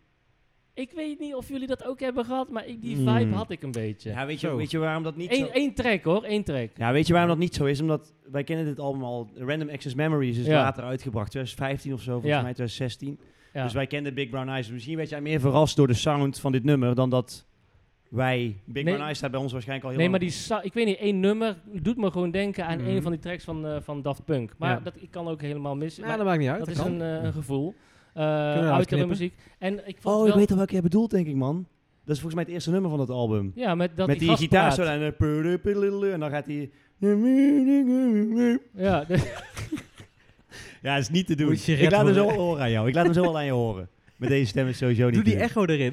[SPEAKER 3] Ik weet niet of jullie dat ook hebben gehad, maar ik, die
[SPEAKER 2] Hmm.
[SPEAKER 3] vibe
[SPEAKER 1] Mm.
[SPEAKER 3] had ik een beetje.
[SPEAKER 1] Ja, weet je,
[SPEAKER 2] Zo.
[SPEAKER 1] weet je waarom dat niet zo...
[SPEAKER 3] Eén één track hoor, één track.
[SPEAKER 1] Ja, weet je waarom dat niet zo is? Omdat wij kennen dit album al. Random Access Memories is
[SPEAKER 3] Ja.
[SPEAKER 1] later uitgebracht. 2015 of zo, volgens
[SPEAKER 3] Ja.
[SPEAKER 1] mij 2016.
[SPEAKER 3] Ja.
[SPEAKER 1] Dus wij kenden Big Brown Eyes. Misschien werd jij meer verrast door de sound van dit nummer dan dat wij... Big
[SPEAKER 3] Nee.
[SPEAKER 1] Brown Eyes staat bij ons waarschijnlijk al heel
[SPEAKER 3] nee, maar
[SPEAKER 1] lang.
[SPEAKER 3] die, sa- ik weet niet, één nummer doet me gewoon denken aan
[SPEAKER 2] Mhm.
[SPEAKER 3] één van die tracks van, eh, van Daft Punk. Maar
[SPEAKER 2] Ja.
[SPEAKER 3] dat ik kan ook helemaal missen.
[SPEAKER 2] Nou,
[SPEAKER 3] maar
[SPEAKER 2] dat maakt niet uit.
[SPEAKER 3] dat
[SPEAKER 2] dat
[SPEAKER 3] is
[SPEAKER 2] kan.
[SPEAKER 3] een, eh, een gevoel.
[SPEAKER 2] we
[SPEAKER 3] Eh
[SPEAKER 2] uitknippen?
[SPEAKER 3] muziek. En ik vond
[SPEAKER 1] Oh,
[SPEAKER 3] wel,
[SPEAKER 1] ik weet al welke jij bedoelt, denk ik, man. Dat is volgens mij het eerste nummer van dat album.
[SPEAKER 3] Ja, met dat
[SPEAKER 1] Met die,
[SPEAKER 3] gast
[SPEAKER 1] gitaar
[SPEAKER 3] praat.
[SPEAKER 1] zo en, eh, en dan gaat hij...
[SPEAKER 3] Ja,
[SPEAKER 1] Ja, dat is niet te doen.
[SPEAKER 2] Moet je
[SPEAKER 1] Ik
[SPEAKER 2] red
[SPEAKER 1] laat hem zo
[SPEAKER 2] worden.
[SPEAKER 1] wel horen aan jou. Ik laat hem zo wel aan je horen. Met deze stem is sowieso niet
[SPEAKER 2] Doe
[SPEAKER 1] te
[SPEAKER 2] die
[SPEAKER 1] doen.
[SPEAKER 2] echo erin.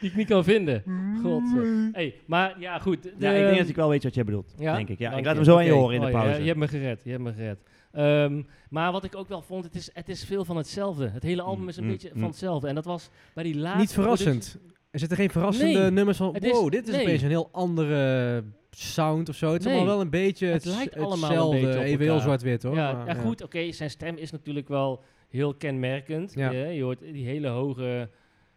[SPEAKER 3] die ik niet kan vinden. God.
[SPEAKER 2] Hmm.
[SPEAKER 3] Hey, maar ja, goed. Ehm,
[SPEAKER 1] Ja, ik denk dat ik wel weet wat jij bedoelt.
[SPEAKER 3] Ja?
[SPEAKER 1] Denk ik. Ja,
[SPEAKER 3] Dank
[SPEAKER 1] ik laat
[SPEAKER 3] je.
[SPEAKER 1] hem zo aan je
[SPEAKER 3] Oké.
[SPEAKER 1] horen in de
[SPEAKER 3] Mooi, hè?
[SPEAKER 1] pauze.
[SPEAKER 3] Oh Je, hebt me gered, je hebt me gered. Ehm, maar wat ik ook wel vond, het is, het is veel van hetzelfde. Het hele album is een
[SPEAKER 1] mm,
[SPEAKER 3] beetje
[SPEAKER 1] mm.
[SPEAKER 3] van hetzelfde. En dat was bij die laatste...
[SPEAKER 2] Niet verrassend. Er zitten geen verrassende
[SPEAKER 3] dus- Nee,
[SPEAKER 2] nummers van.
[SPEAKER 3] het is-
[SPEAKER 2] Wow, dit is
[SPEAKER 3] nee.
[SPEAKER 2] opeens een heel andere sound of zo. Het is
[SPEAKER 3] Nee,
[SPEAKER 2] allemaal wel een beetje
[SPEAKER 3] het
[SPEAKER 2] het,
[SPEAKER 3] lijkt allemaal een
[SPEAKER 2] hetzelfde.
[SPEAKER 3] beetje op
[SPEAKER 2] even heel
[SPEAKER 3] elkaar.
[SPEAKER 2] zwart-wit hoor.
[SPEAKER 3] productie- Ja,
[SPEAKER 2] maar,
[SPEAKER 3] ja, goed, oké, zijn stem is natuurlijk wel heel kenmerkend.
[SPEAKER 2] Ja.
[SPEAKER 3] Je, je hoort die hele hoge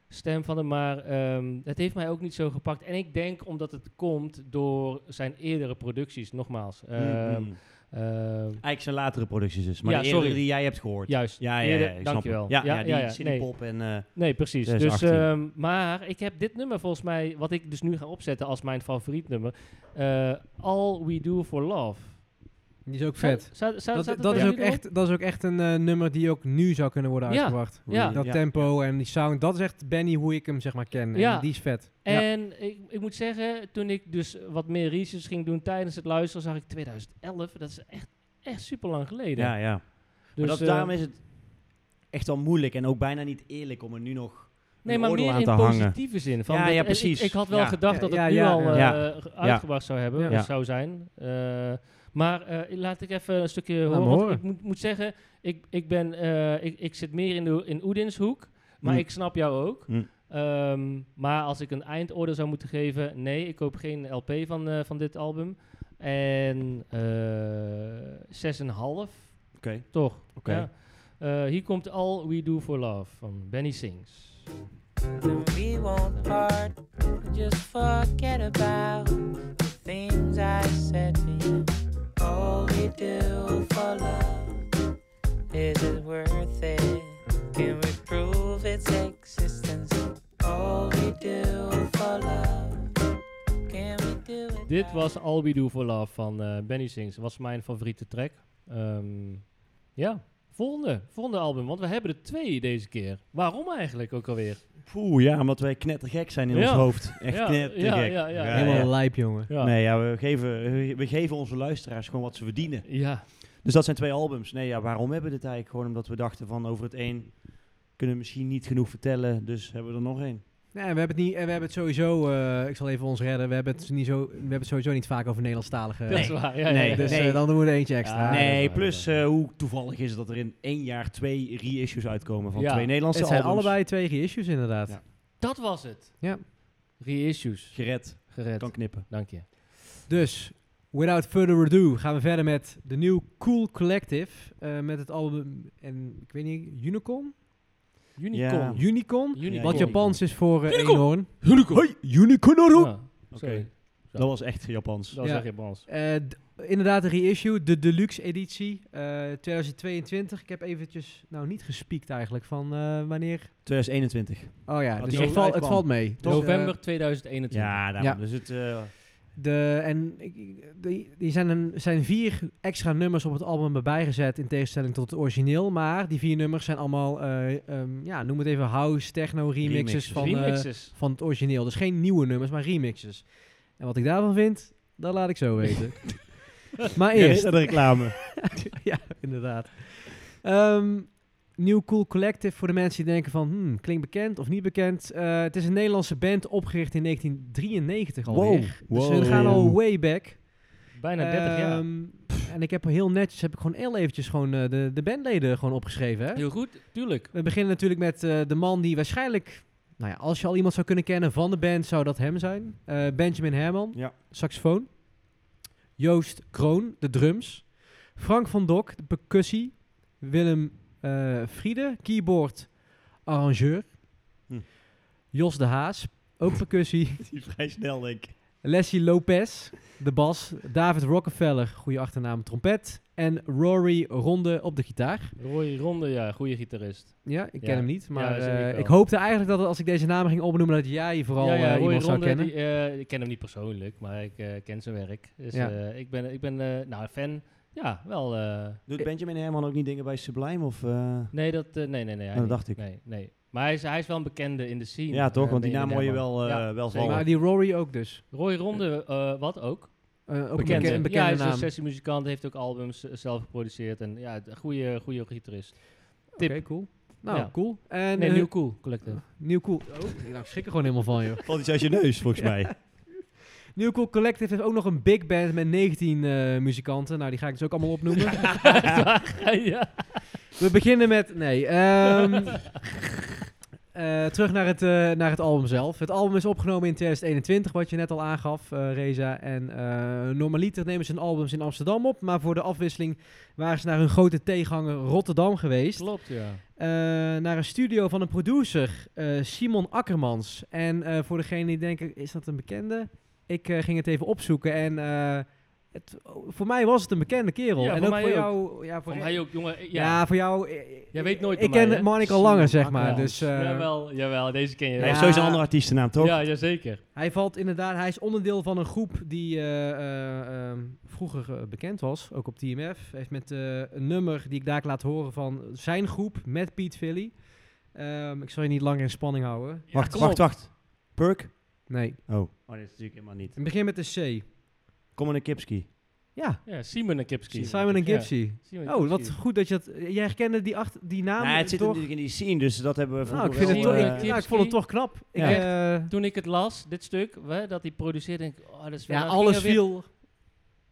[SPEAKER 3] stem van hem, maar ehm, het heeft mij ook niet zo gepakt. En ik denk omdat het komt door zijn eerdere producties, nogmaals.
[SPEAKER 1] Mm, mm.
[SPEAKER 3] Ehm, ehm,
[SPEAKER 1] Eigenlijk zijn latere producties dus. Maar
[SPEAKER 3] Ja,
[SPEAKER 1] de eerdere
[SPEAKER 3] sorry.
[SPEAKER 1] die jij hebt gehoord.
[SPEAKER 3] juist.
[SPEAKER 1] ja, ja, ja,
[SPEAKER 3] Eerder-
[SPEAKER 1] ik snap
[SPEAKER 3] dankjewel.
[SPEAKER 1] het. Ja, ja, die
[SPEAKER 3] nee.
[SPEAKER 1] Cinepop en... eh,
[SPEAKER 3] Nee, precies.
[SPEAKER 1] Dus
[SPEAKER 3] Dus,
[SPEAKER 1] 18.
[SPEAKER 3] ehm, maar ik heb dit nummer volgens mij, wat ik dus nu ga opzetten als mijn favoriet nummer, eh, All We Do For Love.
[SPEAKER 2] Die is ook vet.
[SPEAKER 3] Zou- zou- zou-
[SPEAKER 2] Dat,
[SPEAKER 3] staat het
[SPEAKER 2] dat,
[SPEAKER 3] bij
[SPEAKER 2] is ook
[SPEAKER 3] jullie erop?
[SPEAKER 2] echt, dat is ook echt een eh, nummer die ook nu zou kunnen worden
[SPEAKER 3] Ja,
[SPEAKER 2] uitgebracht.
[SPEAKER 3] ja.
[SPEAKER 2] Dat
[SPEAKER 1] Ja.
[SPEAKER 2] tempo en die sound. Dat is echt Benny hoe ik hem zeg maar ken. En
[SPEAKER 3] Ja.
[SPEAKER 2] die is vet. Ja.
[SPEAKER 3] En ik, ik moet zeggen, toen ik dus wat meer research ging doen tijdens het luisteren, zag ik 2011. Dat is echt, echt super lang geleden.
[SPEAKER 1] ja, ja.
[SPEAKER 3] dus,
[SPEAKER 1] maar dat,
[SPEAKER 3] eh,
[SPEAKER 1] daarom is het echt wel moeilijk en ook bijna niet eerlijk om er nu nog
[SPEAKER 3] nee,
[SPEAKER 1] een
[SPEAKER 3] maar
[SPEAKER 1] oordeel
[SPEAKER 3] meer
[SPEAKER 1] aan
[SPEAKER 3] in
[SPEAKER 1] te hangen.
[SPEAKER 3] positieve zin. Van
[SPEAKER 1] Ja,
[SPEAKER 3] dat-
[SPEAKER 1] ja,
[SPEAKER 3] ik-
[SPEAKER 1] precies.
[SPEAKER 3] Ik, had wel
[SPEAKER 1] Ja.
[SPEAKER 3] gedacht
[SPEAKER 2] Ja,
[SPEAKER 3] dat het
[SPEAKER 2] ja,
[SPEAKER 3] nu
[SPEAKER 2] ja,
[SPEAKER 3] al eh,
[SPEAKER 1] ja.
[SPEAKER 3] ge- uitgebracht zou hebben,
[SPEAKER 2] Ja.
[SPEAKER 3] of zou zijn. Eh, maar eh, laat ik even een stukje
[SPEAKER 2] me
[SPEAKER 3] horen. want
[SPEAKER 2] horen.
[SPEAKER 3] Ik moet, moet zeggen, ik, ik, ben, eh, ik, ik zit meer in, de, in Oedins hoek, maar
[SPEAKER 1] Mm.
[SPEAKER 3] ik snap jou ook.
[SPEAKER 1] Mm.
[SPEAKER 3] Ehm, maar als ik een eindoordeel zou moeten geven, nee, ik koop geen LP van, eh, van dit album. En eh 6,5
[SPEAKER 1] Oké.
[SPEAKER 3] toch?
[SPEAKER 1] Oké.
[SPEAKER 3] Ja. Eh, hier komt All We Do For Love van Benny Sings.
[SPEAKER 7] Then we won't part. Just forget about the things I said to you. All we do for love is it worth it? Can we prove its existence? All we do for love. Can we do it?
[SPEAKER 3] Dit
[SPEAKER 7] now?
[SPEAKER 3] was All We Do For Love van eh, Benny Sings. was mijn favoriete track. Ehm, ja, volgende. Volgende album. Want we hebben er twee deze keer. Waarom eigenlijk ook alweer?
[SPEAKER 1] Poeh, ja, omdat wij knettergek zijn in
[SPEAKER 3] Ja.
[SPEAKER 1] ons hoofd. Echt
[SPEAKER 3] Ja,
[SPEAKER 1] knettergek.
[SPEAKER 3] ja, ja, ja.
[SPEAKER 2] Helemaal lijp jongen.
[SPEAKER 3] Ja.
[SPEAKER 1] Nee, ja, we geven, we geven onze luisteraars gewoon wat ze verdienen.
[SPEAKER 3] Ja,
[SPEAKER 1] Dus dat zijn twee albums. Nee, ja, waarom hebben we dit eigenlijk? Gewoon omdat we dachten van over het één kunnen we misschien niet genoeg vertellen, dus hebben we er nog één.
[SPEAKER 2] Nee, we hebben het, niet, en we hebben het sowieso, eh, ik zal even ons redden, we hebben, het niet zo, we hebben het sowieso niet vaak over Nederlandstalige.
[SPEAKER 3] dat is waar. Ja, ja,
[SPEAKER 1] Nee,
[SPEAKER 3] ja.
[SPEAKER 2] Dus eh,
[SPEAKER 1] Nee.
[SPEAKER 2] dan doen we er eentje extra.
[SPEAKER 3] Ja, dat is
[SPEAKER 1] nee,
[SPEAKER 3] waar,
[SPEAKER 1] plus
[SPEAKER 3] dat
[SPEAKER 1] eh, hoe toevallig is het dat er in één jaar twee reissues uitkomen van
[SPEAKER 3] Ja,
[SPEAKER 1] twee Nederlandse
[SPEAKER 2] Het zijn
[SPEAKER 1] albums.
[SPEAKER 2] allebei twee reissues inderdaad.
[SPEAKER 1] Ja.
[SPEAKER 3] Dat was het.
[SPEAKER 2] Ja.
[SPEAKER 3] Reissues.
[SPEAKER 1] Gered,
[SPEAKER 3] Gered.
[SPEAKER 1] kan knippen.
[SPEAKER 3] Dank je.
[SPEAKER 2] Dus, without further ado, gaan we verder met de nieuwe Cool Collective. eh, met het album, en ik weet niet, Unicorn?
[SPEAKER 3] Unicorn.
[SPEAKER 1] Ja.
[SPEAKER 2] Unicorn?
[SPEAKER 3] Unicorn.
[SPEAKER 2] Wat Japans is voor eh,
[SPEAKER 3] Unicorn.
[SPEAKER 2] eenhoorn.
[SPEAKER 1] Unicorn! Hoi, unicorn!
[SPEAKER 3] Ja,
[SPEAKER 1] Oké.
[SPEAKER 3] sorry.
[SPEAKER 1] Dat was echt Japans.
[SPEAKER 3] Dat
[SPEAKER 2] Ja.
[SPEAKER 3] zeg je bij ons.
[SPEAKER 2] Eh, d- inderdaad, een reissue, de deluxe editie eh, 2022. Ik heb eventjes, nou niet gespiekt eigenlijk, van eh, wanneer...
[SPEAKER 1] 2021.
[SPEAKER 2] Oh ja,
[SPEAKER 1] Had
[SPEAKER 2] dus
[SPEAKER 1] die
[SPEAKER 2] het,
[SPEAKER 1] ook
[SPEAKER 2] val- het
[SPEAKER 1] uitkwam.
[SPEAKER 2] valt mee. Dus, eh,
[SPEAKER 3] November 2021.
[SPEAKER 1] Ja, daarom.
[SPEAKER 2] Ja.
[SPEAKER 1] Dus het, eh,
[SPEAKER 2] de, en ik- ik- die, die zijn, een, zijn vier extra nummers op het album erbij gezet in tegenstelling tot het origineel. Maar die vier nummers zijn allemaal, eh, ehm, ja, noem het even house, techno remixes,
[SPEAKER 1] Remixes.
[SPEAKER 2] van, eh,
[SPEAKER 3] Remixes.
[SPEAKER 2] van het origineel. Dus geen nieuwe nummers, maar remixes. En wat ik daarvan vind, dat laat ik zo weten. maar
[SPEAKER 1] ja,
[SPEAKER 2] eerst,
[SPEAKER 1] de reclame.
[SPEAKER 2] ja, inderdaad. Ehm New Cool Collective, voor de mensen die denken van, hmm, klinkt bekend of niet bekend. Eh, het is een Nederlandse band opgericht in 1993 alweer.
[SPEAKER 1] Wow.
[SPEAKER 2] Dus
[SPEAKER 1] Wow.
[SPEAKER 2] we gaan al way back.
[SPEAKER 3] Bijna 30 jaar.
[SPEAKER 2] Ehm, En ik heb er heel netjes, heb ik gewoon heel eventjes gewoon, eh, de, de bandleden gewoon opgeschreven. Hè?
[SPEAKER 3] Heel goed, tuurlijk.
[SPEAKER 2] We beginnen natuurlijk met eh, de man die waarschijnlijk, nou ja, als je al iemand zou kunnen kennen van de band, zou dat hem zijn. Eh, Benjamin Herman,
[SPEAKER 1] Ja.
[SPEAKER 2] saxofoon. Joost Kroon, de drums. Frank van Dok, de percussie. Willem eh, Friede, keyboard, arrangeur.
[SPEAKER 1] Hm.
[SPEAKER 2] Jos de Haas, ook percussie.
[SPEAKER 1] Die vrij snel, denk ik.
[SPEAKER 2] Leslie Lopez, de bas. David Rockefeller, goede achternaam, trompet. En Rory Ronde op de gitaar.
[SPEAKER 3] Roy Ronde, ja, goede gitarist.
[SPEAKER 2] Ja, ik ken
[SPEAKER 3] Ja.
[SPEAKER 2] hem niet, maar
[SPEAKER 3] dat zeg ik
[SPEAKER 2] eh,
[SPEAKER 3] wel.
[SPEAKER 2] ik hoopte eigenlijk dat als ik deze namen ging opnoemen, dat jij vooral
[SPEAKER 3] ja, ja,
[SPEAKER 2] eh,
[SPEAKER 3] Roy
[SPEAKER 2] iemand zou
[SPEAKER 3] Ronde,
[SPEAKER 2] kennen.
[SPEAKER 3] die, eh, ik ken hem niet persoonlijk, maar ik eh, ken zijn werk. Dus
[SPEAKER 2] Ja.
[SPEAKER 3] eh, ik ben, ik ben eh, nou, een fan. Ja, wel. eh,
[SPEAKER 1] Doet Benjamin Herman ook niet dingen bij Sublime? Of, eh?
[SPEAKER 3] nee, dat, eh, nee, nee, nee.
[SPEAKER 1] Nou,
[SPEAKER 3] hij
[SPEAKER 1] dat
[SPEAKER 3] niet.
[SPEAKER 1] dacht ik.
[SPEAKER 3] Nee, nee. Maar hij is, hij is wel een bekende in de scene.
[SPEAKER 1] Ja, toch?
[SPEAKER 3] eh,
[SPEAKER 1] Want die
[SPEAKER 3] Benjamin
[SPEAKER 1] naam hoor je
[SPEAKER 3] Herman.
[SPEAKER 1] wel, eh,
[SPEAKER 3] Ja,
[SPEAKER 1] wel
[SPEAKER 3] zeker.
[SPEAKER 1] vallen.
[SPEAKER 2] Maar die Rory ook dus.
[SPEAKER 3] Roy Ronde, eh, wat ook?
[SPEAKER 2] Eh, ook
[SPEAKER 3] Bekend,
[SPEAKER 2] een beken-
[SPEAKER 3] hè?
[SPEAKER 2] bekende
[SPEAKER 3] ja, hij is dus,
[SPEAKER 2] naam.
[SPEAKER 3] een sessiemuzikant, heeft ook albums eh, zelf geproduceerd. En ja, een goede, goede gitarist. eh, tip.
[SPEAKER 2] Oké, cool. Nou,
[SPEAKER 3] Ja.
[SPEAKER 2] cool. En
[SPEAKER 3] Nee,
[SPEAKER 2] eh,
[SPEAKER 3] New Cool Collective.
[SPEAKER 2] Nieuw Cool. Oh, nou, ik schrik er gewoon helemaal van, joh.
[SPEAKER 1] Valt iets uit je neus, volgens mij.
[SPEAKER 2] Nieuw Cool Collective heeft ook nog een big band met 19 eh, muzikanten. Nou, die ga ik dus ook allemaal opnoemen.
[SPEAKER 3] ja.
[SPEAKER 2] We beginnen met... Nee, ehm, eh, terug naar het, eh, naar het album zelf. Het album is opgenomen in 2021, wat je net al aangaf, eh, Reza. En eh, normaliter nemen ze hun albums in Amsterdam op. Maar voor de afwisseling waren ze naar hun grote tegenhanger Rotterdam geweest.
[SPEAKER 3] Klopt, ja.
[SPEAKER 2] eh, naar een studio van een producer, eh, Simon Akkermans. En eh, voor degene die denken, is dat een bekende? Ik eh, ging het even opzoeken en eh, het, voor mij was het een bekende kerel.
[SPEAKER 3] Ja,
[SPEAKER 2] en
[SPEAKER 3] voor
[SPEAKER 2] ook
[SPEAKER 3] mij
[SPEAKER 2] voor
[SPEAKER 3] ook.
[SPEAKER 2] jou. Ja, voor
[SPEAKER 3] Van hij ook, jongen. eh,
[SPEAKER 2] ja.
[SPEAKER 3] Ja,
[SPEAKER 2] voor jou. eh,
[SPEAKER 3] jij weet nooit
[SPEAKER 2] Ik
[SPEAKER 3] van
[SPEAKER 2] ken
[SPEAKER 3] mij, hè?
[SPEAKER 2] Marnik al langer, zeg
[SPEAKER 1] Simon
[SPEAKER 2] maar.
[SPEAKER 1] Akkermans.
[SPEAKER 2] Dus, eh,
[SPEAKER 3] Jawel, jawel, deze ken je
[SPEAKER 1] Hij
[SPEAKER 2] Ja.
[SPEAKER 3] wel.
[SPEAKER 1] heeft sowieso een andere artiestennaam, toch?
[SPEAKER 3] Ja, jazeker.
[SPEAKER 2] Hij valt inderdaad, hij is onderdeel van een groep die eh, eh, ehm, vroeger eh, bekend was, ook op TMF. Hij heeft met eh, een nummer die ik daar laat horen van zijn groep met Piet Philly. Ehm, ik zal je niet langer in spanning houden.
[SPEAKER 1] wacht,
[SPEAKER 3] kom
[SPEAKER 1] wacht,
[SPEAKER 3] op.
[SPEAKER 1] wacht. Perk?
[SPEAKER 2] Nee.
[SPEAKER 1] Oh. Oh, dit is natuurlijk helemaal niet.
[SPEAKER 2] Het begin met de C.
[SPEAKER 1] Kom een Kipski.
[SPEAKER 2] Ja,
[SPEAKER 3] Ja, Simon en Kipski.
[SPEAKER 2] Simon en Gypsy.
[SPEAKER 3] Simon
[SPEAKER 2] Oh, wat
[SPEAKER 3] Kipski.
[SPEAKER 2] goed dat je dat... Jij herkende die, achter, die naam
[SPEAKER 1] Nou, het zit
[SPEAKER 2] toch?
[SPEAKER 1] natuurlijk in die scene, dus dat hebben we
[SPEAKER 2] Nou, ik,
[SPEAKER 1] vroeger
[SPEAKER 2] vind het
[SPEAKER 1] wel,
[SPEAKER 2] toch,
[SPEAKER 3] eh,
[SPEAKER 2] ik, nou, ik vond het toch knap. Ik,
[SPEAKER 1] Ja.
[SPEAKER 2] eh,
[SPEAKER 3] Toen ik het las, dit stuk, hè, dat hij produceerde, denk ik, oh, dat is
[SPEAKER 2] ja,
[SPEAKER 3] dan
[SPEAKER 2] alles
[SPEAKER 3] ging er weer-
[SPEAKER 2] viel...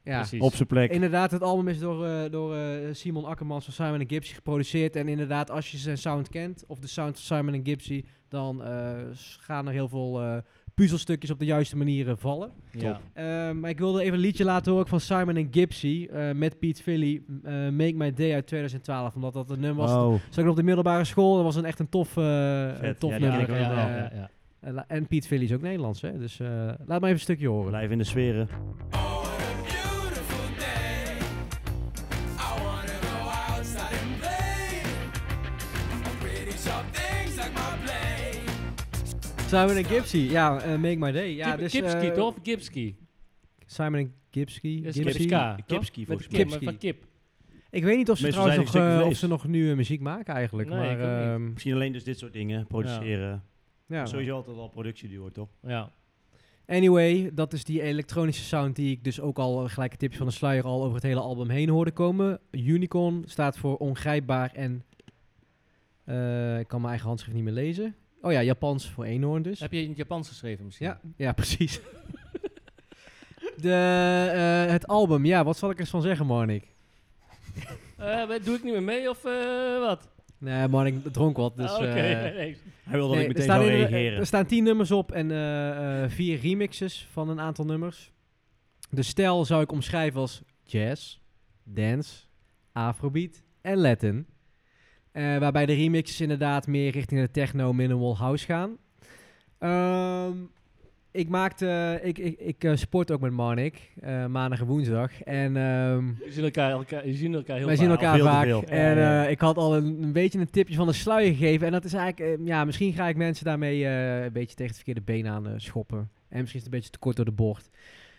[SPEAKER 2] Ja,
[SPEAKER 3] Precies.
[SPEAKER 1] op zijn plek.
[SPEAKER 2] Inderdaad, het album is door, eh, door eh, Simon Akkermans van Simon Gipsy geproduceerd. En inderdaad, als je zijn sound kent, of de sound van Simon Gipsy, dan eh, s- gaan er heel veel eh, puzzelstukjes op de juiste manieren vallen.
[SPEAKER 3] Ja.
[SPEAKER 2] Eh, maar ik wilde even een liedje laten horen van Simon Gipsy eh, met Pete Philly, eh, Make My Day uit 2012. Omdat dat een nummer was. dat
[SPEAKER 1] Oh.
[SPEAKER 2] Zat ik nog op de middelbare school, dat was een echt een tof, eh,
[SPEAKER 1] Vet,
[SPEAKER 2] een tof
[SPEAKER 1] ja, die
[SPEAKER 3] Ja,
[SPEAKER 2] nummer.
[SPEAKER 1] ken ik
[SPEAKER 3] ja,
[SPEAKER 1] ook
[SPEAKER 2] Eh,
[SPEAKER 1] wel.
[SPEAKER 3] ja, ja.
[SPEAKER 2] en la- en Pete Philly is ook Nederlands, hè? dus eh, laat maar even een stukje horen.
[SPEAKER 1] Blijf in de sferen.
[SPEAKER 2] Simon Gipsy, ja, eh, Make My Day. Ja,
[SPEAKER 3] Kip-
[SPEAKER 2] dus,
[SPEAKER 3] Kipski,
[SPEAKER 2] eh,
[SPEAKER 3] toch? Kipski.
[SPEAKER 2] Simon en Gipsky.
[SPEAKER 3] Dat is
[SPEAKER 2] Gipsy.
[SPEAKER 3] Kipska, toch?
[SPEAKER 1] Kipski,
[SPEAKER 3] Met
[SPEAKER 1] volgens
[SPEAKER 3] kip,
[SPEAKER 1] mij.
[SPEAKER 2] Kip.
[SPEAKER 3] maar van kip.
[SPEAKER 2] Ik weet niet of ze
[SPEAKER 1] Meestal
[SPEAKER 2] trouwens nog,
[SPEAKER 1] zijn die stukken
[SPEAKER 2] eh, of
[SPEAKER 1] vlees.
[SPEAKER 2] ze nog nu eh, muziek maken eigenlijk.
[SPEAKER 3] Nee,
[SPEAKER 2] maar,
[SPEAKER 3] ik ook
[SPEAKER 2] ehm,
[SPEAKER 1] Misschien alleen dus dit soort dingen, produceren.
[SPEAKER 2] ja.
[SPEAKER 1] Sowieso altijd al productieduo, toch?
[SPEAKER 3] Ja.
[SPEAKER 2] Anyway, dat is die elektronische sound die ik dus ook al eh, gelijk een tipje van de sluier al over het hele album heen hoorde komen. Unicorn staat voor ongrijpbaar en eh, ik kan mijn eigen handschrift niet meer lezen. Oh ja, Japans voor eenhoorn dus.
[SPEAKER 3] Heb je in het Japans geschreven misschien?
[SPEAKER 2] Ja, ja precies. de, eh, het album, ja, wat zal ik eens van zeggen, Marnik?
[SPEAKER 3] Eh, wat, doe ik niet meer mee of eh, wat?
[SPEAKER 2] Nee, Marnik dronk wat, dus...
[SPEAKER 3] Ah, Oké,
[SPEAKER 2] eh,
[SPEAKER 3] nee.
[SPEAKER 1] Hij wil dat
[SPEAKER 2] Nee,
[SPEAKER 1] ik
[SPEAKER 2] er
[SPEAKER 1] meteen
[SPEAKER 2] staan
[SPEAKER 1] zou
[SPEAKER 2] in-
[SPEAKER 1] reageren.
[SPEAKER 2] Er staan tien nummers op en eh, eh, vier remixes van een aantal nummers. De stijl zou ik omschrijven als jazz, dance, afrobeat en Latin. Eh, waarbij de remixes inderdaad meer richting de techno minimal house gaan. Ehm, ik maakte, ik, ik, ik eh, sport ook met Marnik, eh, maandag en woensdag. En ehm,
[SPEAKER 3] We zien elkaar, elkaar, we zien elkaar heel
[SPEAKER 2] wij zien
[SPEAKER 3] vaak.
[SPEAKER 2] elkaar
[SPEAKER 1] Veel te
[SPEAKER 2] vaak.
[SPEAKER 1] veel.
[SPEAKER 2] En
[SPEAKER 3] Ja.
[SPEAKER 2] eh, ik had al een, een beetje een tipje van de sluier gegeven. En dat is eigenlijk, eh, ja, misschien ga ik mensen daarmee eh, een beetje tegen het verkeerde been aan eh, schoppen. En misschien is het een beetje te kort door de bocht.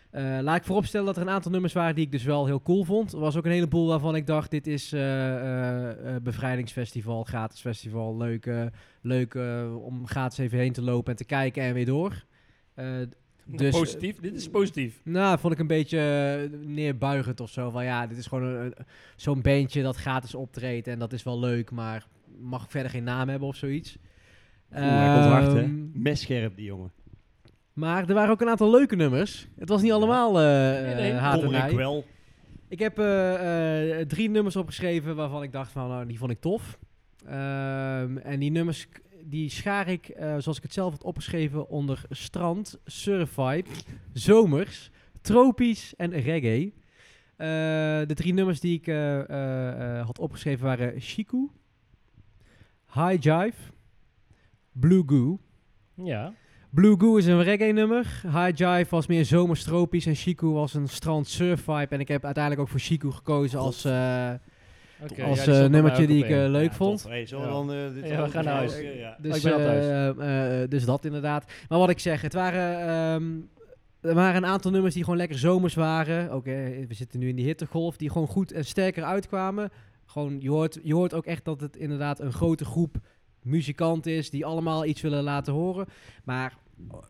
[SPEAKER 2] Eh, laat ik vooropstellen dat er een aantal nummers waren die ik dus wel heel cool vond. Er was ook een heleboel waarvan ik dacht, dit is eh, eh, eh, bevrijdingsfestival, gratis festival. Leuk, eh, leuk eh, om gratis even heen te lopen en te kijken en weer door. Eh, dus,
[SPEAKER 3] positief, dit is positief.
[SPEAKER 2] nou, dat vond ik een beetje eh, neerbuigend of zo. Van ja, dit is gewoon een- een- zo'n bandje dat gratis optreedt en dat is wel leuk, maar mag verder geen naam hebben of zoiets.
[SPEAKER 1] Oeh, hij komt hard, hè?
[SPEAKER 2] Ehm,
[SPEAKER 1] Messcherp, die jongen.
[SPEAKER 2] Maar er waren ook een aantal leuke nummers. Het was niet allemaal eh
[SPEAKER 3] Nee, nee.
[SPEAKER 2] eh, haat en
[SPEAKER 1] Kommer en
[SPEAKER 2] nijd.
[SPEAKER 1] kwel.
[SPEAKER 2] Ik heb eh, eh, drie nummers opgeschreven waarvan ik dacht van, nou, die vond ik tof. Ehm, en die nummers, k- die schaar ik, eh, zoals ik het zelf had opgeschreven, onder strand, surfvibe, zomers, tropisch en reggae. Eh, de drie nummers die ik eh, eh, eh, had opgeschreven waren Shiku, High Jive, Blue Goo.
[SPEAKER 3] Ja.
[SPEAKER 2] Blue Goo is een reggae-nummer. High Jive was meer zomerstropisch en Chiku was een strand surf vibe. En ik heb uiteindelijk ook voor Chiku gekozen als... eh,
[SPEAKER 3] Oké,
[SPEAKER 2] Als,
[SPEAKER 3] ja, die
[SPEAKER 2] eh,
[SPEAKER 3] stond bij
[SPEAKER 2] nummertje
[SPEAKER 3] mij ook
[SPEAKER 2] die
[SPEAKER 3] op
[SPEAKER 2] ik, eh,
[SPEAKER 3] één.
[SPEAKER 2] leuk
[SPEAKER 3] Ja,
[SPEAKER 2] vond.
[SPEAKER 3] tof.
[SPEAKER 1] Hey, zullen
[SPEAKER 3] Ja.
[SPEAKER 1] we dan... eh, dit
[SPEAKER 3] Ja, we
[SPEAKER 1] wel-
[SPEAKER 3] gaan naar huis.
[SPEAKER 1] Ja, ja.
[SPEAKER 2] dus,
[SPEAKER 3] ik ben al thuis.
[SPEAKER 2] eh, eh, dus dat inderdaad. Maar wat ik zeg, het waren, ehm, er waren een aantal nummers die gewoon lekker zomers waren. Ook, eh, we zitten nu in die hittegolf. Die gewoon goed en sterker uitkwamen. Gewoon, je, hoort, je hoort ook echt dat het inderdaad een grote groep muzikanten is. Die allemaal iets willen laten horen. Maar oh,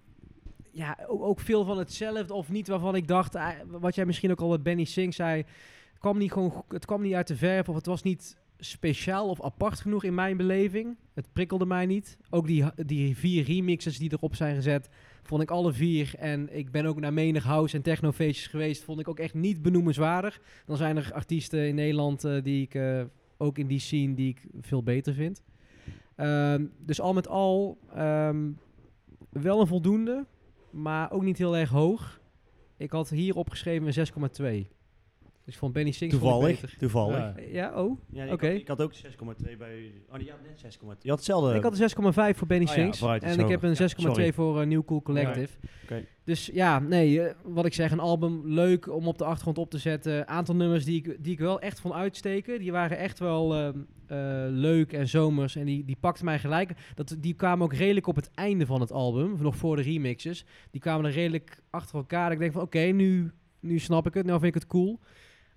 [SPEAKER 2] ja, ook, ook veel van hetzelfde of niet waarvan ik dacht... eh, wat jij misschien ook al met Benny Singh zei... Het kwam niet, gewoon, go- het kwam niet uit de verf of het was niet speciaal of apart genoeg in mijn beleving. Het prikkelde mij niet. Ook die, ha- die vier remixes die erop zijn gezet, vond ik alle vier. En ik ben ook naar menig house en technofeestjes geweest, vond ik ook echt niet benoemenswaardig. Dan zijn er artiesten in Nederland eh, die ik eh, ook in die scene die ik veel beter vind. Ehm, dus al met al ehm, wel een voldoende, maar ook niet heel erg hoog. Ik had hier opgeschreven een 6,2. Dus ik vond Benny Sings vond ik
[SPEAKER 1] Toevallig.
[SPEAKER 2] beter.
[SPEAKER 1] Toevallig.
[SPEAKER 3] Ja.
[SPEAKER 2] Ja, oh.
[SPEAKER 1] Ja, ik,
[SPEAKER 2] Oké.
[SPEAKER 1] had, ik had ook 6,2 bij... Oh, nee, je had net 6,2. Je had hetzelfde.
[SPEAKER 2] Ik had een 6,5 voor Benny
[SPEAKER 1] Oh ja,
[SPEAKER 2] Sings.
[SPEAKER 1] vooruit,
[SPEAKER 2] en
[SPEAKER 1] is
[SPEAKER 2] ik
[SPEAKER 1] hoger.
[SPEAKER 2] heb een
[SPEAKER 1] Ja,
[SPEAKER 2] 6,2
[SPEAKER 1] sorry.
[SPEAKER 2] voor eh, New Cool Collective.
[SPEAKER 1] Oké.
[SPEAKER 2] Dus ja, nee, eh, wat ik zeg, een album leuk om op de achtergrond op te zetten. Aantal nummers die ik, die ik wel echt vond uitsteken. Die waren echt wel ehm, eh, leuk en zomers. En die, die pakten mij gelijk. Dat, die kwamen ook redelijk op het einde van het album. Nog voor de remixes. Die kwamen er redelijk achter elkaar. Dat Ik denk van oké, nu, nu snap ik het. Nou vind ik het cool.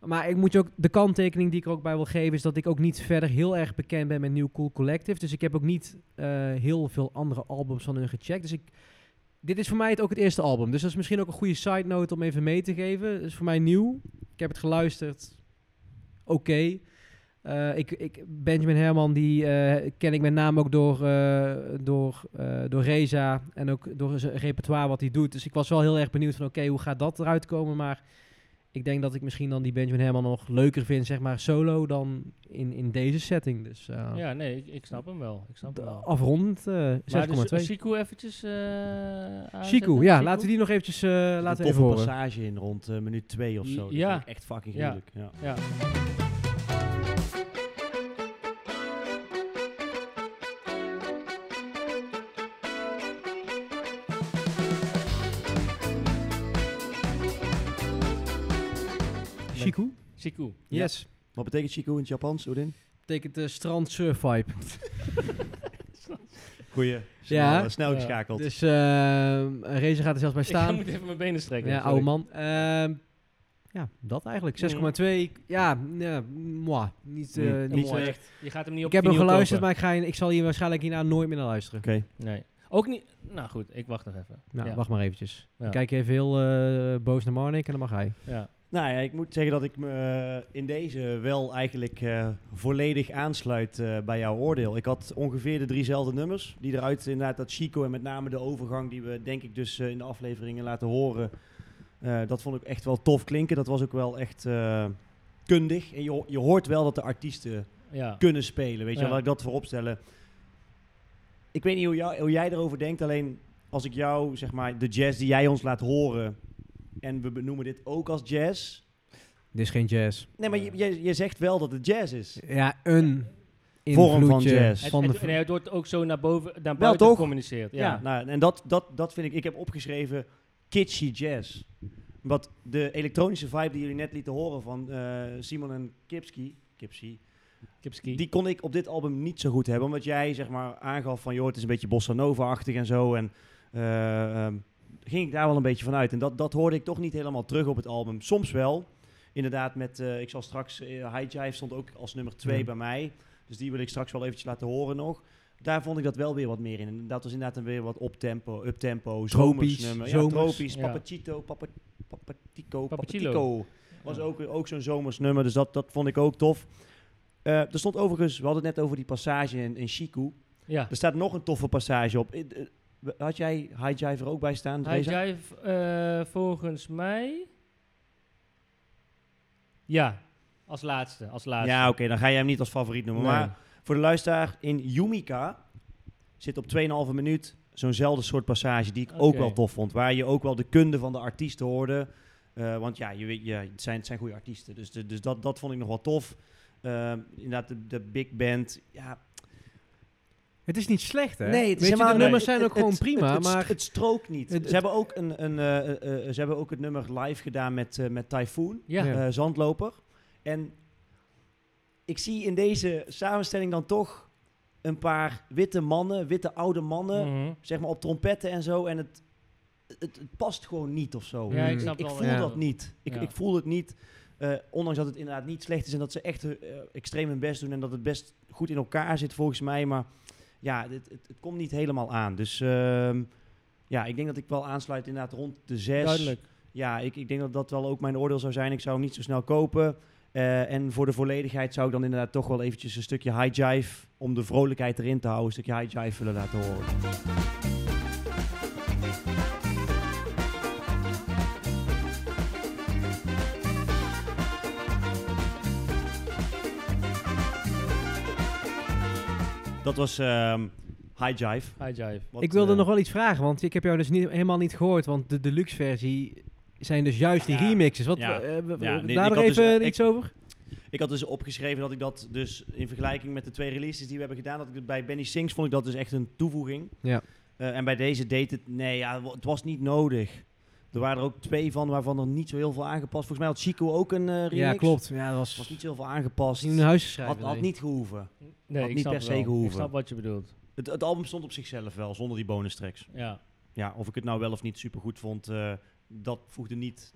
[SPEAKER 2] Maar ik moet je ook, de kanttekening die ik er ook bij wil geven, is dat ik ook niet verder heel erg bekend ben met New Cool Collective. Dus ik heb ook niet eh, heel veel andere albums van hun gecheckt. Dus ik, dit is voor mij het, ook het eerste album. Dus dat is misschien ook een goede side note om even mee te geven. Het is voor mij nieuw. Ik heb het geluisterd. Oké. Eh, ik, ik, Benjamin Herman, die eh, ken ik met name ook door, eh, door, eh, door Reza en ook door zijn repertoire wat hij doet. Dus ik was wel heel erg benieuwd van oké, hoe gaat dat eruit komen? Maar ik denk dat ik misschien dan die Benjamin Herman nog leuker vind, zeg maar, solo dan in, in deze setting. Dus eh,
[SPEAKER 3] Ja, nee, ik, ik snap hem wel. Ik snap
[SPEAKER 2] d-
[SPEAKER 3] hem wel.
[SPEAKER 2] afrondend eh 6,2.
[SPEAKER 3] Maar dus Chico eventjes eh aanzetten?
[SPEAKER 2] Chico, ja,
[SPEAKER 3] Chico?
[SPEAKER 2] laten we die nog eventjes eh,
[SPEAKER 1] Er zit
[SPEAKER 2] laten we
[SPEAKER 1] een
[SPEAKER 2] even
[SPEAKER 1] toffe
[SPEAKER 2] horen.
[SPEAKER 1] passage in rond eh, minuut 2 of zo.
[SPEAKER 3] Ja.
[SPEAKER 1] Ja. echt fucking
[SPEAKER 3] Ja.
[SPEAKER 1] gruwelijk. Ja.
[SPEAKER 3] Ja.
[SPEAKER 2] Chico?
[SPEAKER 3] Chico.
[SPEAKER 2] Yes.
[SPEAKER 1] Wat betekent Chico in het Japans, Oedin?
[SPEAKER 2] Betekent eh, strand surf vibe.
[SPEAKER 1] Goeie. Snel,
[SPEAKER 2] Ja.
[SPEAKER 1] eh, snel
[SPEAKER 3] Ja.
[SPEAKER 1] geschakeld.
[SPEAKER 2] Dus ehm Reza gaat er zelfs bij
[SPEAKER 3] Ik
[SPEAKER 2] staan.
[SPEAKER 3] moet even mijn benen strekken.
[SPEAKER 2] Ja,
[SPEAKER 3] sorry.
[SPEAKER 2] oude man. Ehm, ja, dat eigenlijk. 6,2. Ja, ja moi. Niet, eh,
[SPEAKER 1] Mm,
[SPEAKER 2] niet
[SPEAKER 1] niet
[SPEAKER 2] mooi.
[SPEAKER 1] slecht.
[SPEAKER 3] Je gaat hem niet op
[SPEAKER 2] Ik heb hem
[SPEAKER 3] vinyl
[SPEAKER 2] geluisterd,
[SPEAKER 3] kopen.
[SPEAKER 2] maar ik, ga, ik zal hier waarschijnlijk hierna nooit meer naar luisteren.
[SPEAKER 1] Oké.
[SPEAKER 3] Nee. Ook niet... Nou goed, ik wacht nog even.
[SPEAKER 2] Nou,
[SPEAKER 3] ja.
[SPEAKER 2] wacht maar eventjes.
[SPEAKER 3] Ja.
[SPEAKER 2] Ik Kijk even heel eh, boos naar Marnik en dan mag hij.
[SPEAKER 3] Ja.
[SPEAKER 1] Nou ja, ik moet zeggen dat ik me eh, in deze wel eigenlijk eh, volledig aansluit eh, bij jouw oordeel. Ik had ongeveer de driezelfde nummers die eruit inderdaad dat Chico en met name de overgang die we denk ik dus eh, in de afleveringen laten horen. eh, dat vond ik echt wel tof klinken. Dat was ook wel echt eh, kundig. En je, ho- je hoort wel dat de artiesten
[SPEAKER 3] Ja.
[SPEAKER 1] kunnen spelen. Weet je,
[SPEAKER 3] Ja.
[SPEAKER 1] wel, laat ik dat vooropstellen. Ik weet niet hoe, jou- hoe jij erover denkt, alleen als ik jou, zeg maar, de jazz die jij ons laat horen, en we benoemen dit ook als jazz.
[SPEAKER 2] Dit is geen jazz.
[SPEAKER 1] Nee, maar je, je, je zegt wel dat het jazz is.
[SPEAKER 2] Ja, een
[SPEAKER 1] Vorm van
[SPEAKER 2] invloedje
[SPEAKER 1] jazz.
[SPEAKER 3] Het,
[SPEAKER 2] van de
[SPEAKER 3] het- nee, het wordt ook zo naar boven, naar
[SPEAKER 1] Wel,
[SPEAKER 3] buiten
[SPEAKER 1] toch?
[SPEAKER 3] gecommuniceerd.
[SPEAKER 1] Ja,
[SPEAKER 3] Ja.
[SPEAKER 1] nou, en dat, dat, dat vind ik... Ik heb opgeschreven kitschy jazz. Wat de elektronische vibe die jullie net lieten horen van eh, Simon en Kipski... Kipsy,
[SPEAKER 3] Kipski.
[SPEAKER 1] die kon ik op dit album niet zo goed hebben. Omdat jij zeg maar aangaf van... joh, het is een beetje bossa nova-achtig en zo. En eh, ehm, ging ik daar wel een beetje van uit. En dat, dat hoorde ik toch niet helemaal terug op het album. Soms wel. Inderdaad met... eh, ik zal straks... eh, High Jive stond ook als nummer twee
[SPEAKER 2] Ja.
[SPEAKER 1] bij mij. Dus die wil ik straks wel eventjes laten horen nog. Daar vond ik dat wel weer wat meer in. En dat was inderdaad een weer wat optempo, uptempo, zomers nummer. Ja,
[SPEAKER 2] zomers.
[SPEAKER 1] tropisch,
[SPEAKER 3] Ja.
[SPEAKER 1] papacito, papa, papatico,
[SPEAKER 3] Papacillo.
[SPEAKER 1] papatico. Was
[SPEAKER 3] Ja.
[SPEAKER 1] ook, ook zo'n zomers nummer, dus dat, dat vond ik ook tof. Eh, er stond overigens, we hadden het net over die passage in, in Chico.
[SPEAKER 3] ja.
[SPEAKER 1] Er staat nog een toffe passage op. Eh, eh, Had jij High Jive er ook bij staan?
[SPEAKER 3] Hij
[SPEAKER 1] Reza?
[SPEAKER 3] zei eh, volgens mij... Ja, als laatste. Als laatste.
[SPEAKER 1] Ja, oké, dan ga jij hem niet als favoriet noemen.
[SPEAKER 3] Nee.
[SPEAKER 1] Maar voor de luisteraar, in Yumika zit op 2,5 minuut zo'nzelfde soort passage die ik ook
[SPEAKER 3] Oké.
[SPEAKER 1] wel tof vond. Waar je ook wel de kunde van de artiest hoorde. Eh, want ja, je, weet- ja het, zijn, het zijn goede artiesten. Dus, de- dus dat, dat vond ik nog wel tof. Ehm, inderdaad, de, de big band. Ja,
[SPEAKER 2] Het is niet slecht, hè?
[SPEAKER 1] Nee, het is
[SPEAKER 2] Weet je, de
[SPEAKER 1] helemaal-
[SPEAKER 2] nummers
[SPEAKER 1] nee,
[SPEAKER 2] zijn
[SPEAKER 1] het-
[SPEAKER 2] ook gewoon
[SPEAKER 1] het-
[SPEAKER 2] prima,
[SPEAKER 1] het- het-
[SPEAKER 2] maar...
[SPEAKER 1] Het strookt niet.
[SPEAKER 2] Het- het-
[SPEAKER 1] ze, hebben ook een, een, eh, eh, eh, ze hebben ook het nummer live gedaan met, eh, met Typhoon.
[SPEAKER 3] Ja.
[SPEAKER 2] Ja.
[SPEAKER 1] eh, zandloper. En ik zie in deze samenstelling dan toch een paar witte mannen, witte oude mannen,
[SPEAKER 3] Mhm.
[SPEAKER 1] zeg maar op trompetten en zo. En het, het, het past gewoon niet of zo.
[SPEAKER 3] Ja, ik
[SPEAKER 2] Mm.
[SPEAKER 3] snap
[SPEAKER 1] ik
[SPEAKER 3] wel
[SPEAKER 1] voel
[SPEAKER 2] ja.
[SPEAKER 1] dat niet. Ik,
[SPEAKER 3] Ja.
[SPEAKER 1] ik voel het niet. eh, ondanks dat het inderdaad niet slecht is en dat ze echt eh, extreem hun best doen en dat het best goed in elkaar zit volgens mij. Maar ja, het, het, het komt niet helemaal aan. Dus ehm, ja, ik denk dat ik wel aansluit inderdaad rond de zes.
[SPEAKER 3] Duidelijk.
[SPEAKER 1] Ja, ik, ik denk dat dat wel ook mijn oordeel zou zijn. Ik zou hem niet zo snel kopen. Eh, en voor de volledigheid zou ik dan inderdaad toch wel eventjes een stukje high jive... om de vrolijkheid erin te houden, een stukje high jive willen laten horen. Dat was ehm, high jive.
[SPEAKER 3] High jive.
[SPEAKER 1] Wat,
[SPEAKER 2] Ik wilde
[SPEAKER 1] eh,
[SPEAKER 2] nog wel iets vragen, want ik heb jou dus niet, helemaal niet gehoord, want de deluxe versie zijn dus juist die
[SPEAKER 1] Ja.
[SPEAKER 2] remixes. Wat,
[SPEAKER 1] Ja.
[SPEAKER 2] eh, w- w-
[SPEAKER 1] Ja, nee,
[SPEAKER 2] daar
[SPEAKER 1] ik
[SPEAKER 2] nog
[SPEAKER 1] had dus,
[SPEAKER 2] even
[SPEAKER 1] eh,
[SPEAKER 2] iets over?
[SPEAKER 1] Ik had dus opgeschreven dat ik dat dus in vergelijking met de twee releases die we hebben gedaan, dat ik het bij Benny Sings vond ik dat dus echt een toevoeging.
[SPEAKER 2] Ja.
[SPEAKER 1] Eh, en bij deze deed het, nee, ja, wa- het was niet nodig. Er waren er ook twee van waarvan er niet zo heel veel aangepast. Volgens mij had Chico ook een eh remix.
[SPEAKER 2] Ja, klopt. Ja, dat was,
[SPEAKER 1] Er was niet zo heel veel aangepast.
[SPEAKER 2] niet in huis
[SPEAKER 1] Had,
[SPEAKER 2] geschreven.
[SPEAKER 1] had niet gehoeven.
[SPEAKER 3] Nee,
[SPEAKER 1] Had
[SPEAKER 3] ik
[SPEAKER 1] niet per
[SPEAKER 3] snap het
[SPEAKER 1] se
[SPEAKER 3] wel. Ik
[SPEAKER 1] gehoeven.
[SPEAKER 3] snap wat je bedoelt.
[SPEAKER 1] Het, het album stond op zichzelf wel, zonder die bonus tracks.
[SPEAKER 3] Ja.
[SPEAKER 1] Ja, of ik het nou wel of niet super goed vond, eh, dat voegde niet,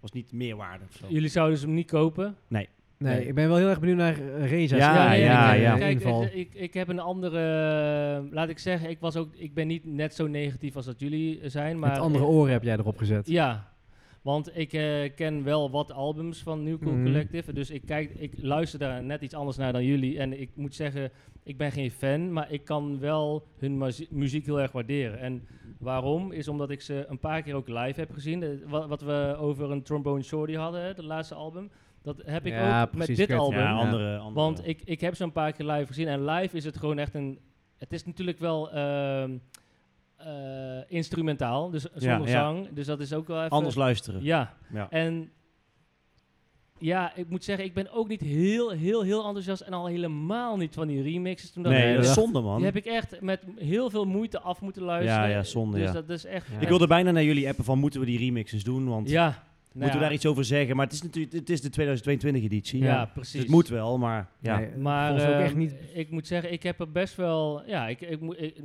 [SPEAKER 1] was niet meerwaarde of zo.
[SPEAKER 3] Jullie zouden dus hem niet kopen?
[SPEAKER 2] Nee,
[SPEAKER 3] Nee.
[SPEAKER 2] ik ben wel heel erg benieuwd naar eh, Reza's
[SPEAKER 1] Ja,
[SPEAKER 2] mening
[SPEAKER 1] ja,
[SPEAKER 2] en,
[SPEAKER 1] ja.
[SPEAKER 2] eh,
[SPEAKER 3] Kijk,
[SPEAKER 2] inval.
[SPEAKER 3] ik, ik, ik heb een andere... eh, Laat ik zeggen, ik, was ook, ik ben niet net zo negatief als dat jullie eh, zijn, maar...
[SPEAKER 2] Met andere oren heb jij erop gezet.
[SPEAKER 3] Ja, want ik eh, ken wel wat albums van New Cool
[SPEAKER 2] Mhm.
[SPEAKER 3] Collective. Dus ik, kijk, ik luister daar net iets anders naar dan jullie. En ik moet zeggen, ik ben geen fan, maar ik kan wel hun muzie- muziek heel erg waarderen. En waarom? Is omdat ik ze een paar keer ook live heb gezien. Eh, Wat, wat we over een Trombone Shorty hadden, hè, de laatste album. Dat heb ik
[SPEAKER 2] Ja,
[SPEAKER 3] ook
[SPEAKER 2] precies,
[SPEAKER 3] met
[SPEAKER 2] kut,
[SPEAKER 3] dit album.
[SPEAKER 1] Ja, andere, andere.
[SPEAKER 3] Want ik, ik heb ze een paar keer live gezien. En live is het gewoon echt een. Het is natuurlijk wel ehm, eh, instrumentaal, dus zonder
[SPEAKER 1] ja.
[SPEAKER 3] zang. Dus dat is ook wel even.
[SPEAKER 1] Anders luisteren.
[SPEAKER 3] Ja.
[SPEAKER 1] Ja.
[SPEAKER 3] En ja, ik moet zeggen, ik ben ook niet heel, heel, heel enthousiast. En al helemaal niet van die remixes. Toen dat
[SPEAKER 1] Nee, dat is
[SPEAKER 2] Ja.
[SPEAKER 1] zonde man.
[SPEAKER 3] die eh, heb ik echt met heel veel moeite af moeten luisteren.
[SPEAKER 1] Ja, ja, zonde,
[SPEAKER 3] Dus
[SPEAKER 1] ja.
[SPEAKER 3] dat is echt.
[SPEAKER 2] Ja.
[SPEAKER 1] Ik wilde bijna naar jullie appen van moeten we die remixes doen, want
[SPEAKER 3] Ja.
[SPEAKER 1] moeten we daar iets over zeggen. Maar het is natuurlijk het is de 2022 editie.
[SPEAKER 3] Ja,
[SPEAKER 1] Ja.
[SPEAKER 3] precies.
[SPEAKER 1] Dus het moet wel, maar ja.
[SPEAKER 2] Nee,
[SPEAKER 3] Maar
[SPEAKER 2] volgens ook
[SPEAKER 3] ehm,
[SPEAKER 2] echt niet.
[SPEAKER 3] ik moet zeggen, ik heb er best wel. Ja, ik, ik, moet- ik,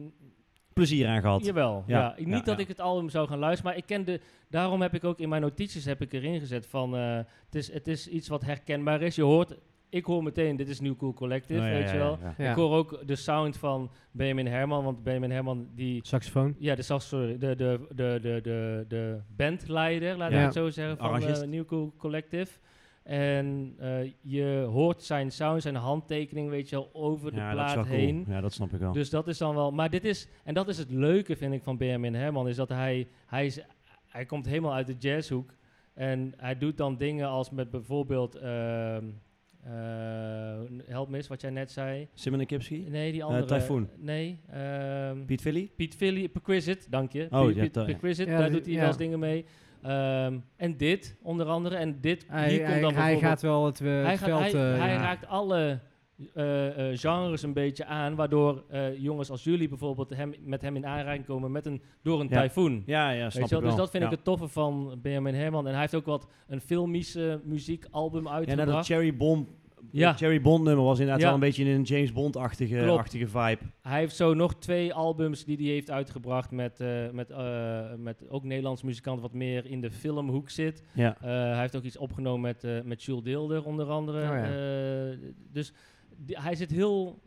[SPEAKER 1] plezier aan gehad.
[SPEAKER 3] Jawel,
[SPEAKER 1] Ja,
[SPEAKER 3] ja.
[SPEAKER 1] ja,
[SPEAKER 3] Niet dat
[SPEAKER 1] ja.
[SPEAKER 3] ik het album zou gaan luisteren, maar ik ken de... Daarom heb ik ook in mijn notities heb ik erin gezet van... eh, het, is, het is iets wat herkenbaar is. Je hoort... Ik hoor meteen, dit is New Cool Collective,
[SPEAKER 1] Nou, ja,
[SPEAKER 3] weet
[SPEAKER 1] ja,
[SPEAKER 3] je wel.
[SPEAKER 1] ja, ja.
[SPEAKER 2] Ja.
[SPEAKER 3] Ik hoor ook de sound van Benjamin Herman, want Benjamin Herman die...
[SPEAKER 2] Saxofoon.
[SPEAKER 3] Ja, de, sas- sorry, de, de, de, de, de, de bandleider, laat
[SPEAKER 2] Ja.
[SPEAKER 3] ik het zo zeggen, van
[SPEAKER 1] Arrangist.
[SPEAKER 3] eh, New Cool Collective. En eh, je hoort zijn sound, zijn handtekening, weet je wel, over de
[SPEAKER 1] Ja, dat is
[SPEAKER 3] plaat
[SPEAKER 1] wel cool.
[SPEAKER 3] heen.
[SPEAKER 1] Ja, dat snap ik wel.
[SPEAKER 3] Dus dat is dan wel. Maar dit is. En dat is het leuke, vind ik, van Benjamin Herman. Is dat hij. Hij, is, hij komt helemaal uit de jazzhoek. En hij doet dan dingen als met bijvoorbeeld. ehm, eh, help me eens, wat jij net zei.
[SPEAKER 1] Simon en Kipski?
[SPEAKER 3] Nee, die andere.
[SPEAKER 1] Eh, Typhoon.
[SPEAKER 3] Nee. ehm,
[SPEAKER 1] Piet Villy?
[SPEAKER 3] Piet Philly, Perquisite, dank je.
[SPEAKER 1] Oh,
[SPEAKER 3] Piet-
[SPEAKER 1] ja,
[SPEAKER 3] Piet-
[SPEAKER 1] dat- ja.
[SPEAKER 3] Perquisite,
[SPEAKER 2] Ja,
[SPEAKER 3] daar
[SPEAKER 2] dat-
[SPEAKER 3] doet hij
[SPEAKER 2] ja.
[SPEAKER 3] wel eens dingen mee. Ehm, en dit, onder andere. En dit,
[SPEAKER 2] Hij,
[SPEAKER 3] hier komt
[SPEAKER 2] hij,
[SPEAKER 3] dan
[SPEAKER 2] hij
[SPEAKER 3] bijvoorbeeld-
[SPEAKER 2] gaat wel het, eh,
[SPEAKER 3] hij,
[SPEAKER 2] het
[SPEAKER 3] gaat-
[SPEAKER 2] veld...
[SPEAKER 3] hij-
[SPEAKER 2] eh,
[SPEAKER 3] hij
[SPEAKER 2] ja.
[SPEAKER 3] raakt alle eh, eh, genres een beetje aan, waardoor eh, jongens als jullie bijvoorbeeld hem, met hem in aanraking komen met een, door een
[SPEAKER 1] Ja.
[SPEAKER 3] tyfoon.
[SPEAKER 1] Ja, ja, snap
[SPEAKER 3] Weet je
[SPEAKER 1] ik
[SPEAKER 3] wel? Dus
[SPEAKER 1] wel.
[SPEAKER 3] dat vind
[SPEAKER 1] ja.
[SPEAKER 3] ik het toffe van Benjamin Herman. En hij heeft ook wat een filmische muziekalbum
[SPEAKER 1] Ja, nou,
[SPEAKER 3] uitgebracht.
[SPEAKER 1] dat Cherry Bomb, eh,
[SPEAKER 3] Ja.
[SPEAKER 1] Cherry Bond nummer was inderdaad
[SPEAKER 3] Ja.
[SPEAKER 1] wel een beetje een James Bond-achtige
[SPEAKER 3] Klopt.
[SPEAKER 1] achtige vibe.
[SPEAKER 3] Hij heeft zo nog twee albums die hij heeft uitgebracht met, eh, met, eh, met ook Nederlands muzikanten wat meer in de filmhoek zit.
[SPEAKER 1] Ja.
[SPEAKER 3] Eh, hij heeft ook iets opgenomen met, eh, met Jules Deelder onder andere.
[SPEAKER 1] Oh ja.
[SPEAKER 3] Eh, dus die- hij zit heel,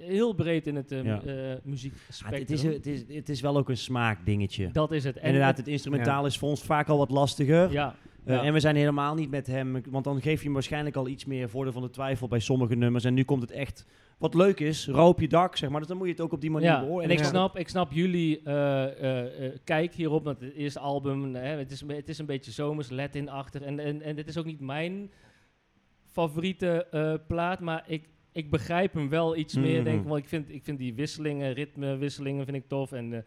[SPEAKER 3] heel breed in het eh, mu-
[SPEAKER 1] Ja.
[SPEAKER 3] eh,
[SPEAKER 1] Ah, het,
[SPEAKER 3] muziekspectrum.
[SPEAKER 1] is, het, is, het is wel ook een smaakdingetje.
[SPEAKER 3] dat is het. En
[SPEAKER 1] inderdaad,
[SPEAKER 3] het-
[SPEAKER 1] het instrumentaal is voor ons vaak al wat lastiger.
[SPEAKER 3] ja,
[SPEAKER 1] Eh,
[SPEAKER 3] ja.
[SPEAKER 1] En we zijn helemaal niet met hem, want dan geef je hem waarschijnlijk al iets meer voordeel van de twijfel bij sommige nummers. En nu komt het echt, wat leuk is, rauw op je dak, zeg maar. Dus dan moet je het ook op die manier
[SPEAKER 3] Ja,
[SPEAKER 1] beoordelen.
[SPEAKER 3] en ik
[SPEAKER 1] Ja.
[SPEAKER 3] snap, ik snap jullie eh, eh, eh, kijk hierop, want het eerste album, hè, het, is, een be- het is een beetje zomers, Latin achter. En, en, en het is ook niet mijn favoriete eh, plaat, maar ik, ik begrijp hem wel iets meer,
[SPEAKER 1] Mhm.
[SPEAKER 3] denk ik. Want ik vind, ik vind die wisselingen, ritmewisselingen vind ik tof. En eh,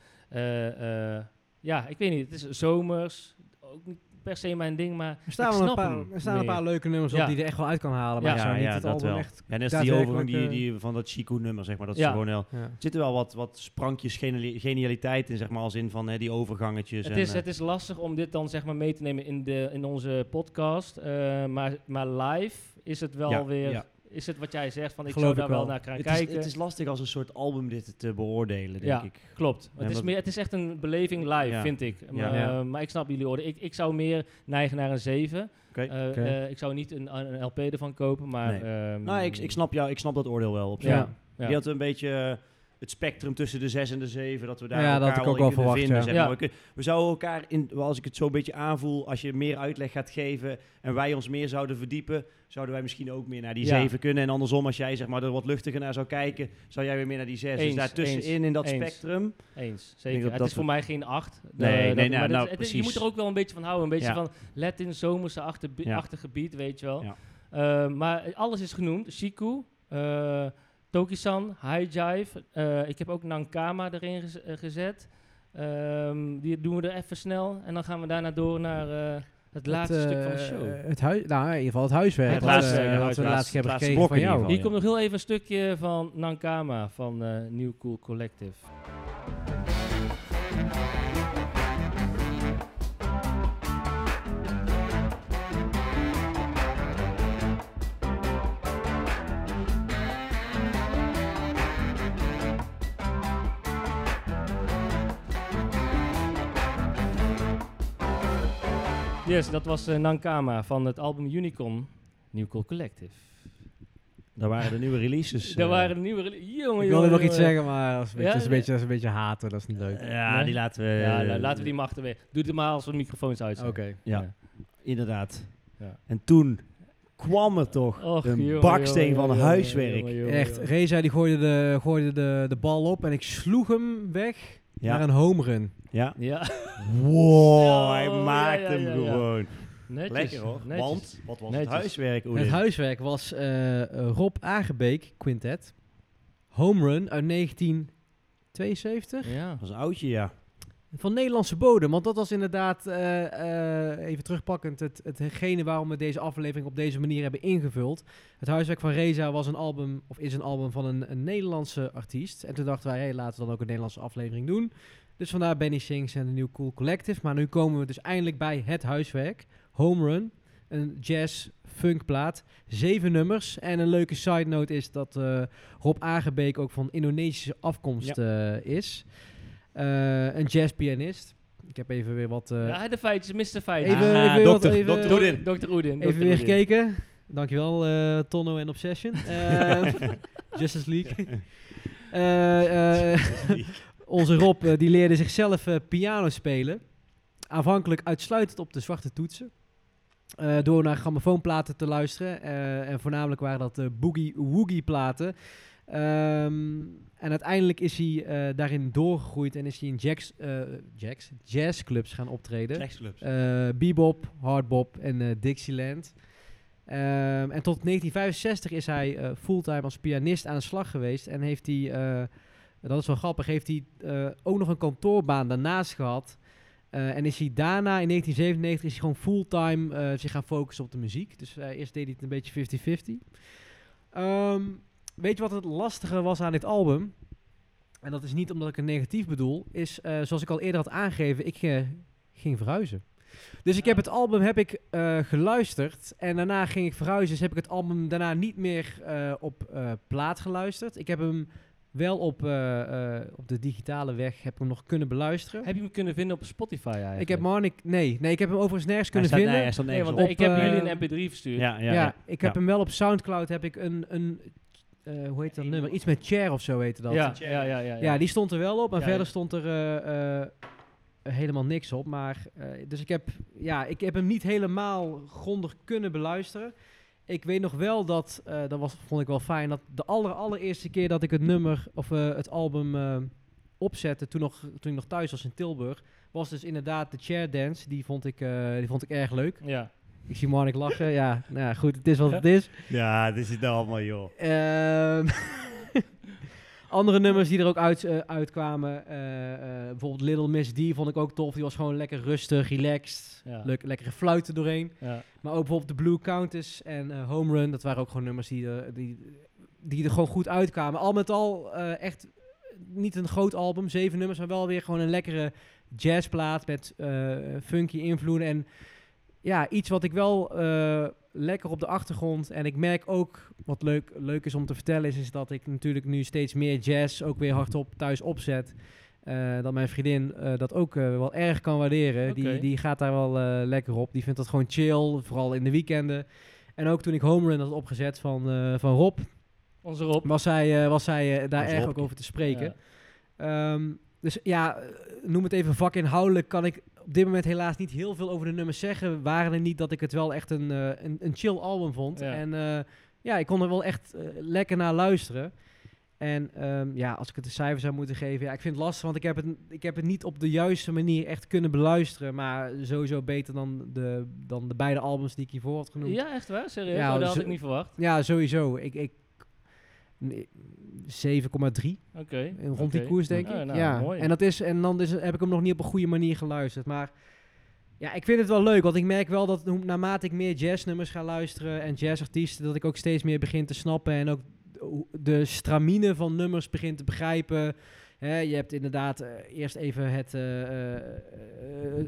[SPEAKER 3] eh, eh, ja, ik weet niet, het is zomers, ook niet per se mijn ding, maar
[SPEAKER 2] Er staan,
[SPEAKER 3] ik
[SPEAKER 2] wel een
[SPEAKER 3] snap
[SPEAKER 2] paar,
[SPEAKER 3] hem
[SPEAKER 2] er staan een
[SPEAKER 3] meer.
[SPEAKER 2] paar leuke nummers
[SPEAKER 3] Ja.
[SPEAKER 2] op die je er echt wel uit kan halen. Maar
[SPEAKER 3] Ja,
[SPEAKER 2] ja, niet
[SPEAKER 1] ja,
[SPEAKER 2] het
[SPEAKER 1] dat
[SPEAKER 2] album
[SPEAKER 1] wel.
[SPEAKER 2] echt.
[SPEAKER 1] Ja, net als die overgang die,
[SPEAKER 2] daadwerkelijk,
[SPEAKER 1] die, van dat Chico nummer, zeg maar. Dat
[SPEAKER 3] eh, Ja.
[SPEAKER 1] is gewoon heel...
[SPEAKER 2] Ja.
[SPEAKER 1] Er zitten wel wat, wat sprankjes geneli- genialiteit in, zeg maar, als in van hè, die overgangetjes.
[SPEAKER 3] Het
[SPEAKER 1] en,
[SPEAKER 3] is,
[SPEAKER 1] eh,
[SPEAKER 3] het is lastig om dit dan zeg maar mee te nemen in, de, in onze podcast. eh, maar, maar live is het wel
[SPEAKER 1] Ja,
[SPEAKER 3] weer.
[SPEAKER 1] ja.
[SPEAKER 3] Is het wat jij zegt van ik
[SPEAKER 2] Geloof
[SPEAKER 3] zou daar
[SPEAKER 2] ik
[SPEAKER 3] wel,
[SPEAKER 2] wel.
[SPEAKER 3] naar gaan
[SPEAKER 1] het,
[SPEAKER 3] kijken?
[SPEAKER 1] is, het is lastig als een soort album dit te beoordelen, denk
[SPEAKER 3] Ja.
[SPEAKER 1] ik.
[SPEAKER 3] Klopt.
[SPEAKER 1] Ja,
[SPEAKER 3] het, is
[SPEAKER 1] wat-
[SPEAKER 3] meer, het is echt een beleving live,
[SPEAKER 1] Ja.
[SPEAKER 3] vind ik. Maar,
[SPEAKER 2] Ja.
[SPEAKER 3] maar ik snap jullie orde. Ik, ik zou meer neigen naar een 7.
[SPEAKER 1] Oké.
[SPEAKER 3] Eh,
[SPEAKER 2] Oké.
[SPEAKER 3] eh, ik zou niet een, een LP ervan kopen, maar.
[SPEAKER 1] Nee.
[SPEAKER 3] ehm,
[SPEAKER 1] Nou, ik, ik, snap jou, ik snap dat oordeel wel op zich.
[SPEAKER 3] Ja. ja.
[SPEAKER 1] Je had een beetje eh, het spectrum tussen de 6 en de 7, dat we daar
[SPEAKER 2] Ja, dat
[SPEAKER 1] elkaar
[SPEAKER 2] had ik ook
[SPEAKER 1] in
[SPEAKER 2] wel
[SPEAKER 1] kunnen
[SPEAKER 2] verwacht,
[SPEAKER 1] vinden.
[SPEAKER 2] ja.
[SPEAKER 1] Zeg
[SPEAKER 3] Ja.
[SPEAKER 1] maar. we, kun- we zouden elkaar, in, wel, als ik het zo een beetje aanvoel, als je meer uitleg gaat geven en wij ons meer zouden verdiepen, zouden wij misschien ook meer naar die
[SPEAKER 3] Ja.
[SPEAKER 1] 7 kunnen. En andersom, als jij zeg maar, er wat luchtiger naar zou kijken, zou jij weer meer naar die 6. dus
[SPEAKER 3] Eens,
[SPEAKER 1] daartussenin
[SPEAKER 3] eens,
[SPEAKER 1] in dat
[SPEAKER 3] eens.
[SPEAKER 1] spectrum.
[SPEAKER 3] Eens,
[SPEAKER 1] denk
[SPEAKER 3] zeker.
[SPEAKER 1] dat
[SPEAKER 3] het
[SPEAKER 1] dat
[SPEAKER 3] is voor mij geen acht. Eh,
[SPEAKER 1] Nee, nee,
[SPEAKER 3] dat-
[SPEAKER 1] nou,
[SPEAKER 3] maar dit-
[SPEAKER 1] nou,
[SPEAKER 3] het- Je
[SPEAKER 1] precies.
[SPEAKER 3] moet er ook wel een beetje van houden. Een beetje
[SPEAKER 1] Ja.
[SPEAKER 3] van Latin, zomerse achterbi-
[SPEAKER 1] Ja.
[SPEAKER 3] achtergebied, weet je wel.
[SPEAKER 1] Ja.
[SPEAKER 3] Eh, maar alles is genoemd. Shiku, eh Tokisan, High Jive. Eh, ik heb ook Nankama erin gez- eh, gezet. Ehm, die doen we er even snel. En dan gaan we daarna door naar eh, het laatste
[SPEAKER 2] Het,
[SPEAKER 3] stuk van de
[SPEAKER 2] eh,
[SPEAKER 3] show.
[SPEAKER 2] Het hui- nou, in ieder geval het huiswerk.
[SPEAKER 3] Het
[SPEAKER 2] wat, eh,
[SPEAKER 3] laatste-
[SPEAKER 2] wat
[SPEAKER 3] het
[SPEAKER 2] we de laatste
[SPEAKER 1] laatste-
[SPEAKER 2] keer hebben
[SPEAKER 1] laatste
[SPEAKER 2] gekregen
[SPEAKER 1] blok
[SPEAKER 2] van
[SPEAKER 1] in ieder
[SPEAKER 2] jou.
[SPEAKER 1] geval.
[SPEAKER 3] Hier
[SPEAKER 1] ja.
[SPEAKER 3] komt nog heel even een stukje van Nankama van eh New Cool Collective. Yes, dat was eh, Nankama van het album Unicorn, New Cool Collective.
[SPEAKER 1] Daar waren de nieuwe releases.
[SPEAKER 3] Daar
[SPEAKER 1] eh,
[SPEAKER 3] waren de nieuwe... rele- Jongen,
[SPEAKER 2] Ik wilde nog
[SPEAKER 3] jongen,
[SPEAKER 2] iets
[SPEAKER 3] jongen.
[SPEAKER 2] zeggen, maar dat is een beetje,
[SPEAKER 3] Ja,
[SPEAKER 2] dat is een
[SPEAKER 3] ja.
[SPEAKER 2] beetje, dat is een beetje haten. Dat is niet leuk.
[SPEAKER 1] Ja,
[SPEAKER 3] Nee?
[SPEAKER 1] die laten we...
[SPEAKER 3] Ja, nou, laten we die machten weg. Doe het maar als we de microfoons uit
[SPEAKER 2] Eh. Oké.
[SPEAKER 3] zijn.
[SPEAKER 1] Ja, inderdaad.
[SPEAKER 3] Ja.
[SPEAKER 1] En toen kwam het toch.
[SPEAKER 3] Och,
[SPEAKER 1] een
[SPEAKER 3] jongen,
[SPEAKER 1] baksteen
[SPEAKER 3] jongen,
[SPEAKER 1] van
[SPEAKER 3] jongen,
[SPEAKER 1] huiswerk.
[SPEAKER 3] jongen, jongen,
[SPEAKER 2] Echt,
[SPEAKER 3] jongen.
[SPEAKER 2] Reza die gooide, de, gooide de, de bal op en ik sloeg hem weg naar
[SPEAKER 1] Ja,
[SPEAKER 2] een home run.
[SPEAKER 1] ja.
[SPEAKER 3] Ja,
[SPEAKER 1] Wow, hij
[SPEAKER 3] Oh, ja,
[SPEAKER 1] maakt
[SPEAKER 3] ja,
[SPEAKER 1] hem
[SPEAKER 3] ja, ja.
[SPEAKER 1] gewoon.
[SPEAKER 3] netjes.
[SPEAKER 1] Lekker hoor.
[SPEAKER 3] netjes.
[SPEAKER 1] Want, wat was
[SPEAKER 3] Netjes.
[SPEAKER 1] het huiswerk, Oedin?
[SPEAKER 2] Het huiswerk was eh, eh, Rob Agebeek Quintet. Home run uit 1972.
[SPEAKER 3] Ja.
[SPEAKER 1] Dat was een oudje, ja.
[SPEAKER 2] Van Nederlandse bodem, want dat was inderdaad, eh, eh, even terugpakkend, het, hetgene waarom we deze aflevering op deze manier hebben ingevuld. Het huiswerk van Reza was een album, of is een album van een, een Nederlandse artiest. En toen dachten wij, hey, laten we dan ook een Nederlandse aflevering doen. Dus vandaar Benny Sings en de New Cool Collective. Maar nu komen we dus eindelijk bij het huiswerk, Home Run. Een jazz-funkplaat, zeven nummers. En een leuke side note is dat eh, Rob Agebeek ook van Indonesische afkomst eh, is. Eh, een jazzpianist. Ik heb even weer wat, eh,
[SPEAKER 3] ja, de feitjes, Mr. Feitjes.
[SPEAKER 2] Even-
[SPEAKER 1] Ah,
[SPEAKER 2] even wat-
[SPEAKER 1] dokter,
[SPEAKER 2] even-
[SPEAKER 1] dokter Oedin.
[SPEAKER 3] Dr. Oedin.
[SPEAKER 2] even
[SPEAKER 3] Dr.
[SPEAKER 2] weer
[SPEAKER 3] Oedin.
[SPEAKER 2] gekeken. Dankjewel, eh Tonno en Obsession. Eh, Justice League. Eh, eh, onze Rob eh, die leerde zichzelf eh, piano spelen. Aanvankelijk uitsluitend op de zwarte toetsen. Eh, door naar grammofoonplaten te luisteren. Eh, en voornamelijk waren dat eh, boogie-woogie platen. Ehm, en uiteindelijk is hij eh, daarin doorgegroeid en is hij in jacks, eh, jacks, jazzclubs gaan optreden.
[SPEAKER 1] Seksclubs.
[SPEAKER 2] Eh, bebop, hardbop en eh, Dixieland. Ehm, en tot 1965 is hij eh, fulltime als pianist aan de slag geweest. En heeft hij, eh, dat is wel grappig, heeft hij eh, ook nog een kantoorbaan daarnaast gehad. Eh, en is hij daarna, in 1997, is hij gewoon fulltime eh, zich gaan focussen op de muziek. Dus eh, eerst deed hij het een beetje 50-50. Ehm, Weet je wat het lastige was aan dit album? En dat is niet omdat ik het negatief bedoel. Is eh, zoals ik al eerder had aangegeven, ik eh, ging verhuizen. Dus ik heb het album heb ik, eh, geluisterd en daarna ging ik verhuizen. Dus heb ik het album daarna niet meer eh, op eh, plaat geluisterd. Ik heb hem wel op, eh, eh, op de digitale weg heb ik hem nog kunnen beluisteren.
[SPEAKER 3] Heb je hem kunnen vinden op Spotify eigenlijk?
[SPEAKER 2] Ik heb Marnik... Nee, nee, ik heb hem overigens nergens
[SPEAKER 1] Hij
[SPEAKER 2] kunnen
[SPEAKER 1] staat,
[SPEAKER 2] vinden.
[SPEAKER 1] nee, hij staat
[SPEAKER 3] Nee,
[SPEAKER 1] nergens
[SPEAKER 3] want
[SPEAKER 1] op.
[SPEAKER 2] op,
[SPEAKER 3] ik heb
[SPEAKER 2] eh,
[SPEAKER 3] jullie een mp3 verstuurd.
[SPEAKER 1] Ja, ja,
[SPEAKER 2] ja,
[SPEAKER 1] ja.
[SPEAKER 2] ik heb
[SPEAKER 1] ja.
[SPEAKER 2] hem wel op Soundcloud heb ik een, een eh, hoe heet dat nummer? Iets met chair of zo heette dat.
[SPEAKER 3] ja, ja, ja, ja,
[SPEAKER 2] Ja, die stond er wel op, maar
[SPEAKER 3] Ja,
[SPEAKER 2] verder
[SPEAKER 3] ja.
[SPEAKER 2] stond er eh, eh, helemaal niks op. Maar, eh, dus ik heb, ja, ik heb hem niet helemaal grondig kunnen beluisteren. Ik weet nog wel dat, eh, dat was, vond ik wel fijn, dat de aller, allereerste keer dat ik het nummer of eh, het album eh, opzette, toen, nog, toen ik nog thuis was in Tilburg, was dus inderdaad de chair dance. Die vond ik, eh, die vond ik erg leuk.
[SPEAKER 3] Ja.
[SPEAKER 2] Ik zie Marnik lachen. ja, nou ja, goed, het is wat het is.
[SPEAKER 1] Ja, dit is nou allemaal, joh.
[SPEAKER 2] Ehm, andere nummers die er ook uit, eh, uitkwamen. eh, eh, bijvoorbeeld Little Miss D vond ik ook tof. Die was gewoon lekker rustig, relaxed.
[SPEAKER 3] Ja.
[SPEAKER 2] Leuk, lekkere fluiten doorheen.
[SPEAKER 3] Ja.
[SPEAKER 2] Maar ook bijvoorbeeld The Blue Countess en eh, Home Run. Dat waren ook gewoon nummers die, eh, die, die er gewoon goed uitkwamen. Al met al eh, echt niet een groot album. Zeven nummers, maar wel weer gewoon een lekkere jazzplaat met eh, funky invloeden. En ja, iets wat ik wel eh, lekker op de achtergrond. En ik merk ook, wat leuk, leuk is om te vertellen, is, is dat ik natuurlijk nu steeds meer jazz ook weer hardop thuis opzet. Eh, dat mijn vriendin eh, dat ook eh, wel erg kan waarderen.
[SPEAKER 3] Oké.
[SPEAKER 2] Die, die gaat daar wel eh, lekker op. Die vindt dat gewoon chill, vooral in de weekenden. En ook toen ik Home Run had opgezet van, eh, van Rob,
[SPEAKER 3] Onze Rob.
[SPEAKER 2] was zij, eh, was zij eh, daar
[SPEAKER 1] Was
[SPEAKER 2] erg
[SPEAKER 1] Rob.
[SPEAKER 2] ook over te spreken. Ehm, dus ja, eh, noem het even vakinhoudelijk. Kan ik op dit moment helaas niet heel veel over de nummers zeggen. Waren er niet dat ik het wel echt een, eh, een, een chill album vond.
[SPEAKER 3] Ja.
[SPEAKER 2] En eh, ja, ik kon er wel echt eh, lekker naar luisteren. En ehm, ja, als ik het een cijfer zou moeten geven. Ja, ik vind het lastig, want ik heb het, ik heb het niet op de juiste manier echt kunnen beluisteren. Maar sowieso beter dan de, dan de beide albums die ik hiervoor had
[SPEAKER 3] Ja.
[SPEAKER 2] genoemd.
[SPEAKER 3] Ja, echt waar? Serieus?
[SPEAKER 2] Ja,
[SPEAKER 3] Oh, dat
[SPEAKER 2] dus-
[SPEAKER 3] had ik niet verwacht.
[SPEAKER 2] Ja, sowieso. Ik, ik, nee, 7,3
[SPEAKER 3] Oké.
[SPEAKER 2] rond die
[SPEAKER 3] Oké.
[SPEAKER 2] koers, denk
[SPEAKER 3] Ja,
[SPEAKER 2] ik.
[SPEAKER 3] nou,
[SPEAKER 2] ja,
[SPEAKER 3] mooi.
[SPEAKER 2] en, dat is, en dan is, heb ik hem nog niet op een goede manier geluisterd. Maar ja, ik vind het wel leuk, want ik merk wel dat hoe- naarmate ik meer jazznummers ga luisteren en jazzartiesten, dat ik ook steeds meer begin te snappen en ook hoe- de stramine van nummers begin te begrijpen. Hè, je hebt inderdaad eh, eerst even het eh, eh, eh,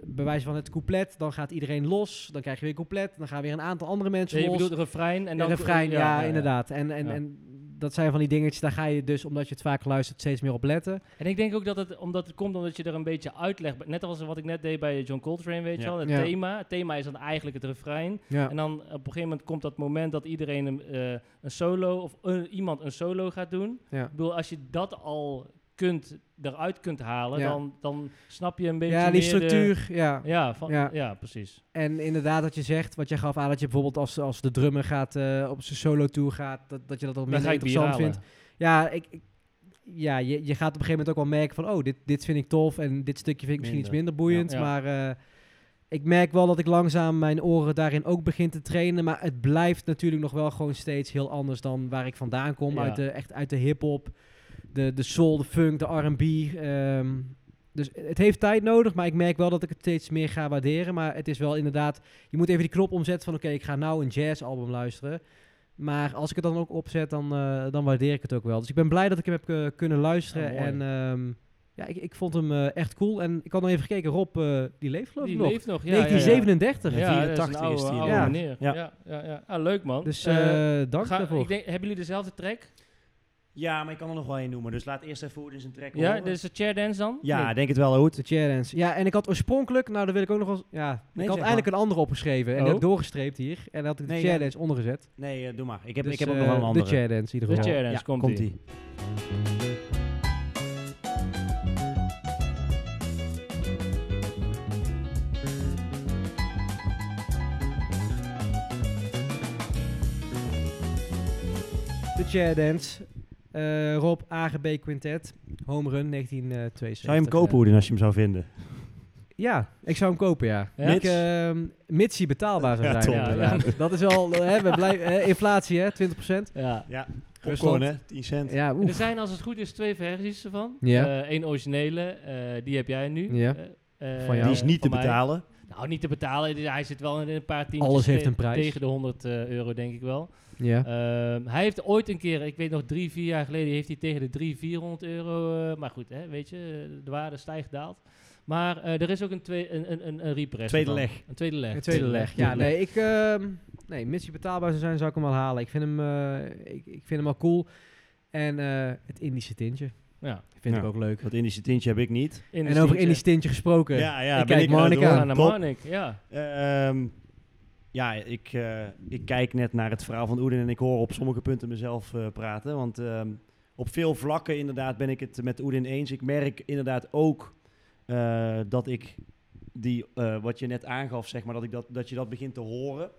[SPEAKER 2] bewijs van het couplet, dan gaat iedereen los, dan krijg je weer couplet, dan gaan weer een aantal andere mensen
[SPEAKER 3] Nee, Dus je
[SPEAKER 2] los.
[SPEAKER 3] bedoelt refrein en
[SPEAKER 2] En dan
[SPEAKER 3] dan...
[SPEAKER 2] refrein, ja, inderdaad. En, en,
[SPEAKER 3] Ja.
[SPEAKER 2] en dat zijn van die dingetjes, daar ga je dus, omdat je het vaak luistert, steeds meer op letten.
[SPEAKER 3] En ik denk ook dat het, omdat het komt omdat je er een beetje uitleg... bij- Net als wat ik net deed bij John Coltrane, weet je
[SPEAKER 1] Ja.
[SPEAKER 3] wel. Het
[SPEAKER 2] Ja.
[SPEAKER 3] thema. Het thema is dan eigenlijk het refrein.
[SPEAKER 2] Ja.
[SPEAKER 3] En dan op een gegeven moment komt dat moment dat iedereen een, eh, een solo of eh, iemand een solo gaat doen.
[SPEAKER 2] Ja.
[SPEAKER 3] Ik bedoel, als je dat al kunt, eruit kunt halen,
[SPEAKER 2] Ja.
[SPEAKER 3] dan, dan snap je een beetje
[SPEAKER 2] ja, die
[SPEAKER 3] meer de-
[SPEAKER 2] structuur, ja.
[SPEAKER 3] ja, van,
[SPEAKER 2] Ja.
[SPEAKER 3] ja. precies.
[SPEAKER 2] En inderdaad wat je zegt, wat jij gaf aan, dat je bijvoorbeeld als, als de drummer gaat, eh, op zijn solo tour gaat, dat, dat je dat al
[SPEAKER 3] Dan
[SPEAKER 2] minder
[SPEAKER 3] ga ik bier
[SPEAKER 2] interessant
[SPEAKER 3] halen.
[SPEAKER 2] vindt. Ja, ik, ik- ja je, je gaat op een gegeven moment ook wel merken van, oh, dit, dit vind ik tof en dit stukje vind ik misschien iets minder
[SPEAKER 3] Minder.
[SPEAKER 2] boeiend.
[SPEAKER 3] Ja. Ja.
[SPEAKER 2] Maar eh, ik merk wel dat ik langzaam mijn oren daarin ook begin te trainen. Maar het blijft natuurlijk nog wel gewoon steeds heel anders dan waar ik vandaan kom.
[SPEAKER 3] Ja.
[SPEAKER 2] Uit de, echt uit de hip-hop, de, de soul, de funk, de RB. ehm, dus het heeft tijd nodig, maar ik merk wel dat ik het steeds meer ga waarderen. Maar het is wel inderdaad, je moet even die knop omzetten van oké, ik ga nou een jazzalbum luisteren. Maar als ik het dan ook opzet, dan, eh, dan waardeer ik het ook wel. Dus ik ben blij dat ik hem heb eh, kunnen luisteren.
[SPEAKER 3] Ja, Nou, mooi.
[SPEAKER 2] en ehm, ja, ik, ik vond hem eh, echt cool. En ik had nog even gekeken, Rob, eh, die leeft geloof ik
[SPEAKER 3] Die
[SPEAKER 2] nog.
[SPEAKER 3] leeft nog, ja.
[SPEAKER 2] 1937.
[SPEAKER 3] Ja, ja. Ja,
[SPEAKER 1] 84
[SPEAKER 3] dat is
[SPEAKER 1] is
[SPEAKER 3] een
[SPEAKER 1] die,
[SPEAKER 3] oude,
[SPEAKER 2] ja.
[SPEAKER 3] oude meneer.
[SPEAKER 1] Ja.
[SPEAKER 3] Ja. Ja, ja, Ah, leuk man.
[SPEAKER 2] Dus
[SPEAKER 3] Eh,
[SPEAKER 2] eh, dank
[SPEAKER 3] ga-
[SPEAKER 2] daarvoor.
[SPEAKER 3] ik denk, hebben jullie dezelfde track?
[SPEAKER 1] Ja, maar ik kan er nog wel één noemen. Dus laat eerst even hoe het in zijn track
[SPEAKER 3] Ja,
[SPEAKER 1] horen.
[SPEAKER 3] dit is de chair dance dan?
[SPEAKER 1] Ja,
[SPEAKER 3] Nee.
[SPEAKER 1] denk het wel, Hoed.
[SPEAKER 2] De chair dance. Ja, en ik had oorspronkelijk, nou daar wil ik ook nog wel... Ja,
[SPEAKER 1] Nee,
[SPEAKER 2] ik had
[SPEAKER 1] zeg
[SPEAKER 2] eigenlijk een andere opgeschreven. En die
[SPEAKER 3] Oh.
[SPEAKER 2] heb ik doorgestreept hier. En daar had ik de
[SPEAKER 1] Nee,
[SPEAKER 2] chair
[SPEAKER 1] ja.
[SPEAKER 2] dance ondergezet.
[SPEAKER 1] Nee, eh, doe maar. Ik heb,
[SPEAKER 2] Dus,
[SPEAKER 1] ik heb ook
[SPEAKER 2] eh,
[SPEAKER 1] nog wel een andere.
[SPEAKER 2] De chair dance in ieder
[SPEAKER 3] de
[SPEAKER 2] geval.
[SPEAKER 3] chair dance,
[SPEAKER 1] Ja,
[SPEAKER 3] komt, die.
[SPEAKER 1] komt-ie.
[SPEAKER 2] De chair dance. Eh, Rob AGB Quintet. Home Run eh, 1972.
[SPEAKER 1] Zou je hem kopen, Hoeden, als je hem zou vinden?
[SPEAKER 2] Ja, ik zou hem kopen, ja.
[SPEAKER 3] Ja?
[SPEAKER 2] Ik, ehm, mits hij betaalbaar zou
[SPEAKER 1] Ja,
[SPEAKER 2] zijn.
[SPEAKER 1] top.
[SPEAKER 2] inderdaad. Dat is wel, eh, hè, we blijven, hè, inflatie hè, 20%.
[SPEAKER 3] Ja.
[SPEAKER 1] Ja,
[SPEAKER 2] Rusland.
[SPEAKER 1] popcorn, hè? 10 cent.
[SPEAKER 2] Ja,
[SPEAKER 3] Er
[SPEAKER 2] oef.
[SPEAKER 3] zijn als het goed is twee versies ervan.
[SPEAKER 2] Ja.
[SPEAKER 3] Eén originele, eh, die heb jij nu.
[SPEAKER 2] Ja.
[SPEAKER 3] Eh, eh,
[SPEAKER 2] Van jou.
[SPEAKER 1] Die is niet te
[SPEAKER 3] van mij.
[SPEAKER 1] betalen.
[SPEAKER 3] Nou, niet te betalen. Hij zit wel in een paar tientjes
[SPEAKER 2] Alles heeft
[SPEAKER 3] te-
[SPEAKER 2] een prijs.
[SPEAKER 3] tegen de 100 eh, euro, denk ik wel.
[SPEAKER 2] Ja.
[SPEAKER 3] Ehm, hij heeft ooit een keer, ik weet nog drie, vier jaar geleden, heeft hij tegen de 300, 400 euro. eh, maar goed, hè, weet je, eh, de waarde stijgt, daalt. Maar eh, er is ook een, twee, een, een, een, een repress.
[SPEAKER 1] Tweede
[SPEAKER 3] ervan.
[SPEAKER 1] leg.
[SPEAKER 3] Een tweede leg.
[SPEAKER 2] Een tweede leg. Ja,
[SPEAKER 3] tweede leg.
[SPEAKER 2] nee, ik, ehm nee, mits hij betaalbaar zou zijn, zou ik hem wel halen. Ik vind hem, eh, ik, ik vind hem al cool. En eh, het Indische tintje
[SPEAKER 3] Ja.
[SPEAKER 2] vind
[SPEAKER 1] Ja.
[SPEAKER 2] ik ook leuk.
[SPEAKER 1] Dat Indische tintje heb ik niet.
[SPEAKER 2] En over Indisch tintje gesproken.
[SPEAKER 1] Ja, ja,
[SPEAKER 2] ik
[SPEAKER 1] ben
[SPEAKER 2] kijk
[SPEAKER 1] ik
[SPEAKER 2] Monica
[SPEAKER 1] aan.
[SPEAKER 3] aan de
[SPEAKER 1] Top.
[SPEAKER 3] Marnik, ja.
[SPEAKER 1] Eh, ehm, ja, ik, eh, ik kijk net naar het verhaal van Oeden en ik hoor op sommige punten mezelf eh, praten. Want ehm, op veel vlakken inderdaad ben ik het met Oedin eens. Ik merk inderdaad ook eh, dat ik die, eh, wat je net aangaf, zeg maar, dat, ik dat, dat je dat begint te horen.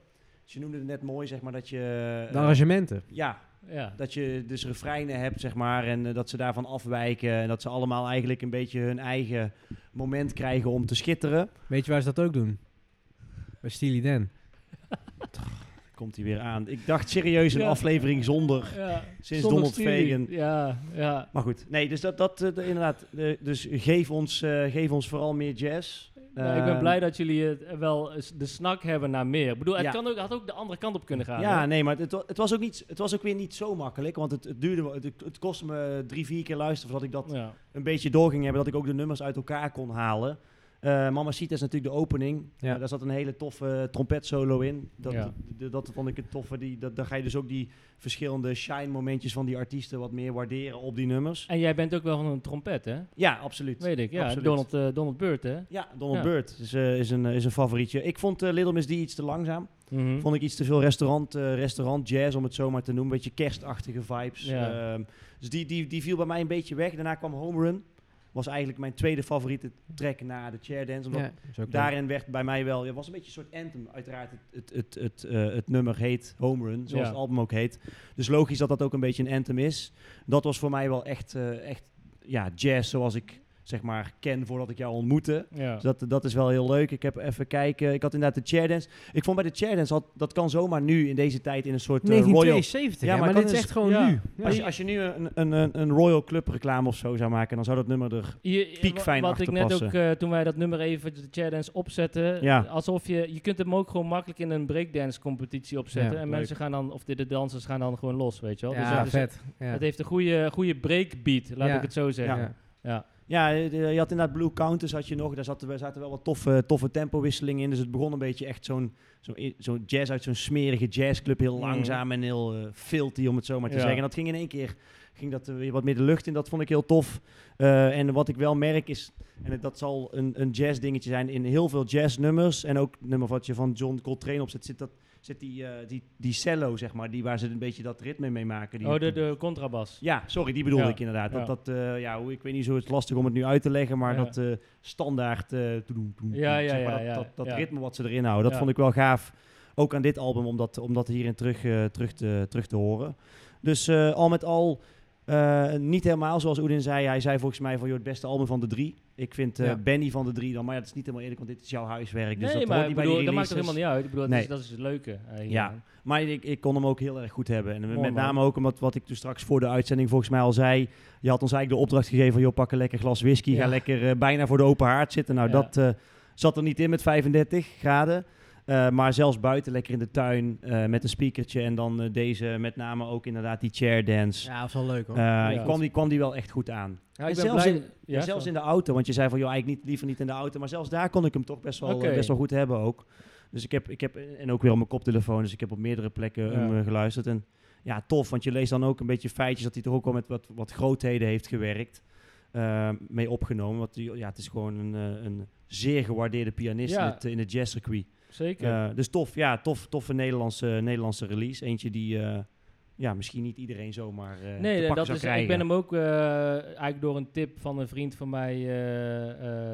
[SPEAKER 1] Dus je noemde het net mooi, zeg maar, dat je...
[SPEAKER 2] De
[SPEAKER 1] eh,
[SPEAKER 2] arrangementen.
[SPEAKER 1] ja,
[SPEAKER 3] ja.
[SPEAKER 1] dat je dus refreinen hebt, zeg maar, en eh, dat ze daarvan afwijken. En dat ze allemaal eigenlijk een beetje hun eigen moment krijgen om te schitteren.
[SPEAKER 2] Weet je waar ze dat ook doen? Bij Steely Dan.
[SPEAKER 1] Komt hij weer aan. Ik dacht serieus een
[SPEAKER 3] Ja.
[SPEAKER 1] aflevering zonder.
[SPEAKER 3] Ja,
[SPEAKER 1] Sinds
[SPEAKER 3] zonder
[SPEAKER 1] Donald
[SPEAKER 3] studie.
[SPEAKER 1] Fagan.
[SPEAKER 3] Ja, ja.
[SPEAKER 1] Maar goed, nee, dus dat, dat eh, de- inderdaad. eh, dus geef ons, eh, geef ons vooral meer jazz.
[SPEAKER 3] Nou, ik ben
[SPEAKER 1] Ehm,
[SPEAKER 3] blij dat jullie het eh, wel eens de snak hebben naar meer. Ik bedoel, het
[SPEAKER 1] Ja.
[SPEAKER 3] kan ook, had ook de andere kant op kunnen gaan.
[SPEAKER 1] Ja,
[SPEAKER 3] hè?
[SPEAKER 1] nee, maar het, wa- het, was ook niet, het was ook weer niet zo makkelijk. Want het, het duurde, wel- het, het kostte me drie, vier keer luisteren voordat ik dat
[SPEAKER 3] ja.
[SPEAKER 1] een beetje door ging hebben. Dat ik ook de nummers uit elkaar kon halen. Eh Mama Sita is natuurlijk de opening.
[SPEAKER 2] Ja.
[SPEAKER 1] Eh, daar zat een hele toffe trompet solo in. Dat,
[SPEAKER 3] Ja.
[SPEAKER 1] d- d- dat vond ik het toffe. Die, dat, daar ga je dus ook die verschillende shine momentjes van die artiesten wat meer waarderen op die nummers.
[SPEAKER 3] En jij bent ook wel van een trompet, hè?
[SPEAKER 1] Ja, absoluut.
[SPEAKER 3] Weet ik, ja.
[SPEAKER 1] Absoluut.
[SPEAKER 3] Donald, eh, Donald Burt, hè?
[SPEAKER 1] Ja, Donald
[SPEAKER 3] Ja.
[SPEAKER 1] Byrd is, eh, is, een, is een favorietje. Ik vond eh, Little Miss D iets te langzaam.
[SPEAKER 3] Hm.
[SPEAKER 1] Vond ik iets te veel restaurant, eh, restaurant jazz, om het zo maar te noemen. Beetje kerstachtige vibes.
[SPEAKER 3] Ja.
[SPEAKER 1] Ehm, dus die, die, die viel bij mij een beetje weg. Daarna kwam Home Run. Was eigenlijk mijn tweede favoriete track na de chair dance. Omdat
[SPEAKER 2] Ja, is ook leuk.
[SPEAKER 1] daarin werd bij mij wel... Het was een beetje een soort anthem. Uiteraard, het, het, het, het, eh, het nummer heet Home Run, zoals
[SPEAKER 3] Ja.
[SPEAKER 1] het album ook heet. Dus logisch dat dat ook een beetje een anthem is. Dat was voor mij wel echt, eh, echt ja, jazz zoals ik zeg maar ken voordat ik jou ontmoette.
[SPEAKER 3] Ja.
[SPEAKER 1] Dus dat, dat is wel heel leuk. Ik heb even kijken. Ik had inderdaad de chairdance. Ik vond bij de chairdance, had, dat kan zomaar nu in deze tijd in een soort eh, royal...
[SPEAKER 2] 1972,
[SPEAKER 1] Ja,
[SPEAKER 2] ja,
[SPEAKER 1] maar
[SPEAKER 2] maar,
[SPEAKER 1] dat
[SPEAKER 2] dit
[SPEAKER 1] is-
[SPEAKER 2] is echt gewoon
[SPEAKER 3] ja.
[SPEAKER 2] nu. Ja.
[SPEAKER 1] Als je, als je nu een, een, een, een Royal Club reclame of zo zou maken, dan zou dat nummer er...
[SPEAKER 3] Je-
[SPEAKER 1] piek
[SPEAKER 3] wa-
[SPEAKER 1] fijn
[SPEAKER 3] Wat
[SPEAKER 1] achter
[SPEAKER 3] ik net
[SPEAKER 1] passen.
[SPEAKER 3] ook, eh, toen wij dat nummer even, de chairdance, opzetten.
[SPEAKER 1] Ja.
[SPEAKER 3] Alsof je, je kunt hem ook gewoon makkelijk in een breakdance competitie opzetten.
[SPEAKER 2] Ja,
[SPEAKER 3] en
[SPEAKER 1] leuk.
[SPEAKER 3] mensen gaan dan, of de, de dansers gaan dan gewoon los, weet je wel. Dus
[SPEAKER 2] Ja,
[SPEAKER 3] dat is-
[SPEAKER 2] vet. Ja.
[SPEAKER 3] Het heeft een goede, goede breakbeat, laat
[SPEAKER 2] Ja.
[SPEAKER 3] ik het zo zeggen.
[SPEAKER 2] Ja.
[SPEAKER 1] Ja, eh, de- je had inderdaad Blue Counters had je nog. Daar zaten, we- zaten wel wat toffe, toffe tempowisselingen in. Dus het begon een beetje echt zo'n zo'n i- zo'n jazz uit zo'n smerige jazzclub. Heel
[SPEAKER 3] Mhm.
[SPEAKER 1] langzaam en heel eh, filthy, om het zo maar te
[SPEAKER 3] Ja.
[SPEAKER 1] zeggen. En dat ging in één keer ging dat eh, weer wat meer de lucht in. Dat vond ik heel tof. Eh, en wat ik wel merk is... En het- dat zal een, een jazz dingetje zijn in heel veel jazznummers. En ook het nummer wat je van John Coltrane opzet, zit, dat, zit die, eh, die, die cello, zeg maar. Die, waar ze een beetje dat ritme mee maken. Die, Dus
[SPEAKER 3] Oh, de, de contrabas.
[SPEAKER 1] ja, sorry, die bedoel
[SPEAKER 3] Ja,
[SPEAKER 1] ik inderdaad. Dat,
[SPEAKER 3] ja.
[SPEAKER 1] dat, eh, ja, hoe- ik weet niet zo, het is lastig om het nu uit te leggen, maar
[SPEAKER 3] Ja.
[SPEAKER 1] dat eh, standaard eh, toedoem, toedoem,
[SPEAKER 3] Ja, ja,
[SPEAKER 1] zeg maar, dat,
[SPEAKER 3] ja, ja,
[SPEAKER 1] dat, dat
[SPEAKER 3] ja.
[SPEAKER 1] ritme wat ze erin houden, dat
[SPEAKER 3] Ja.
[SPEAKER 1] vond ik wel gaaf. Ook aan dit album, om dat, om dat hierin terug, eh, terug, te, terug te horen. Dus eh, al met al, eh, niet helemaal zoals Oedin zei. Hij zei volgens mij van, joh, het beste album van de drie. Ik vind eh,
[SPEAKER 2] Ja.
[SPEAKER 1] Benny van de drie dan, maar ja, dat is niet helemaal eerlijk, want dit is jouw huiswerk. Dus
[SPEAKER 3] nee,
[SPEAKER 1] dat
[SPEAKER 3] maar
[SPEAKER 1] hoort
[SPEAKER 3] ik
[SPEAKER 1] niet bij
[SPEAKER 3] bedoel,
[SPEAKER 1] die
[SPEAKER 3] dat maakt toch
[SPEAKER 1] releases.
[SPEAKER 3] helemaal niet uit. Ik bedoel, dat,
[SPEAKER 1] Nee.
[SPEAKER 3] is, dat is het leuke. eh, hieraan.
[SPEAKER 1] Ja. Maar ik, ik kon hem ook heel erg goed hebben. En met
[SPEAKER 3] Mooi, man.
[SPEAKER 1] name ook omdat wat ik toen straks voor de uitzending volgens mij al zei. Je had ons eigenlijk de opdracht gegeven van joh, pak een lekker glas whisky. Ga
[SPEAKER 3] Ja.
[SPEAKER 1] lekker eh, bijna voor de open haard zitten. Nou,
[SPEAKER 3] Ja.
[SPEAKER 1] dat eh, zat er niet in met 35 graden. Eh, maar zelfs buiten lekker in de tuin eh, met een speakertje. En dan eh, deze, met name ook inderdaad die chair dance.
[SPEAKER 2] ja, dat is wel leuk hoor.
[SPEAKER 1] Eh,
[SPEAKER 3] Ja.
[SPEAKER 1] kwam, die, kwam die wel echt goed aan.
[SPEAKER 3] Ja, Nou, ik
[SPEAKER 1] En
[SPEAKER 3] ben
[SPEAKER 1] zelfs
[SPEAKER 3] blij-
[SPEAKER 1] in-
[SPEAKER 3] ja,
[SPEAKER 1] en zelfs
[SPEAKER 3] zo.
[SPEAKER 1] in de auto, want je zei van joh, eigenlijk niet, liever niet in de auto. Maar zelfs daar kon ik hem toch best wel, eh,
[SPEAKER 3] Oké.
[SPEAKER 1] best wel goed hebben ook. Dus ik heb, ik heb, en ook weer op mijn koptelefoon, dus ik heb op meerdere plekken
[SPEAKER 3] Ja.
[SPEAKER 1] hem eh, geluisterd. En ja, tof, want je leest dan ook een beetje feitjes dat hij toch ook wel met wat, wat grootheden heeft gewerkt. eh, mee opgenomen, want die- ja, het is gewoon een, eh, een zeer gewaardeerde pianist
[SPEAKER 3] Ja.
[SPEAKER 1] in het, in het jazzcircuit.
[SPEAKER 3] Zeker.
[SPEAKER 1] Eh, dus tof, ja, tof, toffe Nederlandse, Nederlandse release. Eentje die eh, ja, misschien niet iedereen zomaar eh te
[SPEAKER 3] nee,
[SPEAKER 1] pakken
[SPEAKER 3] eh, dat
[SPEAKER 1] zou
[SPEAKER 3] is,
[SPEAKER 1] krijgen.
[SPEAKER 3] ik ben hem ook eh, eigenlijk door een tip van een vriend van mij eh,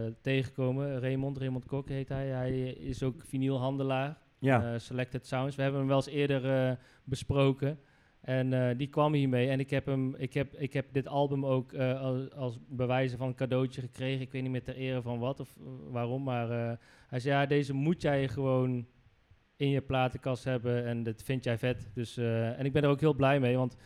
[SPEAKER 3] eh, tegengekomen. Raymond, Raymond Kok heet hij. Hij is ook vinylhandelaar,
[SPEAKER 1] ja.
[SPEAKER 3] eh, Selected Sounds. We hebben hem wel eens eerder eh, besproken. En eh, die kwam hiermee. En ik heb, hem, ik heb, ik heb dit album ook eh, als, als bewijzen van cadeautje gekregen. Ik weet niet meer ter ere van wat of eh, waarom. Maar eh, hij zei, ja, deze moet jij gewoon in je platenkast hebben. En dat vind jij vet. Dus, eh, en ik ben er ook heel blij mee. Want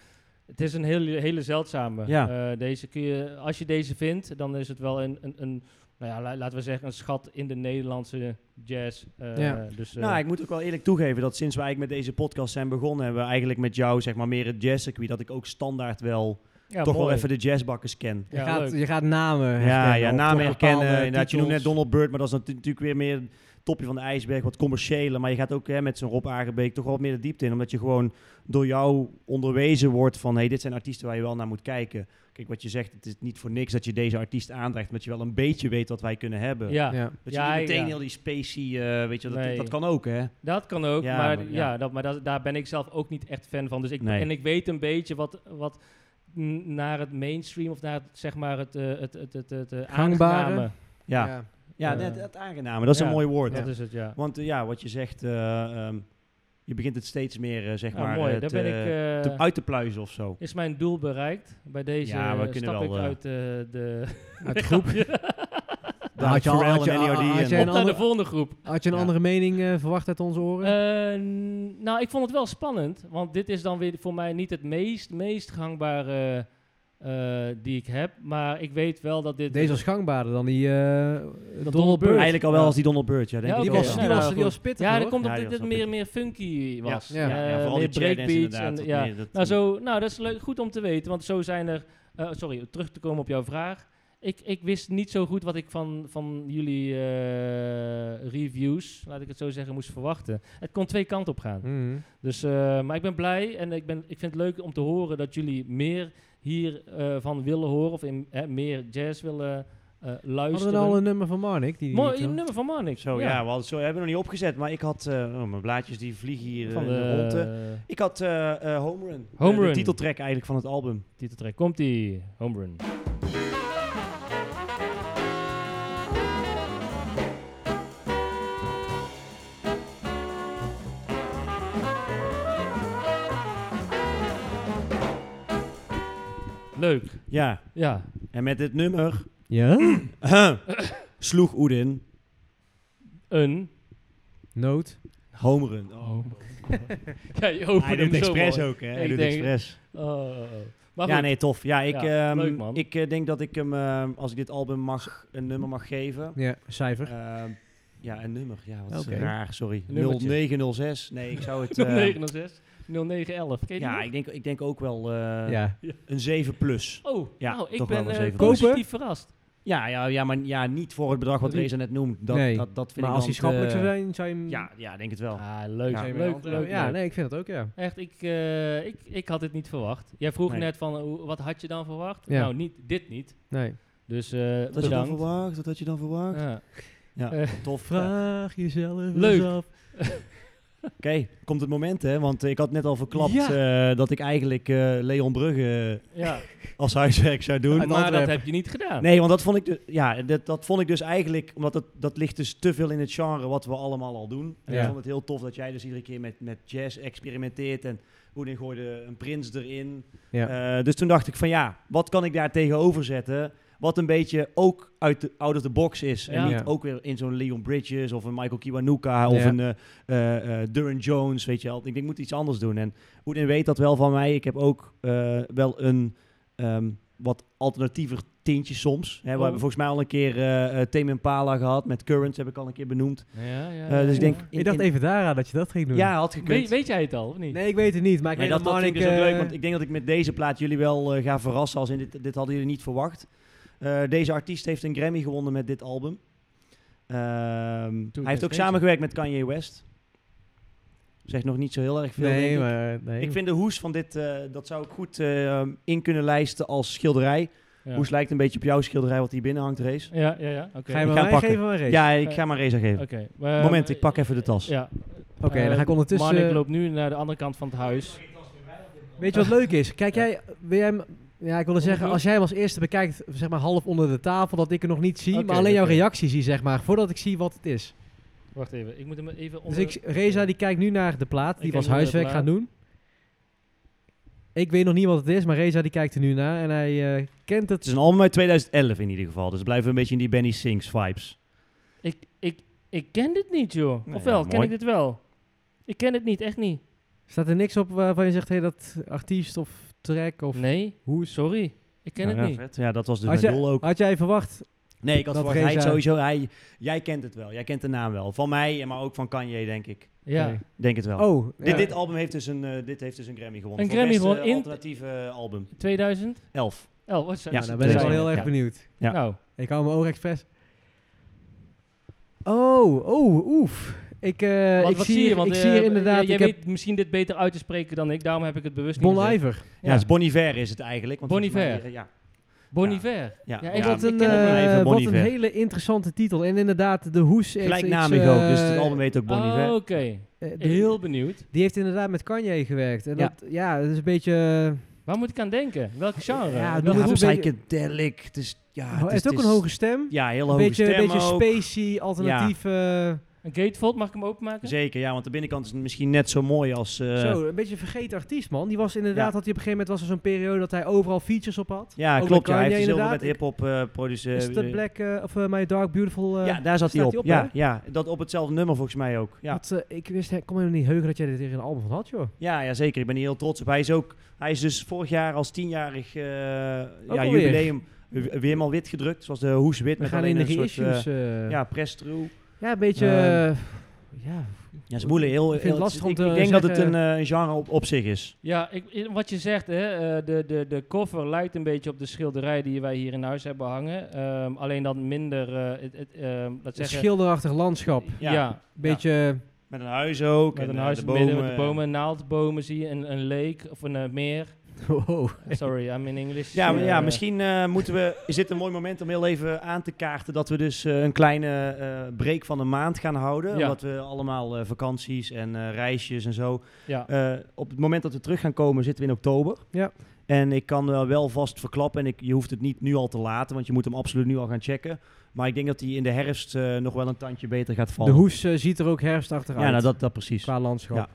[SPEAKER 3] het is een hele, hele zeldzame.
[SPEAKER 1] Ja.
[SPEAKER 3] Eh, deze kun je, als je deze vindt, dan is het wel een, een, een nou ja, la- laten we zeggen, een schat in de Nederlandse jazz. eh,
[SPEAKER 2] Ja.
[SPEAKER 3] Dus, eh,
[SPEAKER 1] Nou, ik moet ook wel eerlijk toegeven dat sinds wij eigenlijk met deze podcast zijn begonnen, hebben we eigenlijk met jou zeg maar meer het jazzcircuit, dat ik ook standaard wel
[SPEAKER 3] ja,
[SPEAKER 1] toch wel
[SPEAKER 3] mooi.
[SPEAKER 1] even de jazzbakkers ken.
[SPEAKER 2] Je,
[SPEAKER 3] Ja,
[SPEAKER 2] gaat,
[SPEAKER 3] leuk.
[SPEAKER 2] je gaat namen
[SPEAKER 1] Ja,
[SPEAKER 2] herkennen
[SPEAKER 1] ja,
[SPEAKER 2] of
[SPEAKER 1] namen
[SPEAKER 2] toch
[SPEAKER 1] herkennen.
[SPEAKER 2] bepaalde
[SPEAKER 1] Inderdaad, je
[SPEAKER 2] titels.
[SPEAKER 1] noemt net Donald Byrd, maar dat is natu- natuurlijk weer meer het topje van de ijsberg, wat commerciële. Maar je gaat ook hè, met zo'n Rob Agebeek toch wel wat meer de diepte in, omdat je gewoon door jou onderwezen wordt van, hey, dit zijn artiesten waar je wel naar moet kijken. Kijk, wat je zegt, het is niet voor niks dat je deze artiest aandraagt, omdat je wel een beetje weet wat wij kunnen hebben.
[SPEAKER 3] Ja,
[SPEAKER 2] Ja.
[SPEAKER 1] Dat je
[SPEAKER 3] Ja,
[SPEAKER 1] niet meteen
[SPEAKER 3] ja.
[SPEAKER 1] heel die specie, eh, weet je, dat,
[SPEAKER 3] Nee.
[SPEAKER 1] dat kan ook, hè?
[SPEAKER 3] dat kan ook.
[SPEAKER 1] Ja,
[SPEAKER 3] maar
[SPEAKER 1] maar- ja.
[SPEAKER 3] ja. dat, maar dat, daar ben ik zelf ook niet echt fan van. Dus ik,
[SPEAKER 1] Nee.
[SPEAKER 3] En ik weet een beetje wat, wat n- naar het mainstream of naar het, zeg maar het, eh, het, het, het, het eh,
[SPEAKER 2] Gangbare.
[SPEAKER 3] aangename.
[SPEAKER 1] Ja, ja,
[SPEAKER 2] Ja.
[SPEAKER 3] Eh,
[SPEAKER 1] net het aangename, dat is
[SPEAKER 3] ja,
[SPEAKER 1] een mooi woord.
[SPEAKER 3] Dat is het, ja.
[SPEAKER 1] Want eh, ja, wat je zegt, eh, ehm, je begint het steeds meer, eh, zeg
[SPEAKER 3] Nou,
[SPEAKER 1] maar,
[SPEAKER 3] mooi,
[SPEAKER 1] eh,
[SPEAKER 3] daar
[SPEAKER 1] te-
[SPEAKER 3] ben ik... eh,
[SPEAKER 1] te- uit te pluizen of zo.
[SPEAKER 3] Is mijn doel bereikt? Bij deze
[SPEAKER 1] Ja, we
[SPEAKER 3] eh,
[SPEAKER 1] kunnen
[SPEAKER 3] stap
[SPEAKER 1] wel,
[SPEAKER 3] ik
[SPEAKER 1] eh,
[SPEAKER 3] uit eh, de,
[SPEAKER 2] Uit de groep.
[SPEAKER 1] Dan
[SPEAKER 2] had je al-
[SPEAKER 1] Pharrell
[SPEAKER 2] had je
[SPEAKER 1] en
[SPEAKER 2] al-
[SPEAKER 1] NERD
[SPEAKER 2] had
[SPEAKER 1] en-
[SPEAKER 2] jij een
[SPEAKER 3] op naar de
[SPEAKER 2] ander-
[SPEAKER 3] volgende groep.
[SPEAKER 2] Had je een
[SPEAKER 1] Ja.
[SPEAKER 2] andere mening eh, verwacht uit onze oren?
[SPEAKER 3] Eh, n- nou, ik vond het wel spannend, want dit is dan weer voor mij niet het meest, meest gangbare eh, eh, die ik heb. Maar ik weet wel dat dit...
[SPEAKER 2] Deze was gangbaarder dan die eh
[SPEAKER 3] Donald
[SPEAKER 2] Donald
[SPEAKER 3] Byrd.
[SPEAKER 2] Byrd.
[SPEAKER 1] Eigenlijk al wel als die Donald Byrd, ja. Denk
[SPEAKER 3] Ja,
[SPEAKER 1] ik
[SPEAKER 2] Die
[SPEAKER 3] oké,
[SPEAKER 1] wel,
[SPEAKER 2] was,
[SPEAKER 1] ja.
[SPEAKER 2] die
[SPEAKER 3] nou,
[SPEAKER 2] was, die
[SPEAKER 3] goed.
[SPEAKER 2] was pittig
[SPEAKER 3] ja, dat
[SPEAKER 2] hoor.
[SPEAKER 3] komt omdat
[SPEAKER 1] Ja, die
[SPEAKER 3] dit
[SPEAKER 1] was
[SPEAKER 3] meer,
[SPEAKER 1] wel
[SPEAKER 3] meer funky was.
[SPEAKER 2] Ja, ja,
[SPEAKER 1] Ja, ja,
[SPEAKER 3] Eh,
[SPEAKER 1] vooral
[SPEAKER 3] meer
[SPEAKER 1] die breakbeats
[SPEAKER 3] breakbeats.
[SPEAKER 1] inderdaad.
[SPEAKER 3] En,
[SPEAKER 1] wat
[SPEAKER 3] ja.
[SPEAKER 1] meer dat-
[SPEAKER 3] Nou, zo, nou, dat is leuk, goed om te weten, want zo zijn er... eh, sorry, terug te komen op jouw vraag. Ik, ik wist niet zo goed wat ik van, van jullie eh, reviews, laat ik het zo zeggen, moest verwachten. Het kon twee kanten op gaan.
[SPEAKER 1] Hm.
[SPEAKER 2] Mhm.
[SPEAKER 3] Dus, eh, maar ik ben blij en ik, ben, ik vind het leuk om te horen dat jullie meer hiervan van willen horen of in, hè, meer jazz willen eh,
[SPEAKER 2] Hadden
[SPEAKER 3] luisteren.
[SPEAKER 2] we nou al een nummer van Marnik? Die, die
[SPEAKER 3] Mooi
[SPEAKER 2] die-
[SPEAKER 3] nummer van Marnix.
[SPEAKER 1] Zo, ja. we hadden, zo hebben we nog niet opgezet, maar ik had... eh, oh, mijn blaadjes die vliegen hier eh,
[SPEAKER 3] van
[SPEAKER 1] in
[SPEAKER 3] de,
[SPEAKER 1] de rondte. Ik had eh, eh, Home Run. eh,
[SPEAKER 3] Home
[SPEAKER 1] de
[SPEAKER 3] Run.
[SPEAKER 1] titeltrack eigenlijk van het album.
[SPEAKER 3] titeltrack. Komt die home run. Leuk,
[SPEAKER 1] Ja,
[SPEAKER 3] ja.
[SPEAKER 1] en met dit nummer
[SPEAKER 2] Ja?
[SPEAKER 1] sloeg Oedin
[SPEAKER 3] Een.
[SPEAKER 2] Noot.
[SPEAKER 1] Home Run. Oh.
[SPEAKER 3] ja, je opent
[SPEAKER 1] Hij doet
[SPEAKER 3] hem
[SPEAKER 1] het
[SPEAKER 3] zo
[SPEAKER 1] expres
[SPEAKER 3] mooi.
[SPEAKER 1] ook, hè?
[SPEAKER 3] Ik
[SPEAKER 1] Hij doet het
[SPEAKER 3] denk-
[SPEAKER 1] expres.
[SPEAKER 3] Oh, oh, oh. Maar
[SPEAKER 1] Ja,
[SPEAKER 3] goed,
[SPEAKER 1] nee, tof. Ja, ik,
[SPEAKER 3] Ja,
[SPEAKER 1] ehm,
[SPEAKER 3] leuk, man.
[SPEAKER 1] ik eh, denk dat ik hem, eh, als ik dit album mag, een nummer mag geven.
[SPEAKER 2] Ja, cijfer.
[SPEAKER 1] Ehm, ja, een nummer. Ja, wat is
[SPEAKER 2] Oké.
[SPEAKER 1] raar, sorry.
[SPEAKER 3] Nummertje.
[SPEAKER 1] 0906. Nee, ik zou het... eh,
[SPEAKER 3] 0906, 0911. Ken je die
[SPEAKER 1] ja,
[SPEAKER 3] nog?
[SPEAKER 1] ik denk, ik denk ook wel eh,
[SPEAKER 2] ja.
[SPEAKER 1] een 7 plus.
[SPEAKER 3] Oh,
[SPEAKER 1] Ja,
[SPEAKER 3] nou, ik
[SPEAKER 1] toch wel
[SPEAKER 3] ben
[SPEAKER 1] een
[SPEAKER 3] eh,
[SPEAKER 1] zeven.
[SPEAKER 3] positief verrast.
[SPEAKER 1] Ja, ja, ja maar ja, niet voor het bedrag wat
[SPEAKER 2] Niet-
[SPEAKER 1] Reza net noemt. Dat,
[SPEAKER 2] Nee.
[SPEAKER 1] dat, dat vind
[SPEAKER 2] Maar
[SPEAKER 1] ik
[SPEAKER 2] als
[SPEAKER 1] dan
[SPEAKER 2] hij
[SPEAKER 1] te-
[SPEAKER 2] schappelijk zou zijn, zou je hem...
[SPEAKER 1] Ja, ja, denk het wel.
[SPEAKER 3] Ah, leuk,
[SPEAKER 1] Oh. Ja.
[SPEAKER 3] leuk,
[SPEAKER 2] zou je hem
[SPEAKER 3] leuk,
[SPEAKER 2] wel- ja, nee, ik vind dat ook, ja.
[SPEAKER 3] Echt, ik, eh, ik, ik had dit niet verwacht. Jij vroeg
[SPEAKER 1] Nee.
[SPEAKER 3] net van, eh, hoe- wat had je dan verwacht?
[SPEAKER 2] Ja.
[SPEAKER 3] Nou, niet, dit niet.
[SPEAKER 2] Nee.
[SPEAKER 3] Dus eh
[SPEAKER 1] dat had je dan
[SPEAKER 3] bedankt.
[SPEAKER 1] verwacht, dat had je dan verwacht.
[SPEAKER 3] Ja.
[SPEAKER 1] Ja,
[SPEAKER 3] Eh,
[SPEAKER 1] tof. Ja.
[SPEAKER 2] Vraag jezelf
[SPEAKER 3] Leuk.
[SPEAKER 2] eens af.
[SPEAKER 1] Oké, komt het moment hè, want eh, ik had net al verklapt eh, dat ik eigenlijk eh, Leon Brugge
[SPEAKER 3] ja.
[SPEAKER 1] als huiswerk zou doen.
[SPEAKER 2] Uit
[SPEAKER 3] Maar dat
[SPEAKER 2] Antwerpen.
[SPEAKER 3] heb je niet gedaan.
[SPEAKER 1] Nee, want dat vond ik, dus, ja, dat, dat vond ik dus eigenlijk, omdat dat, dat ligt dus te veel in het genre wat we allemaal al doen. En
[SPEAKER 2] Ja.
[SPEAKER 1] ik vond het heel tof dat jij dus iedere keer met, met jazz experimenteert en Oedin gooide een prins erin.
[SPEAKER 2] Ja.
[SPEAKER 1] Eh, dus toen dacht ik van ja, wat kan ik daar tegenover zetten? Wat een beetje ook uit de, out of the box is. En
[SPEAKER 3] Ja.
[SPEAKER 1] niet
[SPEAKER 2] Ja.
[SPEAKER 1] ook weer in zo'n Leon Bridges of een Michael Kiwanuka of
[SPEAKER 2] Ja.
[SPEAKER 1] een eh eh, eh, Duran Jones, weet je wel. Ik denk, ik moet iets anders doen. En Oedin weet dat wel van mij. Ik heb ook eh, wel een ehm, wat alternatiever tintje soms. Hè, we
[SPEAKER 3] Oh.
[SPEAKER 1] hebben volgens mij al een keer eh eh Tame Impala gehad. Met Currents heb ik al een keer benoemd.
[SPEAKER 3] Ja, ja, ja,
[SPEAKER 1] Eh, dus ik denk...
[SPEAKER 3] ja.
[SPEAKER 1] in-
[SPEAKER 2] Ik dacht
[SPEAKER 1] in-
[SPEAKER 2] even daaraan dat je dat ging doen.
[SPEAKER 1] Ja, had gekund.
[SPEAKER 3] Weet, weet jij het al, of niet?
[SPEAKER 2] Nee, ik weet het niet, maar ik
[SPEAKER 1] Nee,
[SPEAKER 2] weet
[SPEAKER 1] dat, dat vind ik dus ook
[SPEAKER 2] Marnik,
[SPEAKER 1] leuk,
[SPEAKER 2] eh,
[SPEAKER 1] want ik denk dat ik met deze plaat jullie wel eh, ga verrassen. Als in dit, dit hadden jullie niet verwacht. Eh, deze artiest heeft een Grammy gewonnen met dit album. Ehm, hij heeft ook
[SPEAKER 3] Temptation.
[SPEAKER 1] samengewerkt met Kanye West. Zegt nog niet zo heel erg veel. denk
[SPEAKER 2] Nee,
[SPEAKER 1] ik.
[SPEAKER 2] maar... Nee.
[SPEAKER 1] ik vind de hoes van dit, eh, dat zou ik goed eh, in kunnen lijsten als schilderij.
[SPEAKER 3] Ja.
[SPEAKER 1] Hoes lijkt een beetje op jouw schilderij wat hier binnen hangt, Race.
[SPEAKER 3] Ja, ja, ja. Oké.
[SPEAKER 2] Ga
[SPEAKER 1] Ik ga hem
[SPEAKER 2] je maar mij
[SPEAKER 1] pakken.
[SPEAKER 2] geven, maar race.
[SPEAKER 1] Ja, ik ga maar Reza geven.
[SPEAKER 3] Oké, maar-
[SPEAKER 1] Moment, ik pak even de tas.
[SPEAKER 3] Ja.
[SPEAKER 2] Oké, dan ga
[SPEAKER 1] Eh,
[SPEAKER 2] ik ondertussen...
[SPEAKER 3] Man, ik loop nu naar de andere kant van het huis.
[SPEAKER 2] Weet je wat leuk is? Kijk jij, wil jij hem- ja, ik wilde zeggen,
[SPEAKER 3] doen?
[SPEAKER 2] als jij hem als eerste bekijkt, zeg maar half onder de tafel, dat ik er nog niet zie,
[SPEAKER 3] Oké,
[SPEAKER 2] maar alleen jouw
[SPEAKER 3] oké.
[SPEAKER 2] reactie zie, zeg maar, voordat ik zie wat het is.
[SPEAKER 3] Wacht even, ik moet hem even
[SPEAKER 2] Dus
[SPEAKER 3] onder...
[SPEAKER 2] ik, Reza die kijkt nu naar de plaat, die
[SPEAKER 3] kijk
[SPEAKER 2] was
[SPEAKER 3] onder de
[SPEAKER 2] huiswerk gaan
[SPEAKER 3] plaat.
[SPEAKER 2] doen. Ik weet nog niet wat het is, maar Reza die kijkt er nu naar en hij eh, kent
[SPEAKER 1] Het
[SPEAKER 2] het.
[SPEAKER 1] is een album uit 2011 in ieder geval. Dus we blijven een beetje in die Benny Sings vibes.
[SPEAKER 3] Ik, ik, ik ken dit niet, joh.
[SPEAKER 1] Nee,
[SPEAKER 3] Ofwel,
[SPEAKER 1] ja,
[SPEAKER 3] ken
[SPEAKER 1] mooi.
[SPEAKER 3] ik dit wel? Ik ken het niet, echt niet.
[SPEAKER 2] Staat er niks op waarvan je zegt, hé, hey, dat artiest of track of
[SPEAKER 3] nee,
[SPEAKER 2] hoe is...
[SPEAKER 3] sorry. Ik ken
[SPEAKER 1] Nou
[SPEAKER 3] het
[SPEAKER 1] ja,
[SPEAKER 3] niet.
[SPEAKER 1] vet. Ja, dat was dus
[SPEAKER 2] had,
[SPEAKER 1] mijn
[SPEAKER 2] jij,
[SPEAKER 1] doel ook.
[SPEAKER 2] had jij verwacht
[SPEAKER 1] Nee, ik had
[SPEAKER 2] Dat
[SPEAKER 1] verwacht, hij
[SPEAKER 2] Reza-
[SPEAKER 1] sowieso, hij, jij kent het wel. Jij kent de naam wel. Van mij, maar ook van Kanye, denk ik.
[SPEAKER 3] Ja.
[SPEAKER 2] Oké.
[SPEAKER 1] Denk het wel.
[SPEAKER 2] Oh, ja.
[SPEAKER 1] Dit, dit album heeft dus een, eh, dit heeft dus een Grammy gewonnen.
[SPEAKER 3] Een
[SPEAKER 1] voor
[SPEAKER 3] Grammy
[SPEAKER 1] beste
[SPEAKER 3] gewonnen in-
[SPEAKER 1] alternatieve eh, album.
[SPEAKER 3] 2000?
[SPEAKER 1] 11.
[SPEAKER 3] Oh, wat zijn
[SPEAKER 1] Ja,
[SPEAKER 2] Nou, dan ben ik
[SPEAKER 1] Reza-
[SPEAKER 2] wel heel erg
[SPEAKER 1] ja.
[SPEAKER 2] benieuwd.
[SPEAKER 1] Ja.
[SPEAKER 3] Nou,
[SPEAKER 2] Ik hou mijn ogen expres. Oh, oh, oef. Ik, eh,
[SPEAKER 3] wat,
[SPEAKER 2] ik
[SPEAKER 3] wat
[SPEAKER 2] zie,
[SPEAKER 3] zie je?
[SPEAKER 2] hier-
[SPEAKER 3] Want,
[SPEAKER 2] ik
[SPEAKER 3] eh,
[SPEAKER 2] zie hier inderdaad,
[SPEAKER 3] Jij
[SPEAKER 2] ik
[SPEAKER 3] weet
[SPEAKER 2] heb
[SPEAKER 3] misschien dit beter uit te spreken dan ik, daarom heb ik
[SPEAKER 1] dus
[SPEAKER 3] het bewust niet
[SPEAKER 2] Bon
[SPEAKER 3] gezegd.
[SPEAKER 2] Iver.
[SPEAKER 1] Ja, het is Bon Iver is het eigenlijk. Want
[SPEAKER 3] Bon
[SPEAKER 1] volgens mij-
[SPEAKER 3] Iver.
[SPEAKER 1] ja.
[SPEAKER 3] Bon
[SPEAKER 1] Ja.
[SPEAKER 3] Iver.
[SPEAKER 1] Ja,
[SPEAKER 3] Ja,
[SPEAKER 1] ja,
[SPEAKER 3] ik
[SPEAKER 1] ik
[SPEAKER 3] had
[SPEAKER 2] Wat
[SPEAKER 3] ik
[SPEAKER 2] een,
[SPEAKER 3] ken
[SPEAKER 1] niet.
[SPEAKER 3] hem
[SPEAKER 2] eh,
[SPEAKER 1] Even Bon
[SPEAKER 2] wat een
[SPEAKER 1] Iver.
[SPEAKER 2] hele interessante titel. En inderdaad, de Hoes heeft
[SPEAKER 1] gelijknamig
[SPEAKER 2] iets, eh,
[SPEAKER 1] ook. Dus het album heet ook Bon
[SPEAKER 3] Ah,
[SPEAKER 1] Iver.
[SPEAKER 3] Oké,
[SPEAKER 2] eh, de-
[SPEAKER 3] heel benieuwd.
[SPEAKER 2] Die heeft inderdaad met Kanye gewerkt. En
[SPEAKER 1] Ja.
[SPEAKER 2] dat, ja, dat is een beetje... eh, Hoe
[SPEAKER 3] Waar moet ik aan denken? Welk genre?
[SPEAKER 2] Eh, Ja,
[SPEAKER 3] Welk-
[SPEAKER 2] noem
[SPEAKER 1] Ja,
[SPEAKER 2] het een beetje-
[SPEAKER 1] psychedelic. Het is, ja, het
[SPEAKER 2] heeft
[SPEAKER 1] is-
[SPEAKER 2] Oh, ook
[SPEAKER 1] het
[SPEAKER 2] een
[SPEAKER 1] is-
[SPEAKER 2] hoge stem.
[SPEAKER 1] Ja, heel
[SPEAKER 2] Een
[SPEAKER 1] hoge
[SPEAKER 2] beetje,
[SPEAKER 1] stem
[SPEAKER 2] een beetje
[SPEAKER 1] ook.
[SPEAKER 2] spacey, alternatief. eh,
[SPEAKER 3] Een gatefold, mag ik hem openmaken?
[SPEAKER 1] Zeker, ja, want de binnenkant is misschien net zo mooi als... eh,
[SPEAKER 2] Zo, een beetje een vergeten artiest, man. Die was inderdaad,
[SPEAKER 1] Ja.
[SPEAKER 2] had hij op een gegeven moment was er zo'n periode dat hij overal features op had.
[SPEAKER 1] Ja,
[SPEAKER 2] Ook
[SPEAKER 1] klopt.
[SPEAKER 2] met
[SPEAKER 1] Ja, hij
[SPEAKER 2] Kanye
[SPEAKER 1] heeft dus heel veel
[SPEAKER 2] inderdaad.
[SPEAKER 1] met hip-hop eh produceren.
[SPEAKER 2] Is het dat Black eh, of eh, My Dark Beautiful? eh,
[SPEAKER 1] ja, daar zat hij
[SPEAKER 2] staat
[SPEAKER 1] op.
[SPEAKER 2] hij op,
[SPEAKER 1] ja,
[SPEAKER 2] hè?
[SPEAKER 1] ja, dat op hetzelfde nummer volgens mij ook. Ja,
[SPEAKER 2] wat, eh, ik wist, ik kon me nog niet heugen dat jij dit hier een album van had, joh.
[SPEAKER 1] ja, ja zeker. Ik ben hier heel trots op. Hij is ook, hij is dus vorig jaar als tienjarig eh ja,
[SPEAKER 2] alweer.
[SPEAKER 1] jubileum eh, weer helemaal wit gedrukt. Zoals de hoes wit
[SPEAKER 2] We
[SPEAKER 1] met
[SPEAKER 2] gaan
[SPEAKER 1] alleen
[SPEAKER 2] in de
[SPEAKER 1] een soort... eh,
[SPEAKER 2] reissues. eh, ja.
[SPEAKER 1] ja, press through.
[SPEAKER 2] een beetje.
[SPEAKER 1] Ehm,
[SPEAKER 2] eh, ja.
[SPEAKER 1] Ja, is moeilijk. Heel,
[SPEAKER 2] Ik vind
[SPEAKER 1] heel-
[SPEAKER 2] het lastig om
[SPEAKER 1] ik,
[SPEAKER 2] te
[SPEAKER 1] ik denk dat het een
[SPEAKER 2] zeggen-
[SPEAKER 1] eh, een genre op, op zich is.
[SPEAKER 3] Ja, ik, i- wat je zegt, hè, eh, de, de, de cover lijkt een beetje op de schilderij die wij hier in huis hebben hangen. Ehm, alleen dan minder, eh, het, het, ehm, laat
[SPEAKER 2] Een
[SPEAKER 3] zeggen...
[SPEAKER 2] schilderachtig landschap. Een
[SPEAKER 3] Ja,
[SPEAKER 1] Ja.
[SPEAKER 2] beetje.
[SPEAKER 1] Met een huis ook.
[SPEAKER 3] met
[SPEAKER 1] en,
[SPEAKER 3] een
[SPEAKER 1] eh,
[SPEAKER 3] huis
[SPEAKER 1] de
[SPEAKER 3] midden
[SPEAKER 1] bomen.
[SPEAKER 3] met de bomen, naaldbomen zie je, een, een lake of een eh, meer.
[SPEAKER 2] wow.
[SPEAKER 3] Eh, Sorry, I'm in English.
[SPEAKER 1] Ja, maar ja,
[SPEAKER 3] Eh,
[SPEAKER 1] misschien eh, moeten we. Is dit een mooi moment om heel even aan te kaarten dat we dus eh, een kleine eh break van een maand gaan houden.
[SPEAKER 3] Ja.
[SPEAKER 1] Omdat we allemaal eh, vakanties en eh, reisjes en zo.
[SPEAKER 3] Ja.
[SPEAKER 1] Eh, op het moment dat we terug gaan komen, zitten we in oktober.
[SPEAKER 2] Ja.
[SPEAKER 1] En ik kan eh, wel vast verklappen. En ik, je hoeft het niet nu al te laten, want je moet hem absoluut nu al gaan checken. Maar ik denk dat hij in de herfst eh, nog wel een tandje beter gaat
[SPEAKER 2] De
[SPEAKER 1] vallen.
[SPEAKER 2] hoes eh, ziet er ook herfstachtig uit.
[SPEAKER 1] Ja, nou dat, dat precies.
[SPEAKER 2] Qua landschap.
[SPEAKER 1] Ja.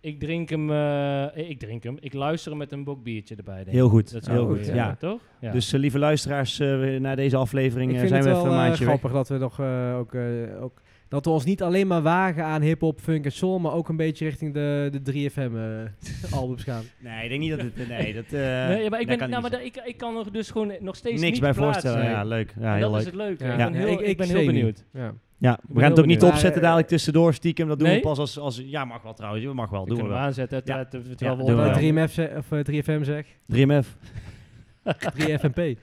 [SPEAKER 3] Ik drink hem, eh, ik drink hem, ik luister hem met een bok biertje erbij, denk ik.
[SPEAKER 1] Heel goed.
[SPEAKER 3] Dat is
[SPEAKER 1] heel
[SPEAKER 2] ook
[SPEAKER 1] goed.
[SPEAKER 2] weer,
[SPEAKER 1] Ja.
[SPEAKER 2] eh,
[SPEAKER 3] Toch? Ja.
[SPEAKER 1] Dus eh, lieve luisteraars, eh, we- na deze aflevering
[SPEAKER 2] Ik
[SPEAKER 1] eh,
[SPEAKER 2] vind
[SPEAKER 1] zijn
[SPEAKER 2] het
[SPEAKER 1] we even
[SPEAKER 2] wel
[SPEAKER 1] een
[SPEAKER 2] eh,
[SPEAKER 1] maandje weg.
[SPEAKER 2] grappig dat we nog eh, ook, eh, ook dat we ons niet alleen maar wagen aan hip-hop, funk en soul, maar ook een beetje richting de, de 3FM eh, albums gaan.
[SPEAKER 1] Nee, ik denk niet dat het. Nee, dat. eh,
[SPEAKER 3] Nee, ja, maar
[SPEAKER 1] dat
[SPEAKER 3] ik, ben,
[SPEAKER 1] kan
[SPEAKER 3] nou,
[SPEAKER 1] niet
[SPEAKER 3] maar ik, ik kan er dus gewoon nog steeds
[SPEAKER 1] niks
[SPEAKER 3] niet
[SPEAKER 1] bij
[SPEAKER 3] plaatsen.
[SPEAKER 1] voorstellen.
[SPEAKER 3] Nee.
[SPEAKER 1] Ja, leuk. Ja,
[SPEAKER 3] En dat
[SPEAKER 1] heel leuk.
[SPEAKER 3] is het leuk.
[SPEAKER 2] Ja.
[SPEAKER 3] Ik ben
[SPEAKER 2] Ja,
[SPEAKER 3] heel,
[SPEAKER 2] ik-
[SPEAKER 3] ik
[SPEAKER 2] ik
[SPEAKER 3] ben
[SPEAKER 2] weet
[SPEAKER 3] heel
[SPEAKER 2] niet.
[SPEAKER 3] benieuwd.
[SPEAKER 2] Ja.
[SPEAKER 1] Ja,
[SPEAKER 3] ben
[SPEAKER 1] we gaan
[SPEAKER 3] heel
[SPEAKER 1] het ook niet
[SPEAKER 3] benieuwd.
[SPEAKER 1] opzetten
[SPEAKER 2] Maar, eh,
[SPEAKER 1] dadelijk tussendoor stiekem. Dat doen
[SPEAKER 3] Nee?
[SPEAKER 1] we pas als, als... Ja, mag wel trouwens. We mag wel.
[SPEAKER 3] Ik
[SPEAKER 1] Doen we
[SPEAKER 3] kan hem
[SPEAKER 1] wel.
[SPEAKER 3] aanzetten.
[SPEAKER 1] Ja.
[SPEAKER 3] uiteraard, eh, terwijl we
[SPEAKER 1] Ja, doen we
[SPEAKER 3] opnemen.
[SPEAKER 1] wel.
[SPEAKER 2] Eh, 3MF zeg- of eh, 3FM zeg.
[SPEAKER 1] 3MF.
[SPEAKER 2] 3FMP.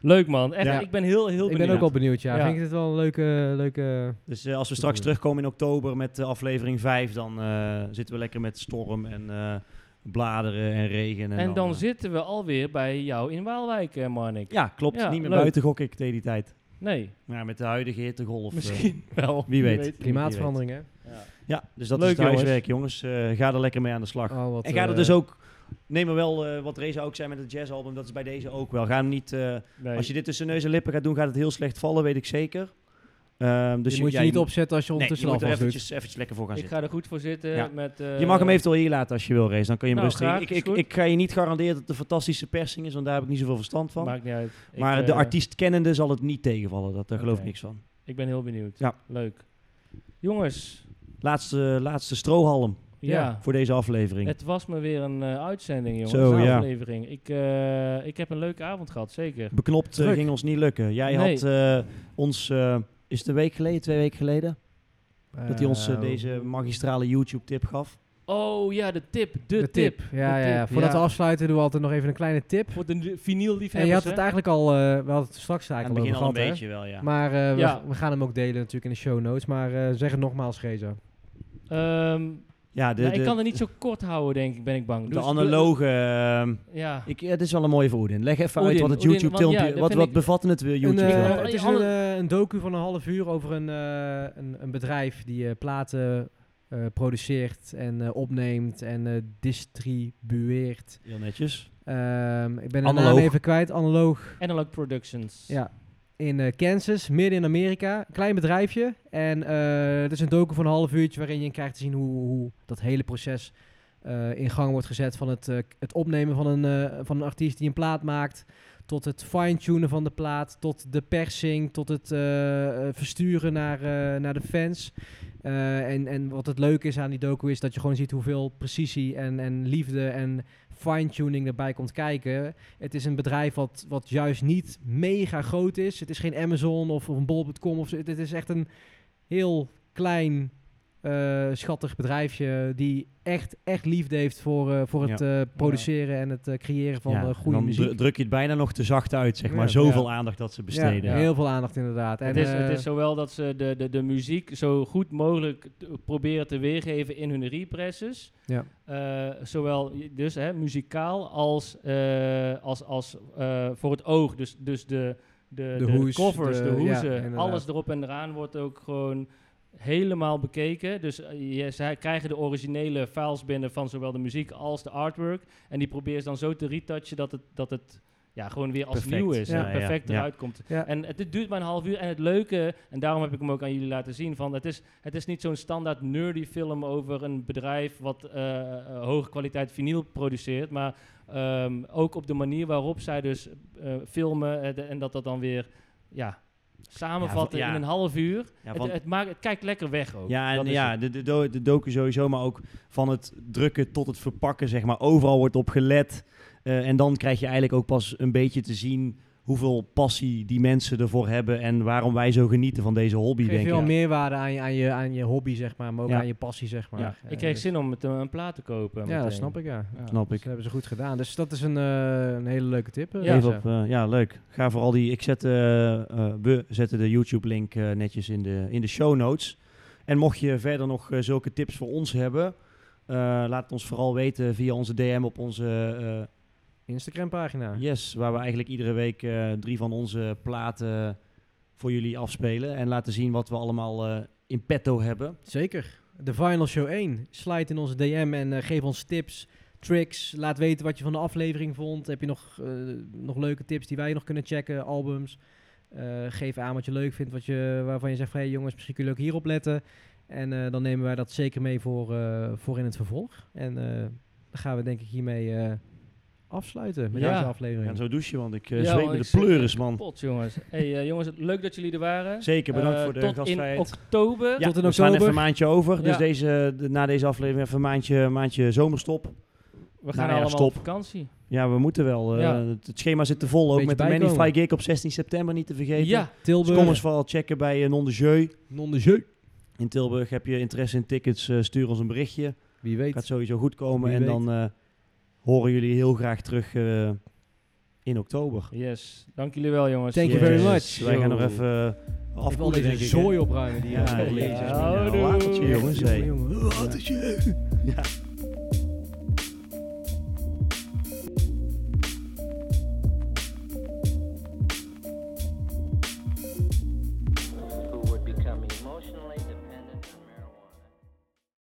[SPEAKER 3] Leuk man. Echt,
[SPEAKER 1] Ja.
[SPEAKER 3] Ik ben heel, heel
[SPEAKER 2] ik
[SPEAKER 3] benieuwd.
[SPEAKER 2] ben ook wel benieuwd, ja.
[SPEAKER 3] Ja.
[SPEAKER 2] Vind ik dit wel een leuke... leuke
[SPEAKER 1] Dus eh, als we straks terugkomen in oktober met eh, aflevering 5, dan eh, zitten we lekker met storm en eh, bladeren en regen. En,
[SPEAKER 3] En dan
[SPEAKER 1] eh,
[SPEAKER 3] zitten we alweer bij jou in Waalwijk, eh, Marnik.
[SPEAKER 1] Ja, klopt.
[SPEAKER 3] Ja,
[SPEAKER 1] niet meer
[SPEAKER 3] leuk.
[SPEAKER 1] buiten gok ik tegen die tijd.
[SPEAKER 3] Nee,
[SPEAKER 1] Maar met de huidige hittegolf. eh,
[SPEAKER 3] misschien wel.
[SPEAKER 1] wie weet.
[SPEAKER 3] het niet.
[SPEAKER 2] klimaatverandering, hè?
[SPEAKER 1] ja, dus dat
[SPEAKER 3] Leuk,
[SPEAKER 1] is het huiswerk, jongens. Eh, ga er lekker mee aan de slag.
[SPEAKER 2] Oh, wat,
[SPEAKER 1] en ga er
[SPEAKER 2] eh,
[SPEAKER 1] dus ook... Neem er wel, eh, wat Reza ook zei met het jazzalbum, dat is bij deze ook wel. Ga hem niet... eh,
[SPEAKER 3] Nee.
[SPEAKER 1] Als je dit tussen neus en lippen gaat doen, gaat het heel slecht vallen, weet ik zeker. Ehm, dus
[SPEAKER 2] je moet je
[SPEAKER 1] ja,
[SPEAKER 2] niet opzetten als je
[SPEAKER 1] nee, je
[SPEAKER 2] ondertussen
[SPEAKER 1] moet er
[SPEAKER 2] afwas doet.
[SPEAKER 1] eventjes, eventjes lekker voor gaan
[SPEAKER 3] ik
[SPEAKER 1] zitten.
[SPEAKER 3] ga er goed voor zitten.
[SPEAKER 1] Ja.
[SPEAKER 3] Met, eh,
[SPEAKER 1] je mag hem eventueel hier laten als je wil, Race. Dan kun je hem
[SPEAKER 3] nou,
[SPEAKER 1] rustig...
[SPEAKER 3] graag,
[SPEAKER 1] ik,
[SPEAKER 3] is
[SPEAKER 1] ik,
[SPEAKER 3] goed.
[SPEAKER 1] ik ga je niet garanderen dat het een fantastische persing is, want daar heb ik niet zoveel verstand van.
[SPEAKER 3] Maakt niet uit. Ik,
[SPEAKER 1] maar de
[SPEAKER 3] eh,
[SPEAKER 1] artiest kennende zal het niet tegenvallen. Dat, daar geloof
[SPEAKER 3] Oké.
[SPEAKER 1] ik niks van.
[SPEAKER 3] Ik ben heel benieuwd.
[SPEAKER 1] Ja.
[SPEAKER 3] Leuk. Jongens,
[SPEAKER 1] Laatste, laatste strohalm
[SPEAKER 3] ja.
[SPEAKER 1] voor deze aflevering.
[SPEAKER 3] Het was me weer een eh, uitzending, jongens.
[SPEAKER 1] Zo,
[SPEAKER 3] een
[SPEAKER 1] ja.
[SPEAKER 3] aflevering. Ik, eh, ik heb een leuke avond gehad, zeker.
[SPEAKER 1] Beknopt eh,
[SPEAKER 2] Druk.
[SPEAKER 1] ging ons niet lukken. Jij
[SPEAKER 3] Nee.
[SPEAKER 1] had eh, ons... eh, is het een week geleden, twee weken geleden? dat hij ons eh,
[SPEAKER 2] Eh,
[SPEAKER 1] deze magistrale YouTube-tip gaf.
[SPEAKER 3] Oh ja, de tip. De,
[SPEAKER 2] De tip. Ja,
[SPEAKER 3] de
[SPEAKER 2] ja, ja.
[SPEAKER 3] tip,
[SPEAKER 2] Voordat
[SPEAKER 3] ja.
[SPEAKER 2] we afsluiten doen we altijd nog even een kleine tip.
[SPEAKER 3] Voor de vinyl
[SPEAKER 2] En je had het eigenlijk al... eh, we hadden het straks
[SPEAKER 1] Aan het
[SPEAKER 2] eigenlijk
[SPEAKER 1] begin
[SPEAKER 2] over
[SPEAKER 1] al een
[SPEAKER 2] gehad, hè?
[SPEAKER 1] beetje wel, ja.
[SPEAKER 2] Maar eh, we,
[SPEAKER 3] Ja.
[SPEAKER 2] we gaan hem ook delen natuurlijk in de show notes. Maar eh, zeg het nogmaals, Reza.
[SPEAKER 1] ja, de,
[SPEAKER 3] Ehm, ik
[SPEAKER 1] de-
[SPEAKER 3] kan het niet zo kort houden, denk ik, ben ik bang.
[SPEAKER 1] De
[SPEAKER 3] Dus-
[SPEAKER 1] analoge. ehm,
[SPEAKER 3] Ja.
[SPEAKER 1] ik, ja, dit is wel een mooie verhoeding. Leg even uit
[SPEAKER 3] Oedin,
[SPEAKER 1] wat het
[SPEAKER 3] Oedin,
[SPEAKER 1] YouTube
[SPEAKER 3] want ja,
[SPEAKER 1] filmpje.
[SPEAKER 3] dat
[SPEAKER 1] wat
[SPEAKER 3] vind
[SPEAKER 1] wat
[SPEAKER 3] ik-
[SPEAKER 1] bevat het eh,
[SPEAKER 2] Een,
[SPEAKER 1] YouTube
[SPEAKER 2] eh,
[SPEAKER 1] filmpje?
[SPEAKER 2] het is een, eh, een docu van een half uur over een, eh, een, een bedrijf die eh, platen eh, produceert en eh, opneemt en eh, distribueert.
[SPEAKER 1] Heel netjes.
[SPEAKER 2] Ehm, ik ben de
[SPEAKER 1] Analoog.
[SPEAKER 2] naam even kwijt. Analoog.
[SPEAKER 3] Analog Productions.
[SPEAKER 2] Ja. In eh, Kansas, midden in Amerika. Klein bedrijfje. En eh, het is een docu van een half uurtje waarin je krijgt te zien hoe, hoe dat hele proces eh, in gang wordt gezet van het, eh, het opnemen van een, eh, van een artiest die een plaat maakt. tot het fine-tunen van de plaat, tot de persing, tot het eh, eh, versturen naar, eh, naar de fans. Eh, en, en wat het leuke is aan die docu is dat je gewoon ziet hoeveel precisie en, en liefde en fine-tuning erbij komt kijken. Het is een bedrijf wat, wat juist niet mega groot is. Het is geen Amazon of, of een bol.com. Of, zo. het, het is echt een heel klein, eh, schattig bedrijfje die echt, echt liefde heeft voor, eh, voor het eh, produceren en het eh, creëren van
[SPEAKER 1] Ja,
[SPEAKER 2] eh,
[SPEAKER 1] en
[SPEAKER 2] goede
[SPEAKER 1] dan
[SPEAKER 2] muziek.
[SPEAKER 1] dru- druk je het bijna nog te zacht uit, zeg maar.
[SPEAKER 2] Ja.
[SPEAKER 1] Zoveel aandacht dat ze besteden.
[SPEAKER 2] Ja, heel veel aandacht inderdaad. En,
[SPEAKER 3] het, is, het
[SPEAKER 2] eh,
[SPEAKER 3] is zowel dat ze de, de, de muziek zo goed mogelijk t- proberen te weergeven in hun represses.
[SPEAKER 2] Ja.
[SPEAKER 3] Eh, zowel i- dus hè, muzikaal als, eh, als, als eh, voor het oog. Dus, dus de, de,
[SPEAKER 2] De
[SPEAKER 3] de,
[SPEAKER 2] hoes,
[SPEAKER 3] covers,
[SPEAKER 2] de-
[SPEAKER 3] de,
[SPEAKER 2] ja,
[SPEAKER 3] hoezen,
[SPEAKER 2] inderdaad.
[SPEAKER 3] alles erop en eraan wordt ook gewoon helemaal bekeken. Dus eh, je, zij krijgen de originele files binnen van zowel de muziek als de artwork. En die proberen ze dan zo te retouchen dat het, dat het ja, gewoon weer als
[SPEAKER 1] Perfect.
[SPEAKER 3] nieuw is.
[SPEAKER 1] Ja,
[SPEAKER 3] en
[SPEAKER 1] ja,
[SPEAKER 3] perfect
[SPEAKER 1] ja.
[SPEAKER 3] eruit komt.
[SPEAKER 2] Ja.
[SPEAKER 3] En het, het duurt maar een half uur. En het leuke, en daarom heb ik hem ook aan jullie laten zien, van het, is, het is niet zo'n standaard nerdy film over een bedrijf wat eh, eh, hoge kwaliteit vinyl produceert. Maar ehm, ook op de manier waarop zij dus eh, filmen eh, de- en dat dat dan weer ja, samenvatten
[SPEAKER 1] Ja, van- ja.
[SPEAKER 3] in een half uur.
[SPEAKER 1] Ja,
[SPEAKER 3] het,
[SPEAKER 1] want-
[SPEAKER 3] het, maakt, het kijkt lekker weg ook.
[SPEAKER 1] Ja, en
[SPEAKER 3] Dat is het.
[SPEAKER 1] ja de, de, do- de docu sowieso, maar ook van het drukken tot het verpakken, zeg maar. Overal wordt op gelet. Eh, en dan krijg je eigenlijk ook pas een beetje te zien hoeveel passie die mensen ervoor hebben en waarom wij zo genieten van deze hobby,
[SPEAKER 2] geeft
[SPEAKER 1] denk
[SPEAKER 2] veel
[SPEAKER 1] ik.
[SPEAKER 2] meerwaarde aan je, aan, je, aan je hobby, zeg maar, maar ook
[SPEAKER 1] Ja.
[SPEAKER 2] aan je passie, zeg maar.
[SPEAKER 3] Ja,
[SPEAKER 2] Eh,
[SPEAKER 3] ik kreeg
[SPEAKER 2] dus-
[SPEAKER 3] zin om het, eh, een plaat te kopen.
[SPEAKER 2] Ja,
[SPEAKER 3] meteen.
[SPEAKER 2] dat snap ik, ja.
[SPEAKER 3] Ja.
[SPEAKER 1] Snap
[SPEAKER 2] Dus
[SPEAKER 1] ik.
[SPEAKER 2] dat hebben ze goed gedaan. Dus dat is een, eh, een hele leuke tip. eh,
[SPEAKER 3] Ja.
[SPEAKER 1] Even
[SPEAKER 2] zo.
[SPEAKER 1] op, eh, ja, leuk. Ga vooral die. Ik zet, eh, eh, we zetten de YouTube-link eh, netjes in de, in de show notes. En mocht je verder nog eh, zulke tips voor ons hebben, eh, laat het ons vooral weten via onze DM op onze eh,
[SPEAKER 2] Instagram-pagina.
[SPEAKER 1] Yes, waar we eigenlijk iedere week eh, drie van onze platen voor jullie afspelen en laten zien wat we allemaal eh, in petto hebben.
[SPEAKER 2] Zeker. De Final Show 1. Slijt in onze DM en eh, geef ons tips, tricks. Laat weten wat je van de aflevering vond. Heb je nog, eh, nog leuke tips die wij nog kunnen checken? Albums. Eh, geef aan wat je leuk vindt, wat je, waarvan je zegt van... Hey jongens, misschien kun je ook hierop letten. En eh, dan nemen wij dat zeker mee voor, eh, voor in het vervolg. En eh, dan gaan we denk ik hiermee eh, afsluiten met
[SPEAKER 3] Ja.
[SPEAKER 2] deze
[SPEAKER 1] En
[SPEAKER 2] aflevering.
[SPEAKER 1] zo douchen, want ik eh,
[SPEAKER 3] Ja,
[SPEAKER 1] zweet
[SPEAKER 3] want
[SPEAKER 1] me
[SPEAKER 3] ik
[SPEAKER 1] de
[SPEAKER 3] zit
[SPEAKER 1] pleuris,
[SPEAKER 3] echt
[SPEAKER 1] man.
[SPEAKER 3] Pot, jongens. Hey, eh, jongens, leuk dat jullie er waren.
[SPEAKER 1] Zeker, bedankt
[SPEAKER 3] Eh,
[SPEAKER 1] voor de
[SPEAKER 3] tot
[SPEAKER 1] gastvrijheid.
[SPEAKER 3] in oktober.
[SPEAKER 1] Ja,
[SPEAKER 2] Tot in
[SPEAKER 1] we staan even
[SPEAKER 2] oktober.
[SPEAKER 1] een maandje over, dus
[SPEAKER 3] Ja.
[SPEAKER 1] deze, de- na deze aflevering even een maandje, maandje zomerstop.
[SPEAKER 3] We gaan
[SPEAKER 1] Nou ja,
[SPEAKER 3] allemaal
[SPEAKER 1] stop.
[SPEAKER 3] op vakantie.
[SPEAKER 1] Ja, we moeten wel. eh,
[SPEAKER 3] Ja.
[SPEAKER 1] het, het schema zit te vol, ook
[SPEAKER 2] Beetje
[SPEAKER 1] met de
[SPEAKER 2] bijkomen.
[SPEAKER 1] Manify Gig op 16 september niet te vergeten.
[SPEAKER 3] Ja,
[SPEAKER 1] Dus kom
[SPEAKER 2] Ah, Tilburg,
[SPEAKER 1] eens vooral checken bij eh, Non de Jeu.
[SPEAKER 2] non de jeu.
[SPEAKER 1] In Tilburg heb je interesse in tickets, eh, stuur ons een berichtje.
[SPEAKER 2] Wie weet.
[SPEAKER 1] gaat sowieso goed komen.
[SPEAKER 2] Wie
[SPEAKER 1] en
[SPEAKER 2] weet.
[SPEAKER 1] dan eh, horen jullie heel graag terug eh, in oktober.
[SPEAKER 3] yes. Dank jullie wel, jongens.
[SPEAKER 2] Thank you very
[SPEAKER 1] Yes.
[SPEAKER 2] much.
[SPEAKER 1] Wij gaan nog
[SPEAKER 3] Yo.
[SPEAKER 1] even eh,
[SPEAKER 2] Even al
[SPEAKER 1] afkoelen,
[SPEAKER 2] deze
[SPEAKER 1] denk ik. hè.
[SPEAKER 2] zooi opruimen die
[SPEAKER 1] Ja,
[SPEAKER 2] hier
[SPEAKER 1] jezus,
[SPEAKER 3] houdoe.
[SPEAKER 1] Latertje, jongens. hey.
[SPEAKER 2] Jongen, jongen.
[SPEAKER 1] Ja.